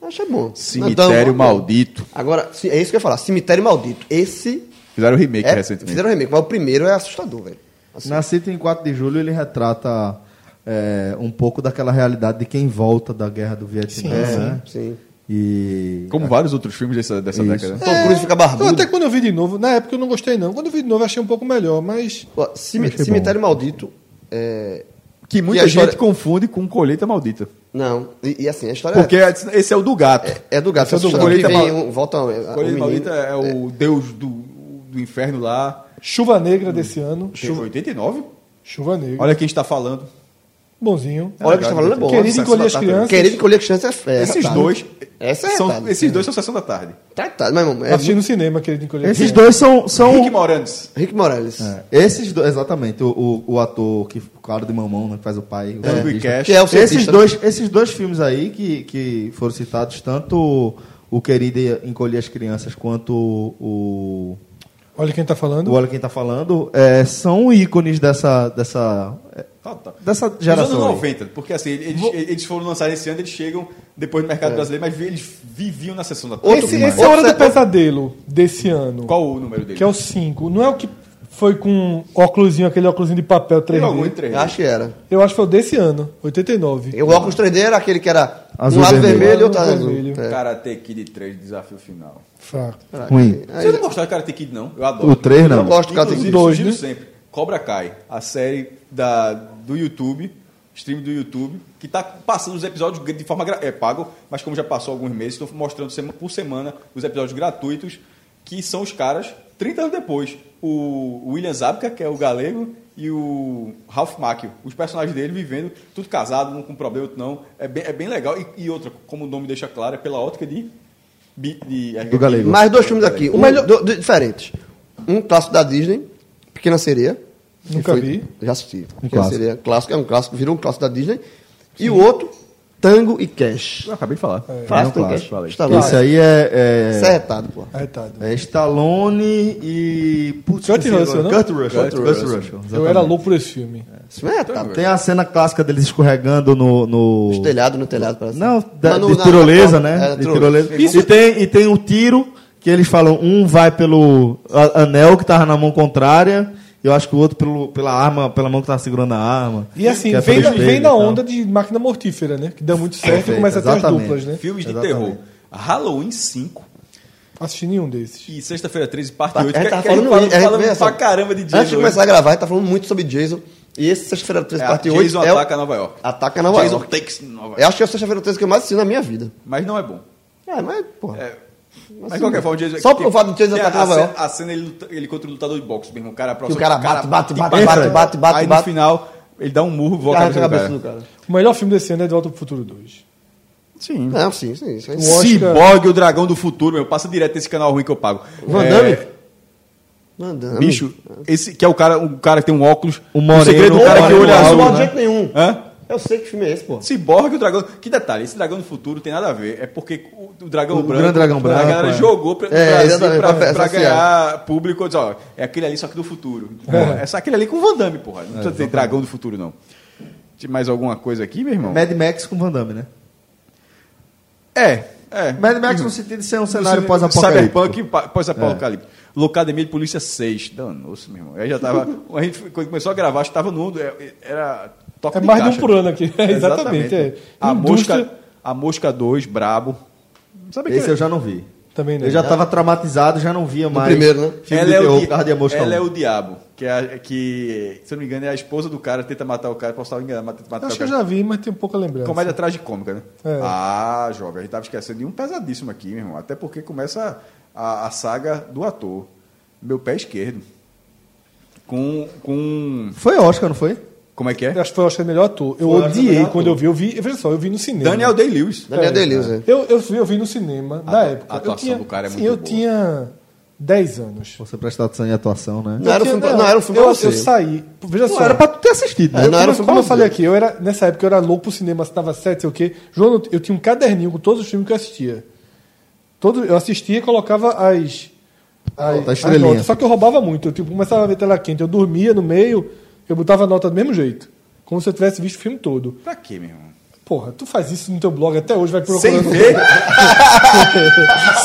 S6: bom. Acho que é bom.
S4: Cemitério
S6: Então,
S4: Maldito.
S6: Agora, se- é isso que eu ia falar. Cemitério Maldito. Esse
S4: Fizeram o remake
S6: é,
S4: recentemente.
S6: fizeram remake, mas o primeiro é assustador, velho. Assim,
S5: Nascido em 4 de julho, ele retrata é, um pouco daquela realidade de quem volta da guerra do Vietnã, né?
S6: É, sim. um
S5: E
S4: Como vários outros filmes dessa, dessa
S5: Isso.
S4: década.
S6: Tom Cruise fica barbudo.
S3: então, Até quando eu vi de novo, na época eu não gostei não. Quando eu vi de novo eu achei um pouco melhor, mas
S6: Ó, cime-
S5: Achei bom.
S6: cemitério Maldito é...
S4: Que muita
S6: E a
S4: gente
S6: história-
S4: confunde com Colheita Maldita.
S6: Não, e, e assim, a história
S4: Porque esse é o do gato.
S6: é, é do gato.
S4: esse é do
S6: assustador,
S4: Colheita
S6: que vem
S4: Mal-
S6: um- volta um, um
S4: Colheita
S6: menino.
S4: Maldita é o deus do, do inferno lá.
S3: Chuva Negra desse ano,
S4: Chuva 89?
S3: Chuva Negra,
S4: Hum, Olha quem está falando.
S3: bonzinho.
S6: Olha o que você tá falando, é bom.
S3: Querido
S4: Sessão
S3: encolher
S4: da
S3: as
S4: tarde.
S3: crianças,
S6: Querendo colher que chance é fé.
S4: esses dois.
S6: Essa é
S4: são,
S6: retardada.
S4: esses dois são sessão da tarde.
S6: Tratado, mas, irmão, é
S3: assisti no cinema, querido encolher as
S5: esses
S3: crianças.
S5: dois são. são...
S6: Então,
S4: Rick Moranis.
S6: Rick Morales.
S5: É, Esses dois, exatamente, o, o, o ator que cara de mamão, né, que faz o pai. o
S4: Ludwig
S5: cientista.
S4: Cash.
S6: Que é o cientista,
S5: esses
S6: né?
S5: dois, esses dois filmes aí que, que foram citados, tanto o- o Querido Encolher as Crianças quanto o,
S3: Olha quem tá
S5: o,
S3: falando.
S5: o Olha Quem Tá Falando, é, são ícones dessa, dessa,
S4: Tá, tá.
S5: dessa
S4: Dos
S5: geração.
S4: anos
S5: aí.
S4: 90, porque assim, eles, eles foram lançados esse ano, eles chegam depois do
S6: É.
S4: mercado brasileiro, mas vi- eles viviam na sessão da tarde.
S3: Esse, esse é a Hora do Pesadelo desse ano,
S4: Qual o número dele?
S3: que é o 5. Não é o que foi com óculosinho, aquele óculosinho de papel
S4: Tem algum em
S3: 3D.
S4: 3D?
S6: Acho que era.
S3: Eu acho que foi o desse ano, 89.
S6: E o óculos 3D era aquele que era
S5: Azul
S6: um lado
S5: vermelho.
S6: vermelho e outro
S3: Azul
S6: azul.
S3: vermelho.
S6: É.
S4: Karate Kid 3, desafio final.
S3: Fraco.
S5: Ruim.
S6: Aí-
S4: Vocês não gostaram de Karate Kid, não? Eu adoro.
S5: O 3 não.
S6: Eu gosto de Karate
S4: Inclusive,
S6: Kid.
S3: Dois,
S4: sugiro
S3: né?
S4: sempre. Cobra Kai, a série da, do YouTube, stream do YouTube, que tá passando os episódios de forma... gra- É pago, mas como já passou alguns meses, estão mostrando sema- por semana os episódios gratuitos, que são os caras, 30 anos depois, o William Zabka, que é o galego, e o Ralph Macchio, os personagens dele vivendo, tudo casado, um com problema, outro não. É bem, é bem legal. E, e outra, como o nome deixa claro, é pela ótica de... bi- de
S5: Do galego.
S6: Mais dois filmes aqui.
S3: O
S6: Um,
S3: melhor-
S6: do- do- diferentes. Um clássico da Disney, Pequena Sereia. que
S3: Nunca vi.
S6: Já assisti. Pequena
S5: Um clássico.
S6: Sereia. Clássico, é um clássico, virou um clássico da Disney. E o outro, Tango e Cash.
S4: Eu acabei de falar.
S6: Clássico,
S5: é um
S6: Tango e Cash.
S5: clássico, falei.
S6: Stallone.
S5: Esse aí é.
S6: Isso é
S5: é...
S6: retado, pô.
S3: Arretado.
S5: É Stallone e. Putz,
S3: Kurt
S5: esqueci
S3: Russell,
S5: agora.
S3: né?
S5: Kurt Russell. Kurt Russell.
S3: Eu era louco por esse filme.
S6: Isso é retado.
S5: Tem a cena clássica deles escorregando no. no...
S6: No telhado, no telhado, parece.
S5: Não, da,
S6: Mas no-
S5: de
S6: na-
S5: tirolesa,
S6: na-
S5: né?
S6: é,
S5: de
S6: tiro-
S5: tirolesa. E, tem, e tem um tiro que eles falam: um vai pelo a- anel que tava na mão contrária, e eu acho que o outro pelo, pela arma, pela mão que tava segurando a arma.
S3: E assim,
S5: que é
S3: vem,
S5: pelo
S3: da,
S5: espelho
S3: vem
S5: e
S3: da
S5: tal.
S3: onda de máquina mortífera, né? Que dá muito certo e
S5: Perfeito,
S3: começa a ter as
S5: exatamente.
S3: duplas, né?
S4: Filmes de
S5: Exatamente.
S4: terror. Halloween 5
S3: Assisti nenhum desses.
S4: e Sexta-feira 13, parte
S6: Tá,
S4: 8.
S6: a gente
S4: que-
S6: tava
S4: que a gente
S6: falando,
S4: fala-
S6: a gente
S4: falando
S6: vê essa-
S4: pra caramba de Jason.
S6: Antes de começar a gravar, a gente tá falando muito sobre Jason. E esse Sexta-feira 13,
S4: É,
S6: parte 8.
S4: Jason
S6: é o-
S4: ataca Nova York.
S6: Ataca Nova
S4: Jason
S6: York.
S4: Takes Nova
S6: Eu
S4: York.
S6: acho que é o Sexta-feira 13 que eu mais assisti na minha vida.
S4: Mas não é bom.
S6: É, mas, porra.
S4: É, Mas de qualquer forma, o Jason...
S6: Só por fato do Jason
S4: tem a-
S6: atacar
S4: a
S6: Nova
S4: cena-
S6: York.
S4: A cena, ele, luta- ele contra o lutador de boxe, mesmo. O cara
S6: o cara bate, bate, bate, bate, bate, bate,
S4: Aí no
S6: bate.
S4: final, ele dá um murro e voa a
S6: Arranca
S4: cabeça
S6: a
S4: do
S6: cabeça do
S4: cara.
S6: cara.
S3: O melhor filme desse ano é De Volta pro Futuro 2.
S4: Sim.
S6: Não, sim, sim. Isso aí.
S3: O Oscar-
S4: Cyborg, o dragão do futuro, meu. Passa direto esse canal ruim que eu pago.
S6: Van
S4: É,
S6: Damme? Van Damme.
S4: Bicho, esse que é o cara, o cara que tem um óculos,
S5: O moreno,
S4: segredo do
S5: o
S4: cara que
S5: moreno
S4: olha
S6: Não,
S4: azul.
S6: não, de
S5: né?
S6: jeito nenhum.
S4: Hã?
S6: Eu sei que filme é esse, pô.
S4: Ciborgue e o dragão. Que detalhe, esse dragão do futuro tem nada a ver. É porque o, o dragão
S5: O
S4: branco.
S5: grande dragão
S4: A
S5: branco,
S4: galera
S5: é.
S4: jogou pra,
S6: É,
S4: Brasil
S6: exatamente,
S4: pra,
S6: pra-
S4: pra
S6: pra
S4: ganhar público. Diz, ó, é aquele ali, só que do futuro. Porra, é só aquele ali com o Van Damme,
S5: É,
S4: porra. Não precisa dizer dragão do futuro, não. Tem mais alguma coisa aqui, meu irmão?
S5: Mad Max com Van Damme, né?
S4: É, é.
S5: Mad Max no sentido de ser um cenário
S4: Você-
S5: pós-apocalíptico. É.
S4: Cyberpunk pa- pós-apocalipse. Locademia de Polícia 6. Danou-se, meu irmão. Aí já
S5: [laughs]
S4: tava. a gente, quando começou a gravar, acho que tava no. é, Era. Toque
S3: É
S4: de
S3: mais de um
S4: caixa.
S3: por ano aqui. [laughs] É, exatamente, é.
S4: A,
S3: Indústria-
S4: mosca, a Mosca 2, brabo. Sabe
S5: Esse eu já não vi.
S3: Também né? não.
S5: Eu já estava traumatizado, já não via mais.
S6: primeiro, né?
S5: Filme
S4: ela
S5: de
S4: é,
S5: terror
S4: o
S5: por
S4: di-
S5: causa de um. Amosca
S4: ela é
S5: 1.
S4: o diabo. Que, é a- que, se eu não me engano, é a esposa do cara, tenta matar o cara, posso estar enganado, mas tenta matar
S3: Acho
S4: o
S3: que eu
S4: cara.
S3: já vi, mas tem pouca
S6: É.
S3: lembrança.
S4: Comédia tragicômica, né?
S3: É.
S4: Ah, jovem, a gente tava esquecendo de um pesadíssimo aqui, meu irmão. Até porque começa a, a saga do ator. Meu pé esquerdo. Com. com
S5: Foi Oscar, não foi?
S4: como é que é?
S3: Acho que foi o Oscar de melhor ator.
S5: Foi
S3: Eu
S5: o Oscar de
S3: odiei
S5: melhor
S3: quando
S5: ator.
S3: eu vi. Eu vi, veja só, eu vi no cinema.
S4: Daniel Day-Lewis.
S6: Daniel Day-Lewis, é.
S3: Eu, eu, vi, eu vi no cinema, na
S4: atua-
S3: época.
S4: a atuação
S3: eu tinha,
S4: do cara é
S3: sim,
S4: muito
S3: eu
S4: boa.
S3: tinha 10 anos.
S5: Você prestar atenção em atuação, né?
S6: Não era um
S3: Eu tinha-
S6: filme pra- não era um filme
S3: eu,
S6: pra você.
S3: Eu saí. Veja só.
S5: pra tu ter assistido,
S3: Eu,
S6: não
S3: como,
S6: era um filme
S3: como eu
S6: brasileiro.
S3: falei aqui, eu era, nessa época eu era louco pro cinema, estava sete, sei o quê. João, eu- eu tinha um caderninho com todos os filmes que eu assistia. Todo, eu assistia e colocava as. as,
S5: Nota, a
S3: as
S5: estrelinha.
S3: notas. Só que eu roubava muito. Eu tipo, começava a ver tela quente, eu dormia no meio, eu botava a nota do mesmo jeito. Como se eu tivesse visto o filme todo.
S4: Pra quê, meu irmão?
S3: Porra, tu faz isso no teu blog até hoje, vai
S4: Sem
S3: procurando.
S6: [laughs]
S4: ver?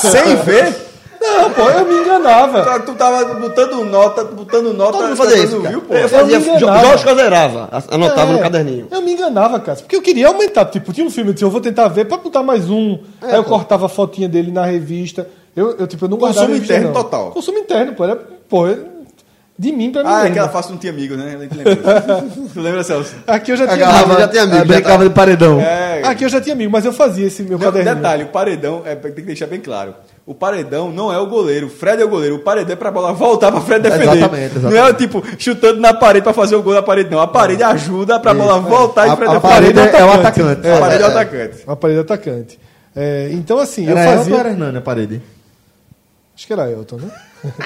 S4: Sem ver?
S3: Não, pô, eu me enganava.
S4: Tu, tu tava botando nota, botando nota.
S6: Todo mundo
S4: tá
S6: fazia
S4: dando
S6: isso, cara.
S4: view, pô.
S6: eu fazia,
S3: Eu não
S6: jo-
S3: enganava.
S6: Jorge Caseirava, anotava
S3: É,
S6: no caderninho.
S3: Eu me enganava, cara. Porque eu queria aumentar. Tipo, tinha um filme, eu disse, eu vou tentar ver pra botar mais um.
S4: É,
S3: Aí eu cortava a fotinha dele na revista. Eu, eu tipo, eu não
S4: Consumo
S3: guardava revista,
S4: interno
S3: não.
S4: total.
S3: Consumo interno, pô. Era, pô, eu- de mim pra mim.
S4: Ah, é
S3: mesmo.
S4: aquela face não tinha amigo, né? A gente lembra.
S6: [laughs]
S4: tu lembra, Celso?
S3: Aqui eu já tinha
S6: garrafa
S3: amigo.
S6: já tem amigo,
S5: Ah,
S6: já tá.
S5: brincava de paredão.
S4: É.
S3: Aqui eu já tinha amigo, mas eu fazia esse meu
S4: Não,
S3: caderninho.
S4: detalhe, o paredão, é, tem que deixar bem claro. O paredão não é o goleiro, o Fred é o goleiro. O paredão é pra bola voltar pra Fred defender.
S5: Exatamente, exatamente.
S4: Não é tipo chutando na parede pra fazer o gol na parede, não. A parede ajuda pra bola voltar
S5: A,
S4: e Fred
S5: a
S4: defender.
S5: parede é o
S3: atacante.
S5: atacante.
S4: A parede é o atacante.
S3: Uma parede atacante. É, então, assim,
S5: Era
S3: eu
S5: ela
S3: fazia.
S5: ou era Hernani a parede?
S3: Acho que era Elton, né? [laughs]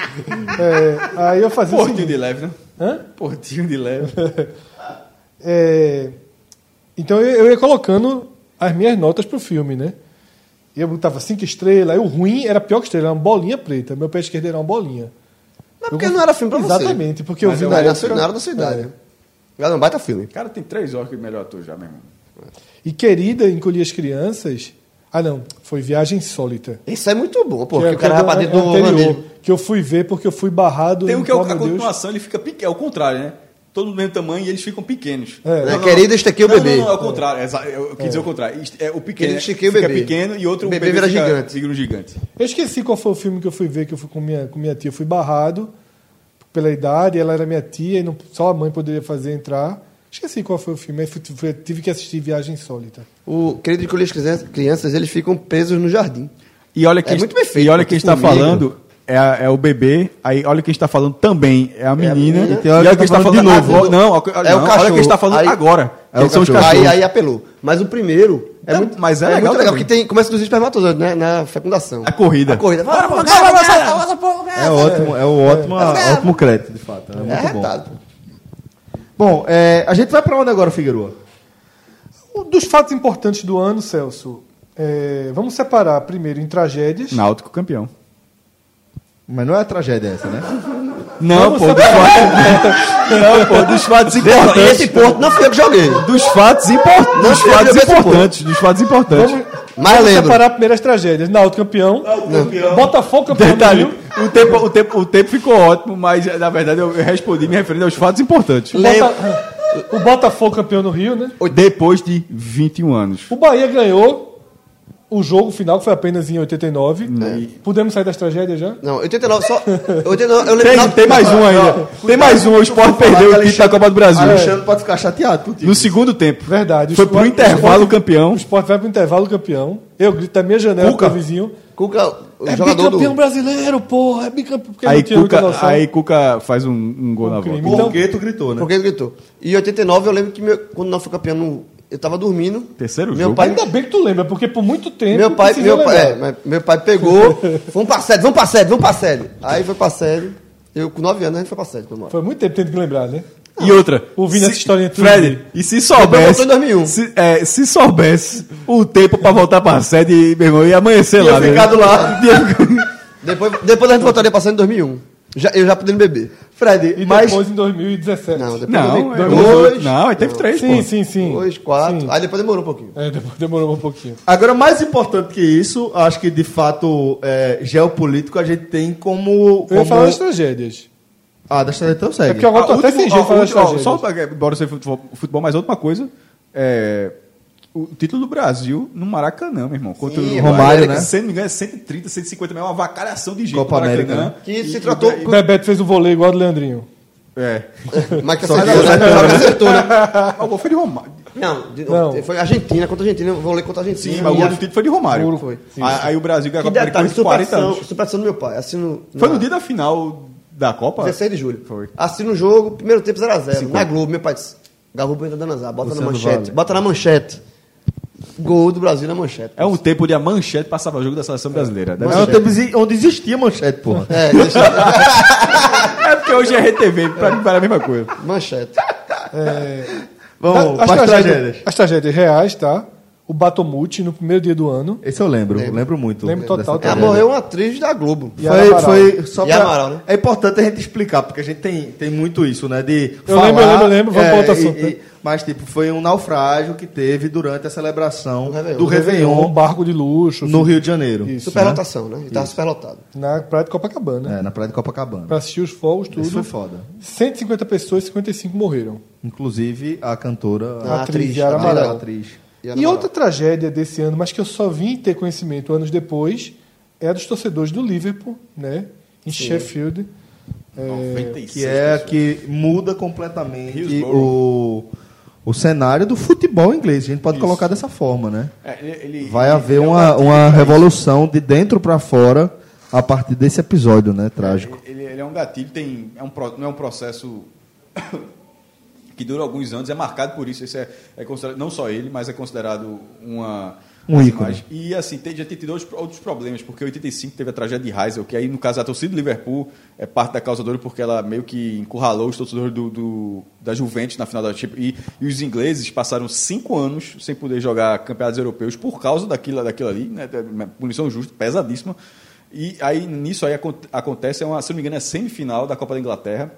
S3: É, aí eu fazia o
S4: Portinho
S3: seguinte.
S4: de leve, né?
S3: Hã?
S4: Portinho de leve.
S3: É, então eu, eu ia colocando as minhas notas pro filme, né? E eu botava cinco estrelas, e o ruim era a pior que estrela, era uma bolinha preta. Meu pé esquerdo era uma bolinha.
S6: Mas porque não era filme pra você.
S3: Exatamente, porque eu
S6: Mas
S3: vi
S6: é
S3: na
S6: uma-
S3: época,
S6: Não era da sua idade.
S3: É.
S6: Era um baita filme.
S4: Cara, tem três horas que é melhor ator já, meu irmão.
S3: E querida, encolhi as crianças. Ah, não, foi Viagem Sólita.
S6: Isso é muito bom, pô. Porque
S3: é-
S6: o cara vai pra dentro
S3: é
S6: do
S3: anterior,
S6: bandido.
S3: Que eu fui ver porque eu fui barrado.
S4: Tem
S3: em
S4: um que é o-
S3: Qual
S4: a
S3: Meu Deus.
S4: continuação, ele fica pequeno. É o contrário, né? Todo do mesmo tamanho e eles ficam pequenos.
S3: É.
S6: É, querido, estiquei o
S4: não,
S6: bebê.
S4: Não, não, é o contrário. É, exa- eu eu quis dizer o contrário. Est- É, o pequeno
S6: Querido, estiquei o
S4: fica
S6: bebê.
S4: pequeno e outro
S6: O bebê vira
S4: fica-
S6: gigante.
S4: Vira um gigante.
S3: Eu esqueci qual foi o filme que eu fui ver, que eu fui com minha, com minha tia. Eu fui barrado pela idade, ela era minha tia, e não, só a mãe poderia fazer entrar. Esqueci qual foi o filme, aí fui- fui- tive que assistir Viagem Insólita.
S6: O querido de colher as crianças- crianças, eles ficam presos no jardim.
S4: E olha quem,
S6: É muito bem feito,
S4: e olha
S6: pô,
S4: quem está
S6: tipo um negro.
S4: tá falando é, a- é o bebê. Aí olha quem está tá falando também é a menina.
S6: menina.
S4: E olha quem está tá falando,
S5: de novo.
S4: agora. Não, a-
S6: tá É
S4: não,
S6: o
S4: Olha
S6: cachorro.
S4: quem está falando
S6: Aí-
S4: agora.
S5: É
S4: Eles
S5: o
S4: são os
S5: cachorro.
S6: Aí,
S4: cachorros.
S6: aí apelou. Mas o primeiro. É
S4: Tá,
S6: muito,
S4: mas é legal
S6: muito
S4: também.
S6: legal,
S4: É
S6: porque tem, começa dos espermatozoides, né? Na fecundação.
S4: A corrida.
S6: A corrida. Bora, bora,
S5: É ótimo, é o ótimo, ótimo crédito, de fato. É
S6: É
S5: muito bom.
S6: arretado.
S5: Bom, é, a gente vai pra onde agora, Figueroa?
S3: Um dos fatos importantes do ano, Celso, é, vamos separar primeiro em tragédias.
S4: Náutico campeão.
S5: Mas não é a tragédia essa, né?
S4: Não, pô, dos fatos. Não, pô, dos fatos
S6: Pô,
S4: importantes.
S6: Esse ponto não fui eu que joguei.
S4: Dos fatos, import... dos
S6: eu
S4: fatos
S6: joguei esse
S4: importantes. Dos fatos importantes.
S3: Vamos,
S6: Mas
S4: Ah,
S3: vamos
S6: lembro.
S3: separar primeiro as tragédias. Náutico campeão, Botafogo campeão do
S4: [laughs] Detalhe,
S3: Rio,
S4: o tempo, o, tempo, o tempo ficou ótimo, mas na verdade eu eu respondi me referindo aos fatos importantes.
S3: Bota- [laughs] o Botafogo campeão no Rio, né?
S4: Depois de 21 anos.
S3: O Bahia ganhou o jogo final, que foi apenas em 89.
S4: Né.
S3: Podemos sair das tragédias já?
S6: Não, 89 só. 89, eu lembro.
S4: Tem,
S6: não,
S4: tem mais um ainda. Tem mais um. O Sport perdeu o título da Copa do Brasil.
S5: Alexandre pode ficar chateado contigo.
S4: No segundo tempo.
S3: Verdade.
S4: Foi
S3: O
S4: pro
S3: Sport-
S4: intervalo
S3: o Sport-
S4: campeão.
S3: O Sport vai pro intervalo campeão. Eu grito da minha janela
S4: Cuca.
S3: pro vizinho.
S6: Cuca, o
S3: É
S6: jogador do.
S3: bicampeão brasileiro, porra. É bicampeão. Porque
S4: Aí
S3: não tinha muita
S4: Cuca,
S3: noção.
S4: aí Cuca faz um, um gol
S3: Um
S4: na
S3: crime.
S4: volta.
S3: Então-
S5: Porque tu gritou, né?
S6: Porque ele gritou. E em 89 eu lembro que meu- quando não fui campeão, no- eu tava dormindo.
S4: Terceiro
S6: meu
S4: jogo.
S6: Pai,
S3: Ainda bem que tu lembra, porque por muito tempo.
S6: Meu pai,
S3: precisou
S6: meu, pai, é,
S3: lembrar.
S6: mas meu pai pegou, vamos pra sede, vamos pra sede, vamos pra sede. Aí foi pra sede. Eu, com 9 anos, a gente foi pra sede, meu irmão.
S3: Foi muito tempo tendo que lembrar, né?
S4: E outra.
S3: Ouvindo
S4: se-
S3: essa historinha tudo.
S4: Fred, e se
S6: Depois voltou
S4: soubesse.
S6: em 2001.
S4: Se, é, se soubesse o tempo pra voltar pra sede, meu irmão, ia amanhecer lá.
S5: ficado
S4: lá.
S6: Depois, depois a gente voltaria pra sede em 2001. Já, eu já podendo beber.
S3: Fred, e
S6: mas-
S3: depois em 2017.
S6: Não,
S4: [laughs]
S6: depois
S4: Não,
S6: eu dei
S4: é
S6: dois,
S4: dois, não, aí teve três,
S3: Sim,
S4: pô.
S3: sim, sim.
S6: dois, quatro.
S3: Sim.
S6: Aí depois demorou um pouquinho.
S3: É, depois demorou um pouquinho.
S5: Agora, mais importante que isso, acho que de fato é, geopolítico a gente tem como.
S3: Eu ia
S5: como...
S3: falar das tragédias.
S5: Ah, da história então segue.
S3: É porque agora eu tô
S4: Ah,
S3: até
S4: último-
S3: sem jeito
S4: ó,
S3: falar das
S4: último- ó,
S3: tragédias.
S4: Só pra- bora ser futebol, futebol, mas outra coisa. É, o título do Brasil no Maracanã, meu irmão. Contra
S6: Sim,
S4: o
S5: Romário, né?
S4: Se não me engano, é 130, 150 mil, é uma vacalhação de gente.
S5: Copa
S4: no Maracanã.
S5: América, né?
S6: Que se tratou.
S3: O Bebeto fez o vôlei igual ao do Leandrinho.
S4: [laughs] É.
S6: Mas que
S5: Só que
S6: acertou, né? Só que acertou, né?
S4: Ah, o gol foi de Romário.
S6: Não, de-
S3: Não.
S6: foi Argentina contra Argentina. Vão ler contra Argentina.
S4: Sim, mas o gol do título foi de Romário.
S3: Gol foi. Sim.
S4: Aí, aí o Brasil ganhou
S6: Que
S4: a Copa América
S6: detalhe,
S4: com 40
S6: superação,
S4: anos.
S6: superação do meu pai. Assino,
S4: Foi
S6: na-
S4: no dia da final da Copa?
S6: 16 de julho.
S4: Foi.
S6: Assino o jogo, primeiro tempo 0x0.
S4: Cinquenta.
S6: Na Globo, meu pai disse: Garrubo entra dando azar, bota
S5: Luciano
S6: na manchete.
S5: Vale.
S6: Bota na manchete. Gol do Brasil na manchete.
S4: É né? um tempo de a manchete passava o jogo da seleção brasileira. Deve
S5: É
S4: ser.
S5: um tempo exi- onde existia manchete, porra.
S6: É, deixa,
S4: É porque hoje é RTV, pra mim para a mesma coisa. [laughs]
S6: manchete.
S4: É.
S5: Vamos,
S3: as,
S5: para as
S3: tragédias,
S5: tragédias.
S3: as tragédias reais, tá? O Batomute no primeiro dia do ano.
S5: Esse eu lembro, lembro, muito.
S3: Lembro
S5: dessa
S3: total
S6: Ela
S5: tragédia.
S3: também.
S6: É, Ah, morreu uma atriz da Globo.
S4: é
S3: E
S5: Foi,
S3: Amaral.
S5: foi só
S6: E
S5: pra...
S6: Amaral, né?
S5: É importante a gente explicar, porque a gente tem, tem muito isso, né? De É,
S3: Eu lembro, eu lembro, eu lembro, vamos pra outro assunto, né?
S5: mas, tipo, foi um naufrágio que teve durante a celebração
S6: Do Réveillon.
S5: do Réveillon,
S3: Um barco de luxo.
S5: no
S3: assim,
S5: Rio de Janeiro.
S3: Isso.
S6: Superlotação, né? E tava superlotado.
S3: Na praia de Copacabana.
S5: É, na praia de Copacabana.
S3: Pra assistir os fogos, tudo.
S5: Isso foi foda.
S3: 150 pessoas, 55 morreram.
S5: Inclusive a cantora,
S6: A
S5: a
S6: atriz,
S3: Yara
S5: a
S3: Amaral.
S5: atriz.
S6: Yara
S3: E
S6: Amaral.
S3: outra tragédia desse ano, mas que eu só vim ter conhecimento anos depois, é a dos torcedores do Liverpool, né? Em Sheffield. É,
S4: 96
S5: Que é a
S4: pessoas.
S5: que muda completamente
S4: Hillsborough.
S5: o, o cenário do futebol inglês. A gente pode colocar dessa forma, né?
S4: É, ele- ele-
S5: Vai
S4: ele-
S5: haver
S4: ele é um
S5: uma,
S4: gatilho
S5: uma
S4: pra
S5: revolução de dentro pra fora a partir desse episódio, né? Trágico.
S4: isso. Ele, ele é um gatilho, tem, é um, pro- não é um processo que dura alguns anos, é marcado por isso. Isso é, é considerado, não só ele, mas é considerado uma.
S5: Um
S4: as
S5: ícone.
S4: imagens. E assim, tem, já tem tido outros, outros problemas, porque em 85 teve a tragédia de Heisel, que aí, no caso, a torcida do Liverpool é parte da causadora, porque ela meio que encurralou os torcedores do, do- da Juventus na final da Champions. E, e os ingleses passaram cinco anos sem poder jogar campeonatos europeus por causa daquilo, daquilo ali, né? Uma Punição justa, pesadíssima. E aí, nisso aí acon- acontece, é uma, se não me engano, é a semifinal da Copa da Inglaterra.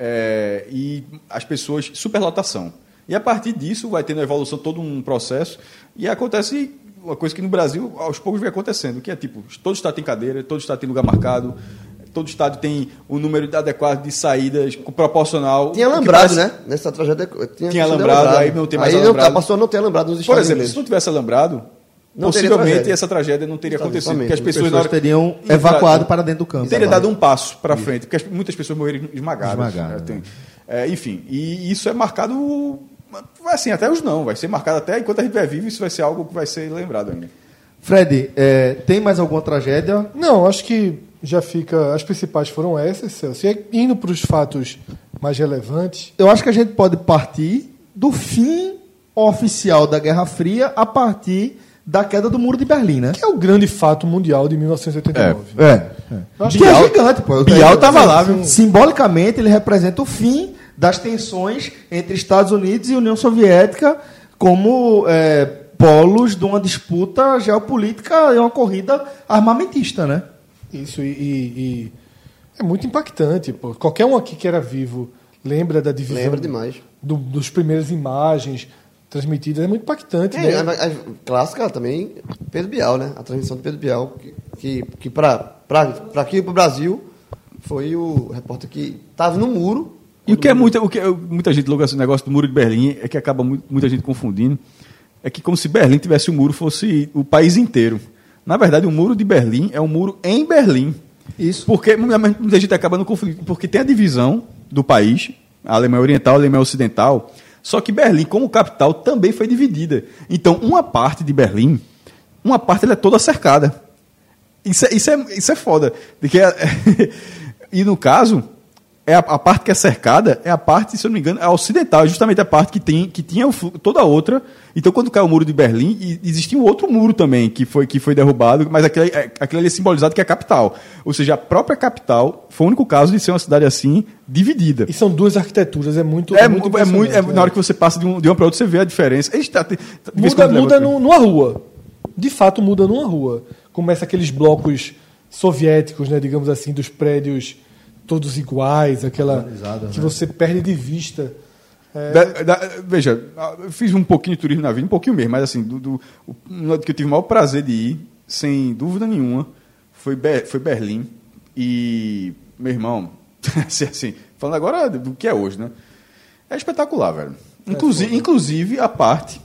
S4: É, e as pessoas superlotação. E a partir disso vai tendo a evolução todo um processo e acontece uma coisa que no Brasil aos poucos vem acontecendo, que é tipo, todo estado tem cadeira, todo estado tem lugar marcado, todo estado tem o número adequado de saídas com- proporcional.
S6: Tinha
S4: O que
S6: alambrado,
S4: parece-
S6: né? Nessa tragédia. Tinha,
S4: Tinha
S6: questão de
S4: alambrado, aí não tem mais
S6: aí
S4: alambrado.
S6: Não, passou a não ter alambrado nos
S4: Por
S6: Estados
S4: exemplo,
S6: Unidos.
S4: se não tivesse alambrado,
S6: Não teria
S4: possivelmente
S6: tragédia.
S4: essa tragédia não teria acontecido, porque as
S6: Exatamente.
S4: pessoas,
S5: As
S4: na
S5: pessoas
S4: hora-
S5: teriam
S4: Entra-
S5: evacuado para dentro do campo.
S4: Teria dado um passo para frente, porque as- muitas pessoas morreram esmagadas.
S5: Esmagadas,
S4: É, tem- é, enfim, e isso é marcado, assim, até os não, vai ser marcado até enquanto a gente é vivo, isso vai ser algo que vai ser lembrado ainda.
S5: Fred, é, tem mais alguma tragédia?
S3: Não, acho que já fica. As principais foram essas, Celso. E aí, indo para os fatos mais relevantes,
S5: Eu acho que a gente pode partir do fim oficial da Guerra Fria a partir da queda do Muro de Berlim, né?
S3: que é o grande fato mundial de 1989.
S5: É.
S3: Eu acho
S5: Que é
S3: que-
S5: gigante, pô.
S4: Bial tava lá,
S5: viu? assim, um- Simbolicamente, ele representa o fim das tensões entre Estados Unidos e União Soviética como é, polos de uma disputa geopolítica e uma corrida armamentista, né?
S4: É.
S3: Isso, e, e- e é muito impactante. Pô. Qualquer um aqui que era vivo lembra da divisão.
S6: Lembra demais.
S3: do- dos primeiras imagens transmitidas. É muito impactante,
S6: É,
S3: né?
S6: a, a- a clássica também, Pedro Bial, né? A transmissão do Pedro Bial, que, que, que para aqui, para o Brasil, foi o repórter que estava no muro.
S4: E o que é muita, o que é- muita gente louca esse negócio do muro de Berlim é que acaba mu- muita gente confundindo. É que como se Berlim tivesse um muro fosse o país inteiro. Na verdade, o muro de Berlim é um muro em Berlim. Isso. Porque muita muita gente acaba no conflito, porque tem a divisão do país, a Alemanha Oriental, a Alemanha Ocidental. Só que Berlim, como capital, também foi dividida. Então, uma parte de Berlim, uma parte ela é toda cercada. Isso é, isso é, isso é foda. De que é- [laughs] e no caso, é a, a parte que é cercada é a parte, se eu não me engano, é a ocidental, é justamente a parte que, tem, que tinha o flu- toda a outra. Então, quando caiu o muro de Berlim, e- existia um outro muro também que foi, que foi derrubado, mas aquele, é- aquele ali é simbolizado que é a capital. Ou seja, a própria capital foi o único caso de ser uma cidade assim, dividida.
S3: E são duas arquiteturas, é muito.
S4: É, muito, é muito, é,
S3: impressionante, né?
S4: na hora que você passa de, um, de uma para outra, você vê a diferença. Eles tá- tem- tá- de vez em
S3: Muda,
S4: quando leva-
S3: muda num- numa rua. De fato, muda numa rua. Começa aqueles blocos soviéticos, né, digamos assim, dos prédios todos iguais, aquela
S4: né?
S3: que você perde de vista. É,
S4: Da- da- veja, eu fiz um pouquinho de turismo na vida, um pouquinho mesmo, mas assim, do, do- o- uma que eu tive o maior prazer de ir, sem dúvida nenhuma, foi, Ber- foi Berlim. E, meu irmão, [laughs] assim, assim, falando agora do que é hoje, né? É espetacular, velho. Inclusi- inclusive a parte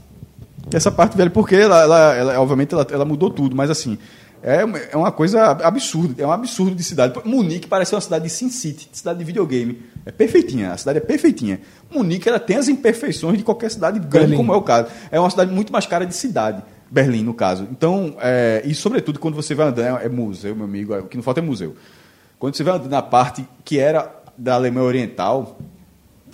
S4: essa parte, velho, porque ela, ela, ela- obviamente, ela, ela mudou tudo, mas assim, é, uma- é uma coisa absurda, é um absurdo de cidade. Munique parece uma cidade de Sin City, de cidade de videogame. É perfeitinha, a cidade é perfeitinha. Munique, ela tem as imperfeições de qualquer cidade grande,
S3: Berlim.
S4: como é o caso. É uma cidade muito mais cara de cidade, Berlim, no caso. Então, é, e sobretudo quando você vai andando, é, é museu, meu amigo, é- o que não falta é museu. Quando você vai andando na parte que era da Alemanha Oriental,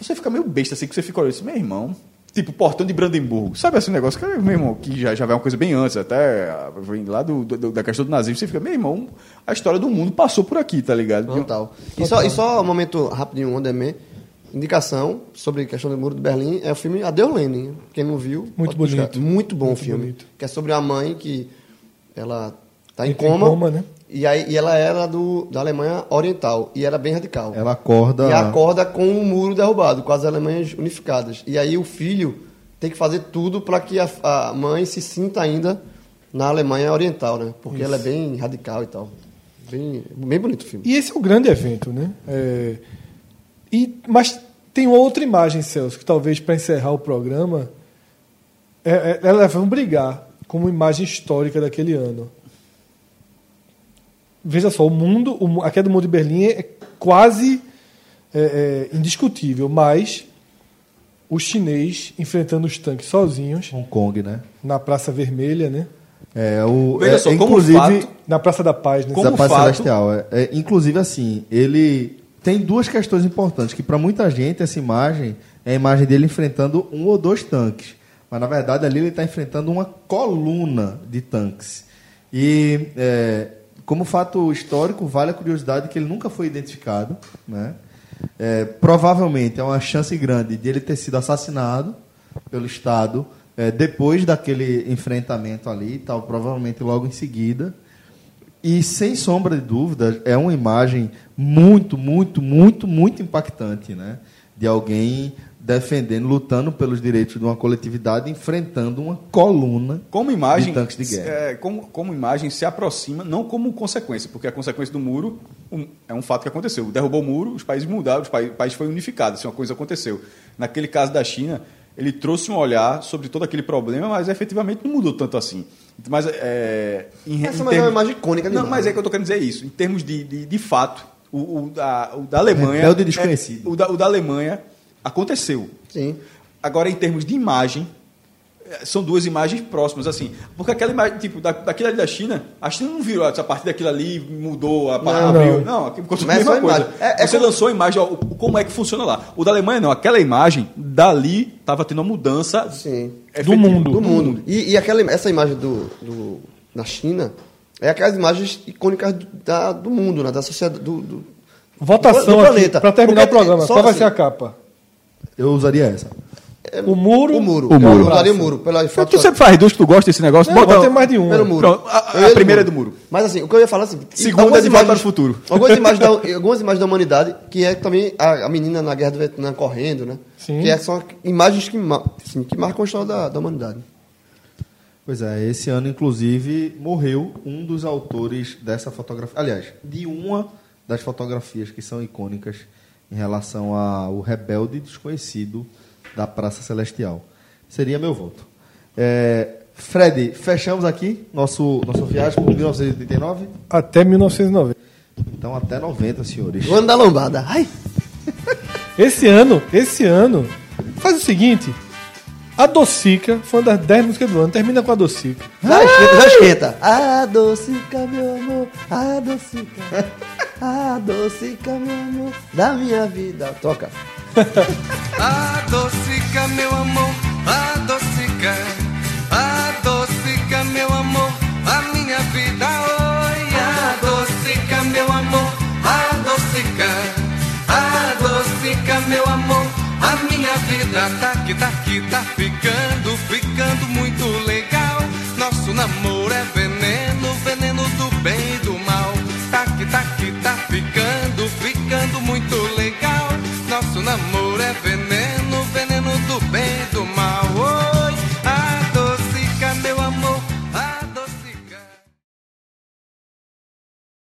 S4: você fica meio besta assim, que você fica olhando assim, meu irmão. Tipo, portão de Brandemburgo. Sabe assim, um negócio que, meu irmão, que já, já vai uma coisa bem antes, até ah, vem lá do, do- da questão do nazismo. Você fica, meu irmão, a história do mundo passou por aqui, tá ligado?
S3: Uhum.
S6: Total. né, E só, e só um momento rapidinho, on demand. Indicação sobre a questão do Muro de Berlim é o filme Adeus Lenin. Quem não viu,
S3: Muito
S6: pode buscar.
S3: bonito.
S6: Muito bom o
S3: Muito
S6: filme.
S3: bonito.
S6: Que é sobre a mãe que ela está em
S3: Entra em
S6: coma.
S3: coma, né?
S6: E, aí, e ela era do, da Alemanha Oriental. E era bem radical.
S5: Ela é acorda.
S6: E acorda com o muro derrubado, com as Alemanhas unificadas. E aí o filho tem que fazer tudo para que a, a mãe se sinta ainda na Alemanha Oriental, né? Porque ela é bem radical e tal. Bem, bem bonito o filme.
S3: E esse é o grande evento, né? É, e, mas tem uma outra imagem, Celso, que talvez para encerrar o programa, é, é, elas vão brigar como imagem histórica daquele ano. Veja só, o mundo, o mu- a queda do mundo de Berlim é quase é, é, indiscutível, mas o chinês enfrentando os tanques sozinhos
S5: Hong Kong, né?
S3: na Praça Vermelha, né?
S5: É, o,
S4: Veja
S5: é,
S4: só, como
S5: inclusive,
S4: fato-
S3: Na Praça da Paz, né?
S4: Como
S5: da Paz
S4: fato-
S5: Celestial. É, é, inclusive, assim, ele tem duas questões importantes, que para muita gente essa imagem é a imagem dele enfrentando um ou dois tanques. Mas, na verdade, ali ele está enfrentando uma coluna de tanques. E, é, como fato histórico, vale a curiosidade que ele nunca foi identificado. Né? É, provavelmente, é uma chance grande de ele ter sido assassinado pelo Estado eh, depois daquele enfrentamento ali e tal, provavelmente logo em seguida. E sem sombra de dúvida, é uma imagem muito, muito, muito, muito impactante, né? De alguém defendendo, lutando pelos direitos de uma coletividade, enfrentando uma coluna
S4: Como imagem,
S5: de tanques de guerra.
S4: é, como, como imagem se aproxima, não como consequência, porque a consequência do muro um- é um fato que aconteceu. Derrubou o muro, os países mudaram, os pai- o país foi unificado, assim, uma coisa aconteceu. Naquele caso da China, ele trouxe um olhar sobre todo aquele problema, mas efetivamente não mudou tanto assim. Mas é, em,
S6: Essa
S4: em
S6: mas é uma imagem icônica
S4: Não,
S6: demais.
S4: mas é que eu estou querendo dizer isso. Em termos de, de, de fato, o, o da, o da Alemanha.
S5: Rebelde desconhecido.
S4: é, o da- o da Alemanha aconteceu.
S6: Sim.
S4: Agora, em termos de imagem, eh, são duas imagens próximas, assim. Porque aquela imagem, tipo, da, daquilo ali da China, a China não virou, "Ah, essa parte daquilo ali mudou, a parte
S3: Não,
S4: abriu.
S3: não.
S4: Não, aqui continua a
S6: Mas é só
S4: mesma
S6: a
S4: coisa.
S6: imagem. É- é
S4: Você
S6: como-
S4: lançou a imagem, ó, o- como é que funciona lá. O da Alemanha não, aquela imagem, dali estava tendo uma mudança
S6: Sim.
S4: efetiva.
S3: mundo.
S6: Do mundo. E, e aquela, essa imagem do, do, da China é aquelas imagens icônicas do, da- do mundo, né? Da sociedade, do, do- do
S3: Votação aqui,
S6: planeta.
S3: para terminar
S6: Porque
S3: o programa.
S6: só
S3: Qual vai
S6: assim-
S3: ser a capa?
S5: Eu usaria essa.
S3: O muro.
S6: é o muro.
S4: O
S6: Eu
S4: muro.
S6: usaria o muro. Pela
S4: Tu
S6: foto-
S4: sempre faz duas que tu gosta desse negócio?
S3: Não,
S4: Bota-
S3: tem mais de um uma.
S6: Pelo muro.
S4: Pronto, a- a-
S6: Eu ia
S4: a primeira é do muro.
S6: Mas assim, o que eu ia falar assim.
S4: Segunda
S6: algumas
S4: é de Volta para o Futuro.
S6: Algumas imagens,
S4: [laughs]
S6: da, algumas imagens da humanidade, que é também a, a menina na guerra do Vietnã correndo, né?
S3: Sim.
S6: Que é, são imagens que, ma- assim, que marcam a história da, da humanidade.
S5: Pois é, esse ano, inclusive, morreu um dos autores dessa fotografia. Aliás, de uma das fotografias que são icônicas em relação ao rebelde desconhecido da Praça Celestial. Seria meu voto. É, Fred, fechamos aqui nosso, nosso viagem por 1989.
S3: Até 1990.
S5: Então, até 90, senhores.
S6: O ano da lombada. Ai!
S3: Esse ano, esse ano, faz o seguinte. A Docica foi uma das 10 músicas do ano. Termina com a Docica.
S6: Já esquenta, já esquenta. Adocica, meu amor, adocica. Adocica, meu amor, da minha vida. Toca.
S8: Adocica, meu amor, adocica. Adocica, meu amor, a minha vida. Oi, adocica, meu amor, adocica. Adocica, meu amor, a minha vida. Tá aqui, tá aqui, tá aqui. é tá é